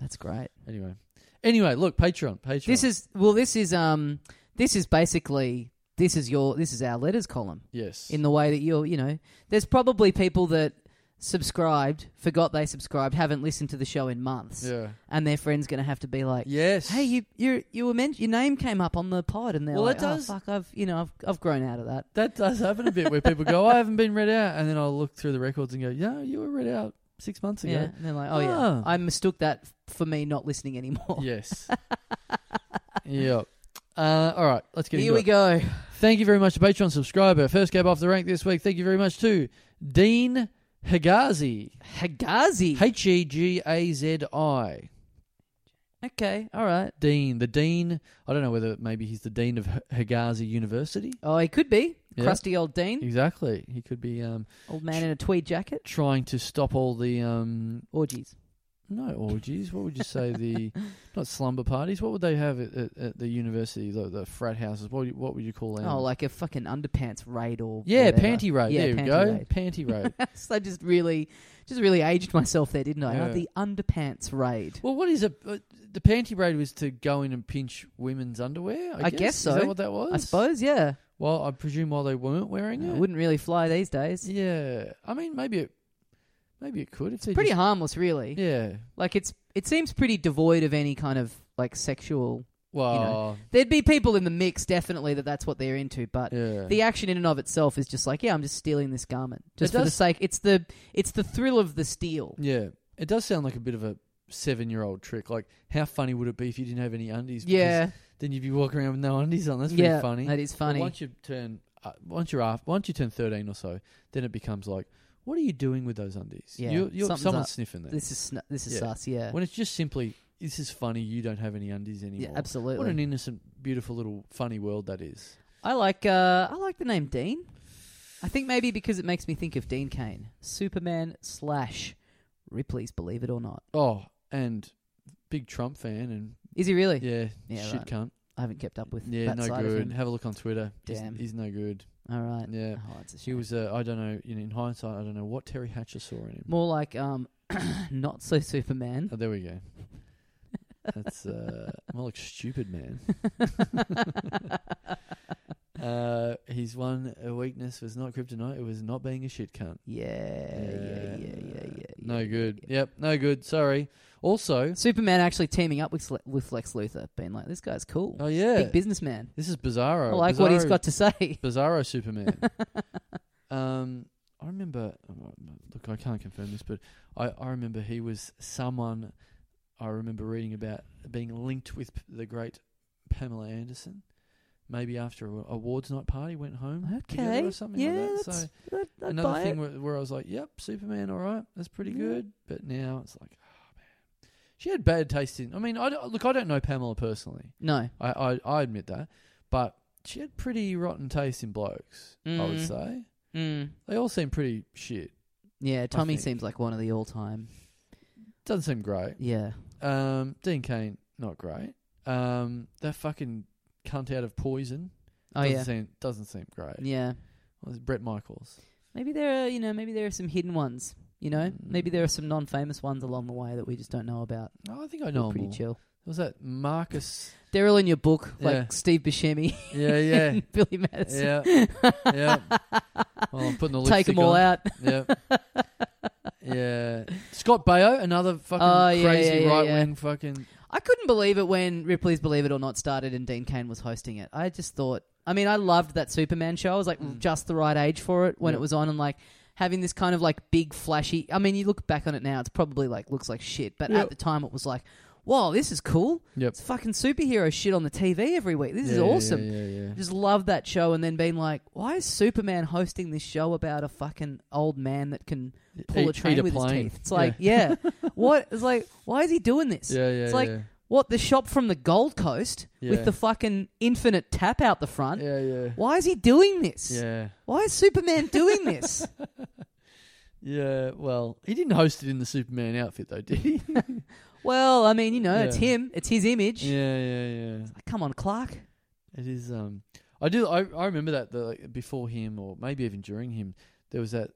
A: That's great.
B: Anyway, anyway, look, Patreon, Patreon.
A: This is well. This is um. This is basically this is your this is our letters column
B: yes,
A: in the way that you're you know. There's probably people that subscribed, forgot they subscribed, haven't listened to the show in months,
B: yeah,
A: and their friends going to have to be like,
B: yes.
A: Hey, you you you were meant your name came up on the pod, and they're
B: Well,
A: like,
B: that does-
A: "Oh fuck, I've you know I've I've grown out of that."
B: that does happen a bit where people go, I haven't been read out, and then I'll look through the records and go, Yeah, you were read out six months
A: Yeah,
B: ago.
A: and they're like, "Oh yeah,
B: Ah.
A: I mistook that f- for me not listening anymore."
B: Yes. yep. Uh, all right, let's get
A: Here
B: into
A: we
B: it.
A: go.
B: Thank you very much to Patreon subscriber. First cab off the rank this week. Thank you very much to Dean Hagazi.
A: Hagazi.
B: H E G A Z I.
A: Okay, all right.
B: Dean. The Dean. I don't know whether maybe he's the Dean of H- Hagazi University.
A: Oh, he could be
B: Yeah.
A: crusty old Dean,
B: Exactly. He could be um,
A: old man in a tweed jacket,
B: trying to stop all the. Um,
A: orgies.
B: no orgies. What would you say? The not slumber parties. What would they have at, at, at the university? The, the frat houses. What would you, what would you call them?
A: Oh, like a fucking underpants raid or
B: yeah,
A: whatever.
B: panty raid.
A: Yeah,
B: there we
A: panty
B: go.
A: raid.
B: Panty raid.
A: So I just really, just really aged myself there, didn't I?
B: Yeah.
A: The underpants raid.
B: well, what is a uh, the panty raid was to go in and pinch women's underwear. I,
A: I guess
B: Is
A: so.
B: that what that was?
A: I suppose, yeah.
B: Well, I presume while they weren't wearing
A: No,
B: it.
A: it wouldn't really fly these days.
B: Yeah, I mean maybe it, maybe it could. If
A: It's
B: they
A: pretty
B: just-
A: harmless, really.
B: Yeah.
A: Like it's, it seems pretty devoid of any kind of like sexual.
B: Well.
A: There'd be people in the mix, definitely, that that's what they're into. But
B: yeah.
A: the action in and of itself is just like, yeah, I'm just stealing this garment just
B: It
A: for the
B: does-
A: sake. It's the, it's the thrill of the steal.
B: yeah. It does sound like a bit of a seven-year-old trick. Like, how funny would it be if you didn't have any undies? Because
A: Yeah,
B: Then you'd be walking around with no undies on. That's pretty
A: yeah,
B: funny.
A: that is
B: But
A: funny.
B: once you turn, uh, once you're after, once you turn thirteen or so, then it becomes like, what are you doing with those undies?
A: Yeah,
B: You're, you're
A: something's
B: someone's
A: up.
B: sniffing that.
A: This is sn- this is
B: Yeah.
A: sus. Yeah,
B: When it's just simply, this is funny. You don't have any undies anymore.
A: yeah, absolutely.
B: What an innocent, beautiful little funny world that is.
A: I like uh, I like the name Dean. I think maybe because it makes me think of Dean Kane, Superman slash Ripley's Believe It or Not.
B: Oh, and big Trump fan and
A: Is he really?
B: yeah,
A: Yeah,
B: shit
A: right.
B: cunt.
A: I haven't kept up with
B: Yeah,
A: that
B: no
A: side of
B: good.
A: him.
B: Have a look on Twitter. He's-
A: Damn.
B: He's, no good.
A: All right.
B: Yeah.
A: Oh, that's a
B: She
A: shame.
B: was, uh, I don't know, you know, in hindsight, I don't know what Terry Hatcher saw in him.
A: more like um, not so Superman.
B: Oh, there we go. That's uh, more like stupid man. uh, his one uh, weakness was not kryptonite; it was not being a shit cunt.
A: Yeah, yeah, yeah, yeah, yeah. yeah
B: No good. Yep, no good. Sorry. Also,
A: Superman actually teaming up with Sle- with Lex Luthor, being like, this guy's cool,
B: oh yeah,
A: big businessman.
B: this is bizarro.
A: I like what he's
B: Bizarro-
A: got to say.
B: Bizarro Superman. um, I remember. oh, Look, I can't confirm this, but I, I remember he was someone. I remember reading about being linked with p- the great Pamela Anderson. Maybe after a awards night party, went home together
A: Okay.
B: or something
A: Yeah,
B: like that.
A: that's-
B: so
A: I'd- I'd buy
B: another
A: it.
B: thing where, where I was like, "Yep, Superman, all right, that's pretty
A: Yeah.
B: good." But now it's like, oh man, she had bad taste in. I mean, I don't, look, I don't know Pamela personally.
A: No.
B: I, I I admit that, but she had pretty rotten taste in blokes. I
A: Mm.
B: would say
A: Mm.
B: they all seem pretty shit.
A: Yeah, Tommy
B: think.
A: seems like one of the all time.
B: Doesn't seem great.
A: Yeah.
B: Um, Dean Kane, not great. Um, that fucking cunt out of poison.
A: Oh
B: doesn't
A: yeah.
B: seem doesn't seem great.
A: Yeah.
B: Well, it's Brett Michaels.
A: Maybe there are you know maybe there are some hidden ones. You know,
B: Mm.
A: maybe there are some non-famous ones along the way that we just don't know about.
B: No, I think I
A: They're
B: know him.
A: pretty
B: all.
A: chill.
B: Was that Marcus?
A: They're all in your book, like
B: Yeah.
A: Steve Buscemi,
B: yeah, yeah,
A: and Billy Madison.
B: yeah, yeah. Well, I'm putting the
A: Take
B: lipstick
A: them all
B: on.
A: out.
B: Yeah. yeah. Scott Baio, another fucking
A: Oh, yeah,
B: crazy
A: yeah, yeah,
B: right wing fucking.
A: I couldn't believe it when Ripley's Believe It or Not started and Dean Kane was hosting it. I just thought, I mean, I loved that Superman show. I was like
B: Mm.
A: just the right age for it when
B: Yeah.
A: it was on and like having this kind of like big flashy. I mean, you look back on it now, it's probably like looks like shit, but
B: Yeah.
A: at the time it was like, whoa, this is cool.
B: Yep.
A: It's fucking superhero shit on the TV every week. This is awesome.
B: Yeah, yeah, yeah.
A: Just love that show, and then being like, why is Superman hosting this show about a fucking old man that can pull
B: Eat-
A: a train
B: eat a
A: with his
B: plane.
A: teeth? It's like, yeah, what? It's like, why is he doing this?
B: Yeah, yeah,
A: It's like
B: yeah.
A: what the shop from the Gold Coast
B: Yeah.
A: with the fucking infinite tap out the front.
B: yeah, yeah,
A: Why is he doing this?
B: yeah,
A: Why is Superman doing this?
B: yeah. Well, he didn't host it in the Superman outfit though, did he?
A: well, I mean, you know, it's
B: Yeah.
A: him. It's his image.
B: yeah, yeah, yeah.
A: Like, come on, Clark.
B: It is. Um, I do. I, I remember that the, like, before him, or maybe even during him, there was that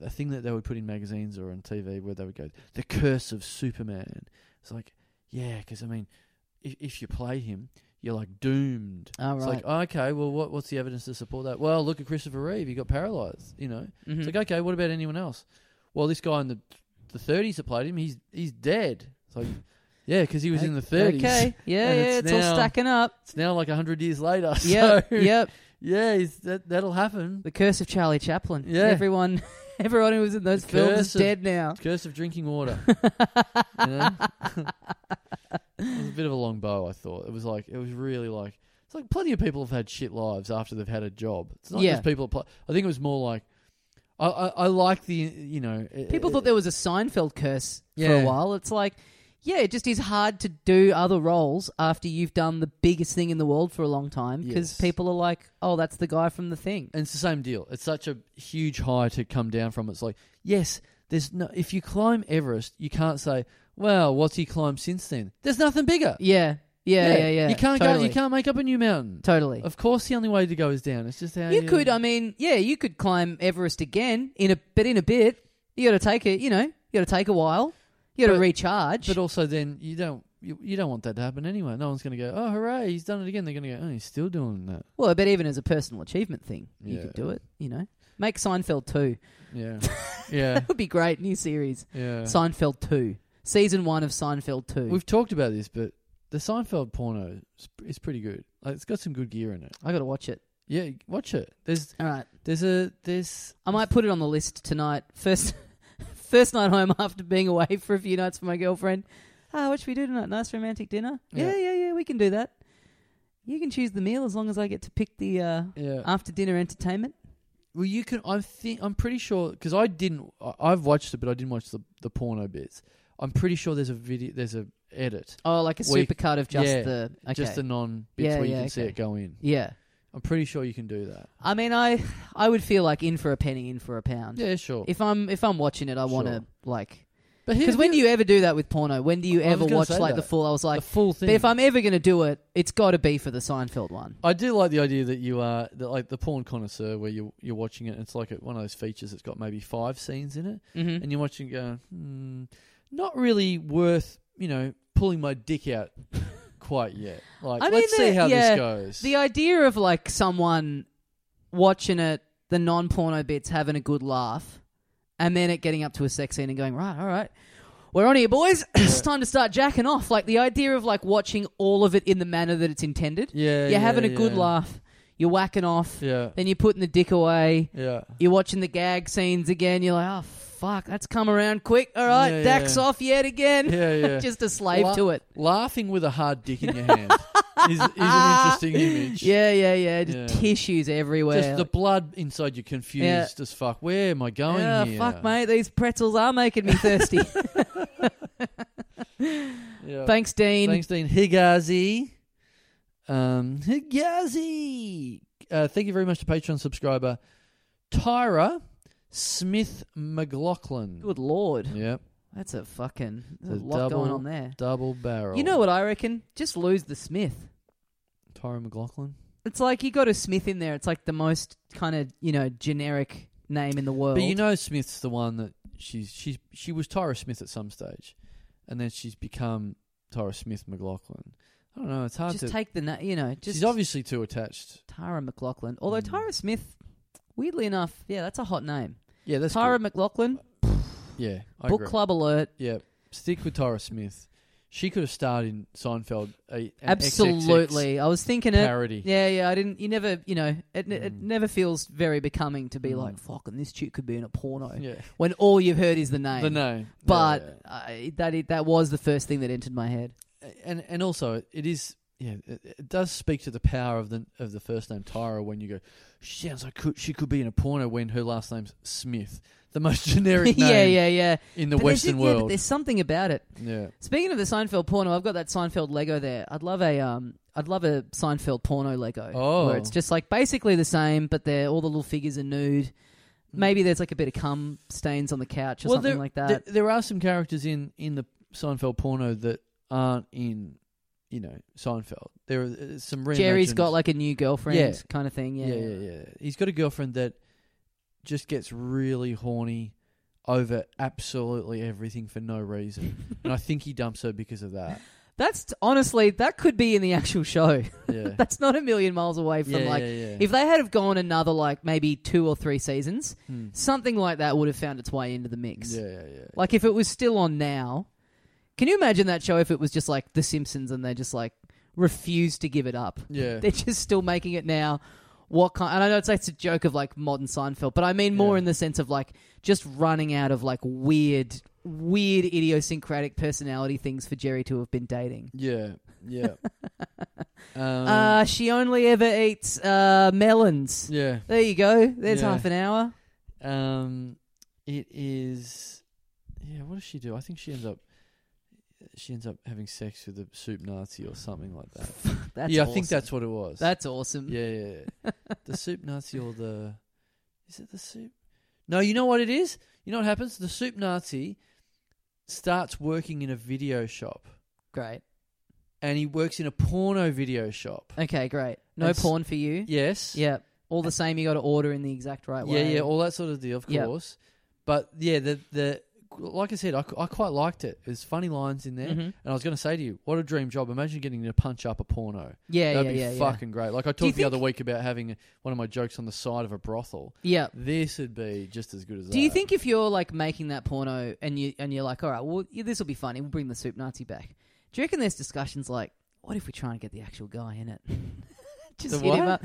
B: a thing that they would put in magazines or on TV where they would go, "The Curse of Superman." It's like, yeah, 'cause I mean, if, if you play him, you're like doomed.
A: All
B: It's
A: right.
B: like, okay, well, what what's the evidence to support that? Well, look at Christopher Reeve; he got paralyzed. You know,
A: Mhm.
B: it's like, oh, okay, what about anyone else? Well, this guy in the the 30s that played him, he's he's dead. It's like, yeah, 'cause he was in the 30s.
A: Okay. Yeah,
B: And
A: yeah. It's,
B: it's
A: all
B: now-
A: stacking up.
B: It's now like hundred years later.
A: Yeah,
B: so-
A: yep.
B: yeah, he's, that that'll happen.
A: The Curse of Charlie Chaplin.
B: Yeah.
A: Everyone, everyone who was in those
B: The
A: films is
B: curse of-
A: dead now.
B: Curse of drinking water. You know? it was a bit of a long bow, I thought. It was like it was really like it's like plenty of people have had shit lives after they've had a job. It's not
A: Yeah.
B: just people. Pl- I think it was more like I, I, I like the you know it-
A: People
B: it-
A: thought there was a Seinfeld curse for a
B: Yeah.
A: while. It's like, yeah, it just is hard to do other roles after you've done the biggest thing in the world for a long time because
B: Yes.
A: people are like, oh, that's the guy from the thing.
B: and it's the same deal. It's such a huge high to come down from. It's like yes, there's no. If you climb Everest, you can't say, well, what's he climbed since then? There's nothing bigger.
A: Yeah, yeah, yeah, yeah.
B: You can't
A: totally.
B: go. You can't Oh, make up a new mountain.
A: Totally.
B: Of course, the only way to go is down. It's just how
A: You could, I mean, yeah, you could climb Everest again in a, but in a bit, you got to take it. You know, you got to take a while. You got to
B: But-
A: recharge.
B: But also, then you don't you, you don't want that to happen anyway. No one's going to go, oh hooray, he's done it again. They're going to go, oh, he's still doing that.
A: well, I bet even as a personal achievement thing, you
B: Yeah.
A: could do it. You know, make Seinfeld two.
B: Yeah, yeah,
A: That would be great. New series.
B: yeah.
A: Seinfeld 2. Season 1 of Seinfeld 2.
B: We've talked about this, but the Seinfeld porno is, is pretty good. Like, it's got some good gear in it.
A: i got to watch it.
B: Yeah, watch it. There's
A: All right.
B: there's a there's
A: I might put it on the list tonight. First first night home after being away for a few nights from my girlfriend. Ah, what should we do tonight? Nice romantic dinner? Yeah,
B: Yeah.
A: yeah, yeah. We can do that. You can choose the meal as long as I get to pick the uh,
B: yeah.
A: after dinner entertainment.
B: Well, you can. I think I'm pretty sure because I didn't. I, I've watched it, but I didn't watch the the porno bits. I'm pretty sure there's a video. There's a edit.
A: Oh, like a
B: We-
A: supercut of just
B: yeah,
A: the. Okay.
B: Just the non bits
A: Yeah,
B: where you
A: yeah,
B: can see
A: okay.
B: it go in.
A: yeah.
B: I'm pretty sure you can do that.
A: I mean, I I would feel like in for a penny, in for a pound.
B: Yeah, sure.
A: If I'm if I'm watching it, I want to
B: Sure.
A: like
B: But
A: because when do you ever do that with porno? When do you
B: I was
A: ever
B: gonna
A: watch
B: say
A: like the
B: that.
A: full? I was like,
B: the full thing?
A: But if I'm ever going to do it, it's got to be for the Seinfeld one.
B: I do like the idea that you are that like the porn connoisseur, where you you're watching it. and It's like a, one of those features that's got maybe five scenes in it,
A: Mm-hmm.
B: and you're watching, it going, hmm, not really worth you know pulling my dick out quite yet. Like,
A: I mean,
B: let's see
A: the-
B: how
A: yeah,
B: this goes.
A: The idea of like someone watching it, the non porno bits, having a good laugh, and then it getting up to a sex scene and going, right, all right, we're on here, boys. it's time to start jacking off. Like the idea of like watching all of it in the manner that it's intended.
B: yeah,
A: You're
B: yeah,
A: having a good
B: yeah.
A: laugh. You're whacking off.
B: Yeah,
A: Then you're putting the dick away.
B: yeah.
A: You're watching the gag scenes again. You're like, oh, fuck, that's come around quick. All right,
B: Yeah,
A: Dax
B: yeah.
A: off yet again.
B: Yeah, yeah.
A: Just a slave
B: La-
A: to it.
B: Laughing with a hard dick in your hand is, is an interesting image.
A: Yeah, yeah, yeah. Just
B: Yeah.
A: tissues everywhere.
B: Just the blood inside you confused as fuck. Where am I going
A: Yeah,
B: here?
A: fuck, mate. These pretzels are making me thirsty.
B: Yeah.
A: Thanks, Dean.
B: Thanks, Dean Higazi. Um, Higazi. Uh, thank you very much to Patreon subscriber Tyra Smith McLaughlin.
A: Good lord,
B: Yep,
A: that's a fucking there's a
B: The
A: lot going
B: double
A: on there.
B: double barrel.
A: You know what I reckon? Just lose the Smith.
B: Tyra McLaughlin.
A: It's like you got a Smith in there. It's like the most kind of you know generic name in the world.
B: But you know Smith's the one that she's she's she was Tyra Smith at some stage, and then she's become Tyra Smith McLaughlin. I don't know. It's hard
A: just
B: to.
A: take the na- you know just
B: she's obviously too attached.
A: Tara McLaughlin. Although
B: Mm.
A: Tara Smith, weirdly enough, yeah, that's a hot name.
B: Yeah, that's
A: Tara
B: good.
A: McLaughlin,
B: Yeah, I
A: book
B: agree.
A: club alert.
B: Yeah, stick with Tyra Smith. She could have starred in Seinfeld. A, an
A: Absolutely. I was thinking
B: XXX
A: it.
B: parody.
A: Yeah, yeah. I didn't. You never. You know, it, n it
B: Mm.
A: never feels very becoming to be
B: Mm.
A: like, "Fuck," and this chick could be in a porno
B: Yeah,
A: when all you've heard is the name.
B: the name,
A: But
B: Yeah.
A: I, that it, that was the first thing that entered my head.
B: and and also it is yeah it, it does speak to the power of the of the first name Tyra when you go she sounds like could, she could be in a porno when her last name's Smith the most generic name
A: yeah, yeah, yeah.
B: in the
A: But there's
B: Western
A: just- yeah, but
B: world
A: there's something about it.
B: yeah
A: Speaking of the Seinfeld porno, I've got that Seinfeld Lego there. I'd love a um, I'd love a Seinfeld porno Lego
B: Oh.
A: where it's just like basically the same, but they're all the little figures are nude. Maybe there's like a bit of cum stains on the couch or something
B: there,
A: like that.
B: there- there are some characters in in the Seinfeld porno that aren't in you know Seinfeld there are uh, some
A: Jerry's
B: reimagined-
A: got like a new girlfriend
B: Yeah.
A: kind of thing. Yeah,
B: yeah yeah yeah he's got a girlfriend that just gets really horny over absolutely everything for no reason and I think he dumps her because of that
A: That's honestly that could be in the actual show.
B: yeah.
A: That's not a million miles away from like if they had have gone another like maybe two or three seasons,
B: Hmm.
A: something like that would have found its way into the mix.
B: yeah, yeah, yeah.
A: Like if it was still on now, can you imagine that show if it was just like The Simpsons and they just like refused to give it up?
B: yeah.
A: They're just still making it now. What kind? And I know it's, it's a joke of like modern Seinfeld, but I mean more
B: Yeah.
A: in the sense of like just running out of like weird, weird idiosyncratic personality things for Jerry to have been dating.
B: yeah, yeah. um,
A: uh, she only ever eats uh, melons.
B: yeah.
A: There you go. There's
B: Yeah.
A: half an hour.
B: Um, it is. Yeah, what does she do? I think she ends up. She ends up having sex with a soup Nazi or something like that.
A: That's
B: yeah, I
A: awesome.
B: think that's what it was.
A: that's awesome.
B: yeah, yeah, yeah. the soup Nazi or the is it the soup? No, you know what it is. You know what happens? The soup Nazi starts working in a video shop,
A: Great.
B: and he works in a porno video shop.
A: Okay, great. No
B: That's-
A: porn for you.
B: Yes.
A: Yeah. All the same, you got to order in the exact right
B: yeah,
A: way.
B: yeah, all that sort of deal, of
A: Yep.
B: course. But yeah, the the like I said, I, qu- I quite liked it. There's funny lines in there,
A: Mhm.
B: and I was going to say to you, what a dream job! Imagine getting to punch up a porno.
A: Yeah,
B: That'd
A: yeah,
B: be
A: yeah,
B: fucking great. Like I talked
A: you
B: the other
A: think-
B: week about having one of my jokes on the side of a brothel.
A: yeah. Yeah.
B: This would be just as good as that.
A: Do you think if you're like making that porno and you and you're like, all right, well, yeah, this will be funny. We'll bring the soup Nazi back. Do you reckon there's discussions like, what if we try and get the actual guy in it? Just
B: The
A: hit him up.
B: what?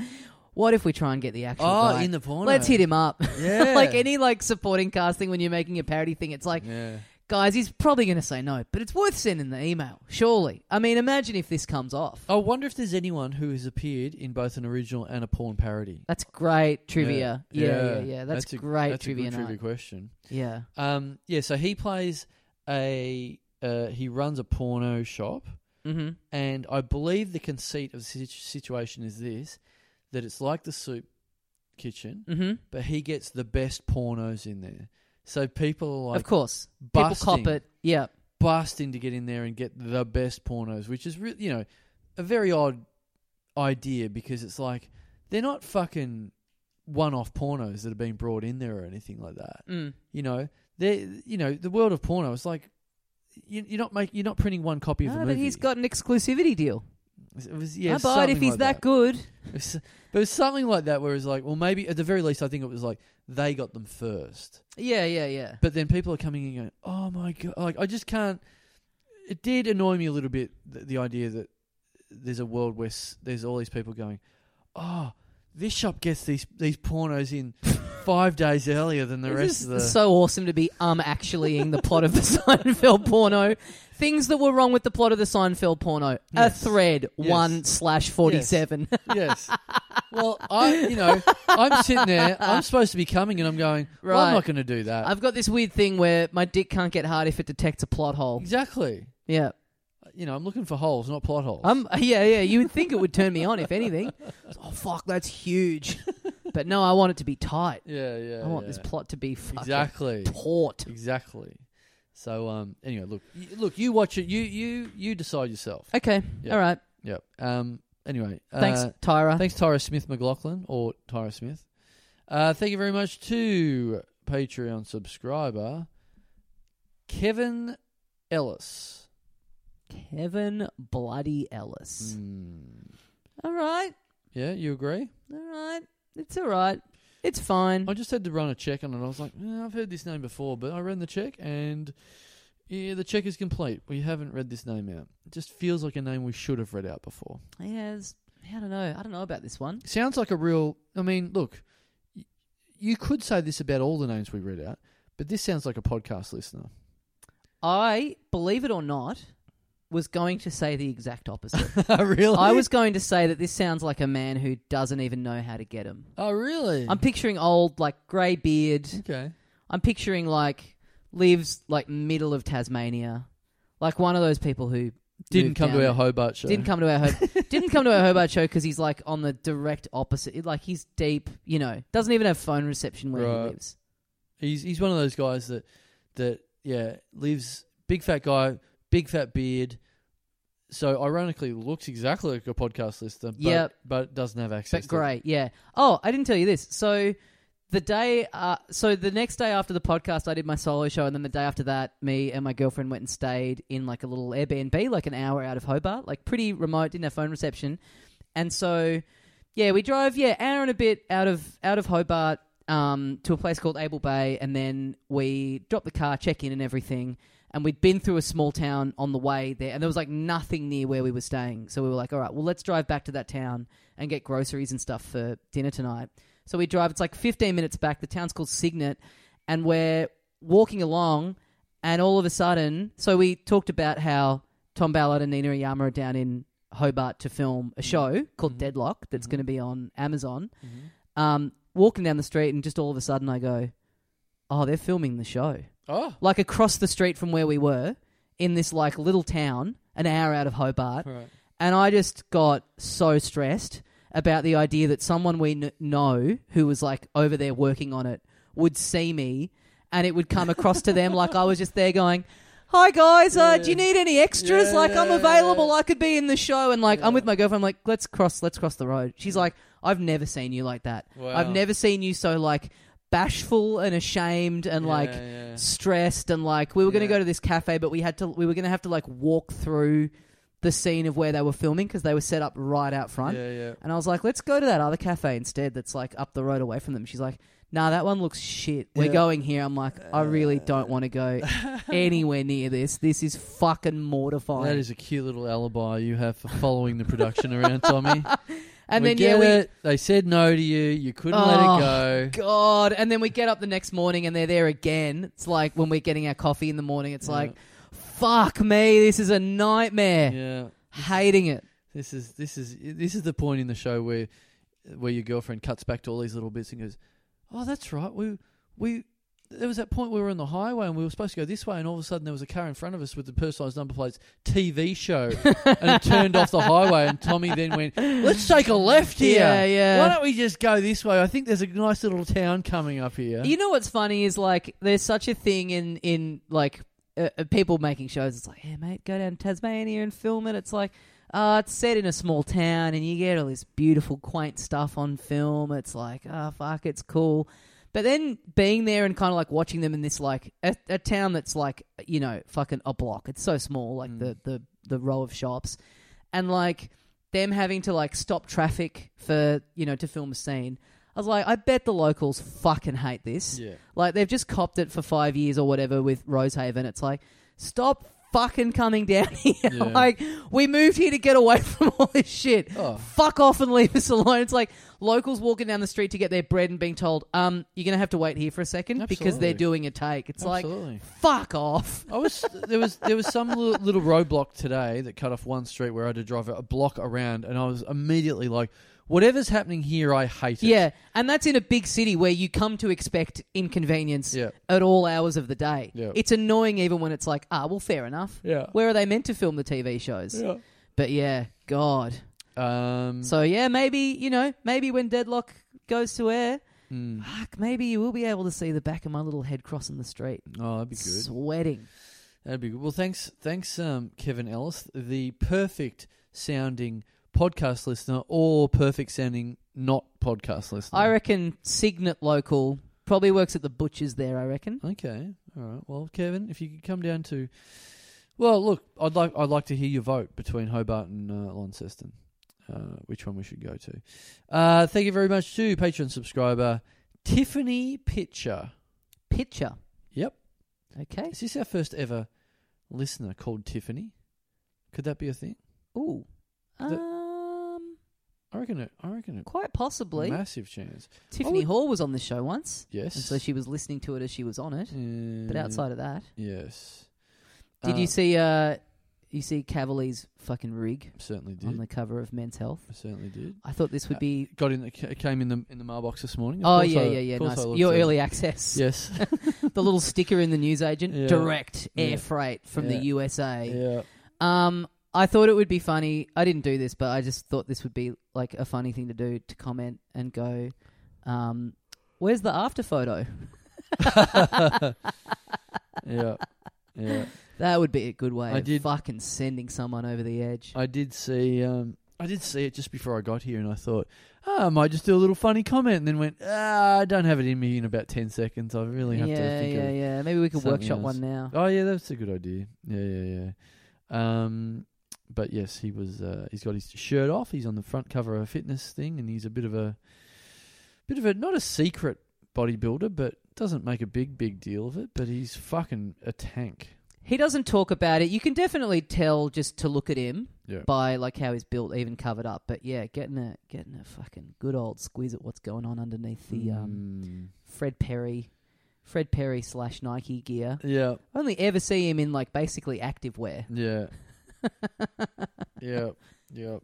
A: What if we try and get the actual
B: Oh,
A: guy?
B: in the porno.
A: Let's hit him up.
B: Yeah.
A: like any like supporting cast thing when you're making a parody thing, it's like,
B: Yeah.
A: guys, he's probably going to say no, but it's worth sending the email. Surely. I mean, imagine if this comes off.
B: I wonder if there's anyone who has appeared in both an original and a porn parody.
A: That's great trivia. Yeah, yeah, yeah. That's,
B: a,
A: great
B: that's
A: trivia
B: A good
A: night.
B: trivia question.
A: Yeah.
B: Um, yeah, so he plays a uh, he runs a porno shop,
A: Mm-hmm.
B: and I believe the conceit of the situ- situation is this: that it's like the soup kitchen,
A: Mm-hmm.
B: but he gets the best pornos in there. So people
A: of
B: are like
A: course,
B: busting,
A: people cop it. Yeah,
B: busting to get in there and get the best pornos, which is re- you know a very odd idea because it's like they're not fucking one-off pornos that are being brought in there or anything like that
A: mm.
B: you know, they you know the world of porno is like you, you're not make you're not printing one copy of
A: no,
B: a
A: but
B: movie.
A: he's got an exclusivity deal.
B: it was, yeah,
A: I buy it if
B: something
A: he's
B: like
A: that, good.
B: It was, but it was something like that where it's like, well, maybe at the very least, I think it was like they got them first,
A: Yeah, yeah, yeah.
B: but then people are coming in going, oh my god, like I just can't. It did annoy me a little bit the, the idea that there's a world where s- there's all these people going, oh, this shop gets these these pornos in five days earlier than the rest
A: This
B: of the.
A: is so awesome to be um actually in the plot of the Seinfeld porno. Things that were wrong with the plot of the Seinfeld porno.
B: Yes.
A: A thread
B: Yes.
A: one slash forty seven.
B: Yes. Well, I, you know, I'm sitting there. I'm supposed to be coming, and I'm going. Well,
A: Right.
B: I'm not going to do that.
A: I've got this weird thing where my dick can't get hard if it detects a plot hole.
B: exactly.
A: Yeah.
B: You know, I'm looking for holes, not plot holes.
A: Um, yeah, yeah. You would think it would turn me on, if anything. Oh, fuck, that's huge. But no, I want it to be tight.
B: yeah, yeah.
A: I want
B: yeah.
A: this plot to be fucking
B: Exactly.
A: taut.
B: Exactly. So, um, anyway, look, y- look, you watch it. You, you, you decide yourself.
A: Okay,
B: Yeah.
A: all right.
B: Yep. Um. Anyway.
A: Thanks,
B: uh,
A: Tyra.
B: Thanks, Tyra Smith McLaughlin or Tyra Smith. Uh, thank you very much to Patreon subscriber Kevin Ellis.
A: Kevin Bloody Ellis.
B: Mm.
A: All right,
B: Yeah, you agree?
A: all right. It's all right. It's fine.
B: I just had to run a check on it. I was like, eh, I've heard this name before, but I ran the check and Yeah, the check is complete. We haven't read this name out. It just feels like a name we should have read out before.
A: Yeah, it's, I don't know. I don't know about this one.
B: sounds like a real. I mean, look, y- you could say this about all the names we read out, but this sounds like a podcast listener.
A: I, believe it or not, was going to say the exact opposite.
B: oh, really?
A: I was going to say that this sounds like a man who doesn't even know how to get them.
B: Oh, really?
A: I'm picturing old, like grey beard.
B: okay.
A: I'm picturing like lives like middle of Tasmania, like one of those people who
B: Didn't
A: moved
B: come
A: down
B: to our Hobart show.
A: didn't come to our Hobart, didn't come to our Hobart show because he's like on the direct opposite. Like he's deep, you know, doesn't even have phone reception where
B: Right.
A: he lives.
B: He's he's one of those guys that that yeah lives big fat guy, big fat beard. So ironically, looks exactly like a podcast listener. But,
A: Yep.
B: but doesn't have access.
A: But
B: to it.
A: great, yeah. Oh, I didn't tell you this. So the day, uh, so the next day after the podcast, I did my solo show, and then the day after that, me and my girlfriend went and stayed in like a little Airbnb, like an hour out of Hobart, like pretty remote, didn't have phone reception, and so yeah, we drove yeah hour and a bit out of out of Hobart um, to a place called Able Bay, and then we dropped the car, check in, and everything. And we'd been through a small town on the way there, and there was like nothing near where we were staying. So we were like, all right, well, let's drive back to that town and get groceries and stuff for dinner tonight. So we drive, it's like 15 minutes back. The town's called Signet, and we're walking along, and all of a sudden, so we talked about how Tom Ballard and Nina Oyama are down in Hobart to film a show called Deadlock that's going to be on Amazon. Um, walking down the street, and just all of a sudden, I go, Oh, they're filming the show.
B: Oh,
A: Like across the street from where we were in this like little town, an hour out of Hobart.
B: Right.
A: And I just got so stressed about the idea that someone we kn- know who was like over there working on it would see me and it would come across to them like I was just there going, Hi guys, uh, do you need any extras?
B: Yeah,
A: like I'm
B: yeah,
A: available.
B: yeah.
A: I could be in the show and like I'm with my girlfriend. I'm like, let's cross, let's cross the road. She's like, I've never seen you like that. I've
B: Mm. Wow.
A: never seen you so like bashful and ashamed and like
B: Yeah, yeah.
A: stressed and like we were going to
B: Yeah.
A: go to this cafe but we had to we were going to have to like walk through the scene of where they were filming because they were set up right out front
B: yeah, yeah.
A: and i was like let's go to that other cafe instead that's like up the road away from them she's like nah that one looks shit we're
B: Yeah.
A: going here i'm like i really don't want to go anywhere near this this is fucking mortifying
B: That is a cute little alibi you have for following the production around, Tommy.
A: and
B: We
A: then
B: get
A: yeah we
B: it. they said no to you. You couldn't
A: Oh,
B: let it go.
A: God. And then we get up the next morning and they're there again. It's like when we're getting our coffee in the morning, it's
B: Yeah.
A: like, fuck me, this is a nightmare.
B: Yeah,
A: Hating it.
B: this is this is this is the point in the show where where your girlfriend cuts back to all these little bits and goes, "Oh, that's right. We we there was that point we were on the highway and we were supposed to go this way, and all of a sudden there was a car in front of us with the personalised number plates TV show, and it turned off the highway. And Tommy then went, "Let's take a left here.
A: Yeah, yeah.
B: Why don't we just go this way? I think there's a nice little town coming up here."
A: You know what's funny is like, there's such a thing in, in like, uh, uh, people making shows. It's like, hey, mate, go down to Tasmania and film it. It's like, uh, it's set in a small town and you get all this beautiful, quaint stuff on film. It's like, oh, fuck, it's cool. But then being there and kind of like watching them in this like a, a town that's like you know fucking a block. It's so small, like the the the row of shops, and like them having to like stop traffic for you know to film a scene. I was like, I bet the locals fucking hate this.
B: Yeah.
A: Like they've just copped it for five years or whatever with Rosehaven. It's like, stop fucking coming down here.
B: Yeah.
A: like we moved here to get away from all this shit.
B: Oh.
A: Fuck off and leave us alone. It's like locals walking down the street to get their bread and being told, um, you're gonna have to wait here for a second because they're
B: Absolutely.
A: doing a take. It's
B: Absolutely.
A: like fuck off.
B: I was there was there was some little, little roadblock today that cut off one street where I had to drive a block around, and I was immediately like, "Whatever's happening here, I hate it."
A: Yeah, and that's in a big city where you come to expect inconvenience
B: Yeah.
A: at all hours of the day.
B: Yeah.
A: It's annoying even when it's like, ah, well, fair enough.
B: yeah,
A: Where are they meant to film the TV shows?
B: yeah.
A: But yeah, God.
B: Um,
A: So yeah, maybe you know, maybe when Deadlock goes to air,
B: mm.
A: fuck, maybe you will be able to see the back of my little head crossing the street,
B: oh, that'd be good.
A: sweating.
B: That'd be good. Well, thanks, thanks, um, Kevin Ellis, the perfect sounding podcast listener, or perfect sounding not podcast listener.
A: I reckon Signet local probably works at the butchers there. I reckon.
B: Okay. All right. Well, Kevin, if you could come down to, well, look, I'd like I'd like to hear your vote between Hobart and uh, Launceston, uh, which one we should go to. Uh, thank you very much to Patreon subscriber Tiffany Pitcher.
A: Picture.
B: Yep.
A: Okay.
B: Is this our first ever listener called Tiffany. Could that be a thing?
A: Ooh.
B: The-
A: Um,
B: I reckon it. I reckon it.
A: quite possibly.
B: Massive chance.
A: Tiffany
B: would-
A: Hall was on the show once,
B: Yes.
A: and so she was listening to it as she was on it. But
B: Mm,
A: outside of that,
B: Yes.
A: did
B: Um,
A: you see? Uh, you see Cavalier's fucking rig
B: Certainly
A: on
B: did.
A: the cover of Men's Health.
B: I certainly did.
A: I thought this would
B: Uh,
A: be.
B: Got in. The, ca- came in the in the mailbox this morning. Of
A: Oh
B: course
A: yeah,
B: I-
A: yeah, yeah,
B: of course
A: nice.
B: I looked
A: Your
B: at it.
A: early access.
B: Yes.
A: The little sticker in the newsagent.
B: Yeah.
A: Direct air
B: Yeah.
A: freight from the
B: Yeah.
A: USA.
B: yeah.
A: Um, I thought it would be funny. I didn't do this, but I just thought this would be like a funny thing to do to comment and go, um, "Where's the after photo?"
B: Yeah. Yeah.
A: That would be a good way
B: I
A: of
B: did-
A: fucking sending someone over the edge.
B: I did see. Um, I did see it just before I got here, and I thought, oh, I might just do a little funny comment, and then went, ah, I don't have it in me in about ten seconds. I really have to
A: yeah,
B: think
A: yeah,
B: of.
A: yeah. Maybe we could
B: something
A: workshop
B: else.
A: one now.
B: Oh yeah, that's a good idea. Yeah, yeah, yeah. Um, but yes, he was. Uh, he's got his shirt off. He's on the front cover of a fitness thing, and he's a bit of a, bit of a not a secret bodybuilder, but doesn't make a big big deal of it. But he's fucking a tank.
A: He doesn't talk about it. You can definitely tell just to look at him
B: Yeah.
A: by like how he's built, even covered up. But yeah, getting a getting a fucking good old squeeze at what's going on underneath the
B: Mm.
A: um, Fred Perry, Fred Perry slash Nike gear.
B: Mm. yeah,
A: I only ever see him in like basically active wear.
B: yeah, yeah, yeah.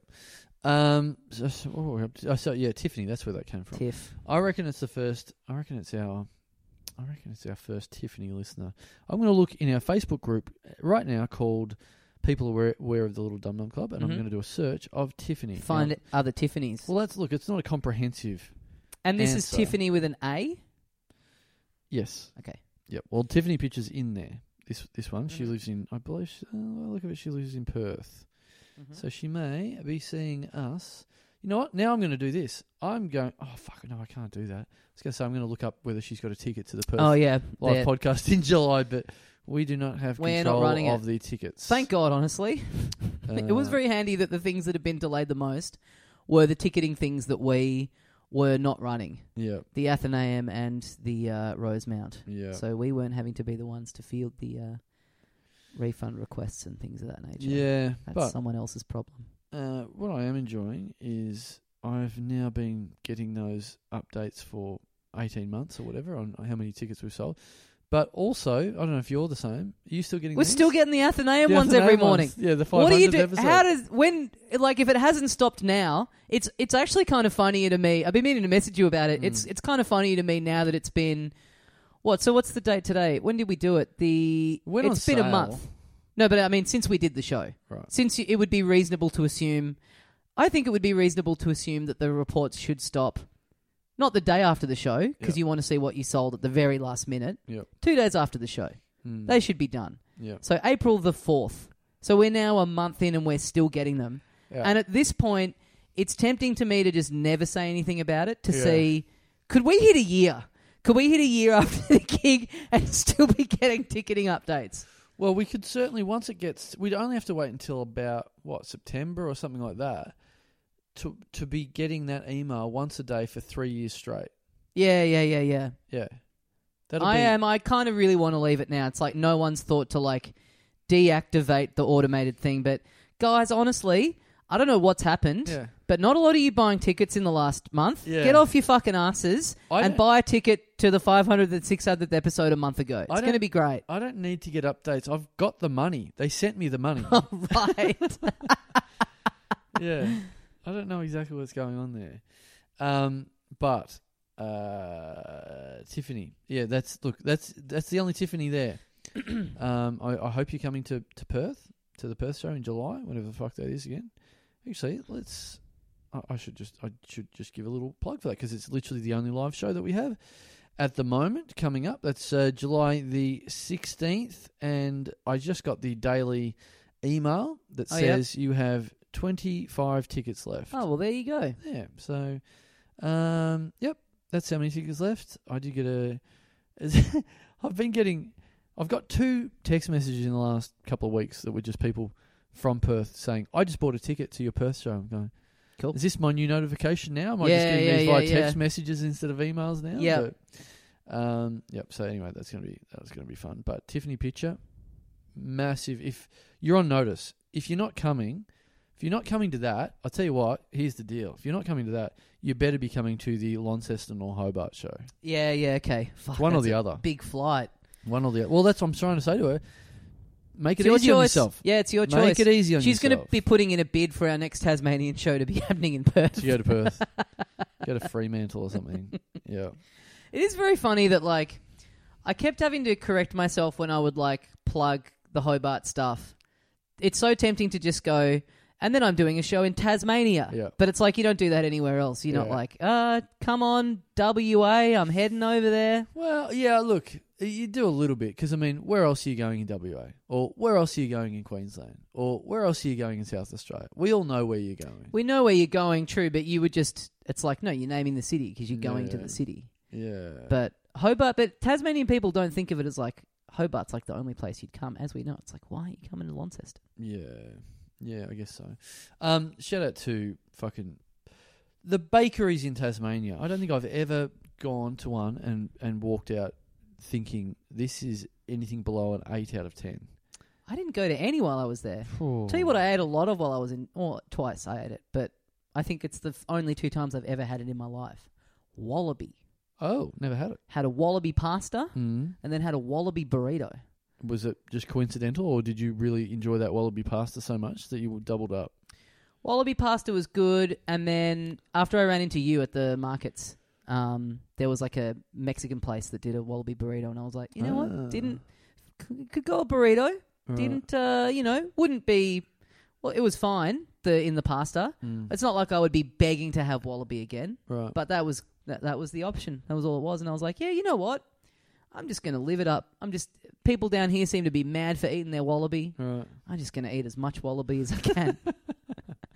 B: Um, so, so, what were we up to? Oh, so yeah, Tiffany. That's where that came from.
A: Tiff.
B: I reckon it's the first. I reckon it's our. I reckon it's our first Tiffany listener. I'm going to look in our Facebook group uh, right now called "People Aware, Aware of the Little Dum Dum Club," and
A: Mhm.
B: I'm going to do a search of Tiffany.
A: Find
B: Now-
A: other Tiffany's.
B: Well, let's look. It's not a comprehensive.
A: and this is
B: answer.
A: Tiffany with an A.
B: Yes.
A: Okay.
B: Yep. Well, Tiffany pictures in there. This this one. She
A: Mhm.
B: lives in. I believe. She, uh, by the look of it, she lives in Perth.
A: Mm-hmm.
B: So she may be seeing us. You know what? Now I'm going to do this. I'm going. Oh fuck! No, I can't do that. I was going to say I'm going to look up whether she's got a ticket to the Perth
A: Oh yeah.
B: live
A: there.
B: podcast in July, but we do not have
A: We're not
B: control
A: running
B: of the tickets.
A: Thank God, honestly. it was
B: Uh,
A: very handy that the things that have been delayed the most were the ticketing things that we were not running
B: Yeah,
A: the Athenaeum and the uh, Rosemount.
B: yeah.
A: So we weren't having to be the ones to field the uh, refund requests and things of that nature.
B: yeah,
A: That's
B: but
A: someone else's problem.
B: uh, what I am enjoying is I've now been getting those updates for 18 months or whatever on how many tickets we've sold. But also, I don't know if you're the same. Are you still getting
A: We're
B: these?
A: still getting the Athenaeum
B: The
A: ones
B: Athenaeum
A: every morning.
B: ones. Yeah, the 500th
A: What do you do?
B: episode.
A: How does when like if it hasn't stopped now? It's it's actually kind of funnier to me. I've been meaning to message you about it.
B: Hmm.
A: It's it's kind of funny to me now that it's been what? So what's the date today? When did we do it? The
B: It went on
A: it's been a
B: sale.
A: month. No, but I mean since we did the show,
B: Right.
A: since you, it would be reasonable to assume, I think it would be reasonable to assume that the reports should stop. Not the day after the show, because
B: Yeah.
A: you want to see what you sold at the very last minute.
B: Yep.
A: Two days after the show,
B: Mm,
A: they should be done.
B: yeah.
A: So April the 4th. So we're now a month in and we're still getting them.
B: Yeah.
A: And at this point, it's tempting to me to just never say anything about it to
B: Yeah.
A: see could we hit a year? Could we hit a year after the gig and still be getting ticketing updates?
B: Well, we could certainly once it gets, we'd only have to wait until about what September or something like that to to be getting that email once a day for three years straight.
A: Yeah, yeah, yeah, yeah.
B: Yeah, that'll
A: I
B: be
A: am. I kind of really want to leave it now. It's like no one's thought to like deactivate the automated thing. But guys, honestly, I don't know what's happened.
B: Yeah.
A: But not a lot of you buying tickets in the last month.
B: Yeah.
A: Get off your fucking asses
B: I
A: and
B: don't-
A: buy a ticket to the 500th and 600th episode a month ago. It's
B: don't-
A: going to be great.
B: I don't need to get updates. I've got the money. They sent me the money.
A: right.
B: yeah, I don't know exactly what's going on there, um, but uh, Tiffany, yeah, that's look, that's that's the only Tiffany there. um, I, I hope you're coming to to Perth to the Perth show in July, whenever the fuck that is again. Actually, let's. I, I should just I should just give a little plug for that because it's literally the only live show that we have at the moment coming up. That's uh, July the sixteenth, and I just got the daily email that
A: Oh, yeah.
B: says you have twenty five tickets left.
A: Oh, well, there you go.
B: Yeah. So, um, yep, that's how many tickets left. I did get a. I've been getting. I've got two text messages in the last couple of weeks that were just people from Perth saying, "I just bought a ticket to your Perth show." I'm going.
A: Cool.
B: Is this my new notification now? Am I
A: Yeah,
B: just getting
A: yeah,
B: these via
A: yeah,
B: text
A: yeah.
B: messages instead of emails now?
A: Yep.
B: But, um. Yep. So anyway, that's gonna be that's gonna be fun. But Tiffany picture, massive. If you're on notice, if you're not coming, if you're not coming to that, I'll tell you what. Here's the deal: if you're not coming to that, you better be coming to the Launceston or Hobart show.
A: Yeah, yeah, okay. Fuck,
B: one or
A: Oh, that's
B: the
A: a
B: other.
A: Big flight.
B: One or the other. Well, that's what I'm trying to say to her. Make it
A: your
B: easy on
A: choice.
B: yourself.
A: Yeah, it's your
B: Make
A: choice.
B: it easy on
A: She's
B: yourself.
A: going to be putting in a bid for our next Tasmanian show to be happening in Perth.
B: to go to Perth. go to Fremantle or something. Yeah.
A: It is very funny that like I kept having to correct myself when I would like plug the Hobart stuff. It's so tempting to just go and then I'm doing a show in Tasmania.
B: Yeah.
A: But it's like you don't do that anywhere else. You're not
B: Yeah.
A: like, uh, come on, WA, I'm heading over there.
B: Well, yeah, look, you do a little bit because, I mean, where else are you going in WA? Or where else are you going in Queensland? Or where else are you going in South Australia? We all know where you're going.
A: We know where you're going, true, but you would just it's like, no, you're naming the city because you're going to
B: Yeah.
A: the city.
B: yeah.
A: But Hobart but Tasmanian people don't think of it as like Hobart's like the only place you'd come, as we know. It's like, why are you coming to Launceston?
B: yeah. Yeah, I guess so. Um, shout out to fucking the bakeries in Tasmania. I don't think I've ever gone to one and, and walked out thinking this is anything below an 8 out of 10.
A: I didn't go to any while I was there. Tell you what, I ate a lot of while I was in, or twice I ate it, but I think it's the f- only two times I've ever had it in my life. Wallaby.
B: Oh, never had it.
A: Had a wallaby pasta
B: Mm.
A: and then had a wallaby burrito.
B: Was it just coincidental, or did you really enjoy that wallaby pasta so much that you doubled up?
A: Wallaby pasta was good, and then after I ran into you at the markets, um, there was like a Mexican place that did a wallaby burrito, and I was like, you know
B: Ah.
A: what? Didn't, c- could go a burrito. Didn't, uh, you know, wouldn't be, well, it was fine the in the pasta.
B: Mm.
A: It's not like I would be begging to have wallaby again.
B: Right.
A: But that was that, that was the option. That was all it was. And I was like, yeah, you know what? I'm just going to live it up. I'm just people down here seem to be mad for eating their wallaby.
B: Right.
A: I'm just going to eat as much wallaby as I can.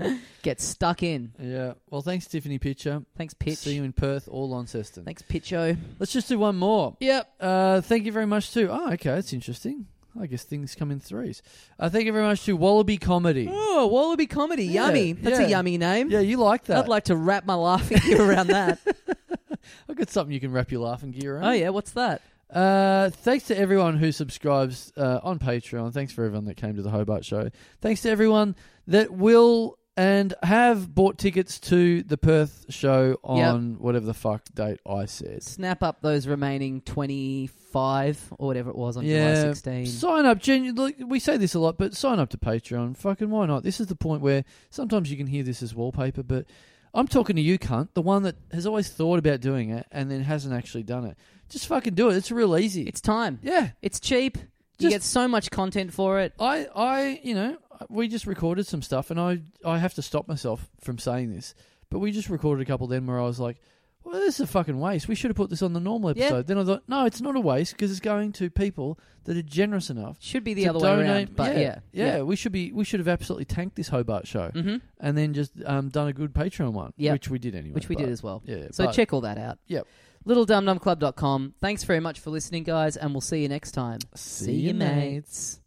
A: Get stuck in.
B: Yeah. Well, thanks, Tiffany Pitcher.
A: Thanks, Pitch.
B: See you in Perth or Launceston.
A: Thanks, Pitcho.
B: Let's just do one more. Yep. Uh, thank you very much to. Oh, okay. That's interesting. I guess things come in threes. Uh, thank you very much to Wallaby Comedy.
A: Oh, wallaby comedy.
B: Yeah,
A: yummy. That's
B: yeah.
A: a yummy name.
B: Yeah, you like that.
A: I'd like to wrap my laughing gear around that.
B: I've got something you can wrap your laughing gear around.
A: oh, yeah. What's that?
B: Uh, thanks to everyone who subscribes uh, on Patreon. Thanks for everyone that came to the Hobart show. Thanks to everyone that will and have bought tickets to the Perth show on whatever the fuck date I said.
A: Snap up those remaining 25 or whatever it was on July
B: Yeah.
A: 16.
B: Sign up, genu- look, we say this a lot, but sign up to Patreon. Fucking why not? This is the point where sometimes you can hear this as wallpaper, but I'm talking to you, cunt, the one that has always thought about doing it and then hasn't actually done it. Just fucking do it. It's real easy.
A: It's time.
B: yeah.
A: It's cheap. you
B: Just-
A: get so much content for it.
B: I, I, you know, we just recorded some stuff, and I, I have to stop myself from saying this, but we just recorded a couple then where I was like, "Well, this is a fucking waste. We should have put this on the normal
A: Yeah.
B: episode." Then I thought, "No, it's not a waste because it's going to people that are generous enough."
A: Should be the
B: to
A: other
B: donate.
A: way around, but yeah,
B: yeah, Mm-hmm. we should be, we should have absolutely tanked this Hobart show
A: hmm
B: and then just um, done a good Patreon one,
A: Yep.
B: which we did anyway,
A: which we
B: but-
A: did as well.
B: Yeah,
A: So
B: but-
A: check all that out.
B: Yep.
A: LittleDumDumClub.com. Thanks very much for listening, guys, and we'll see you next time.
B: See you, mates.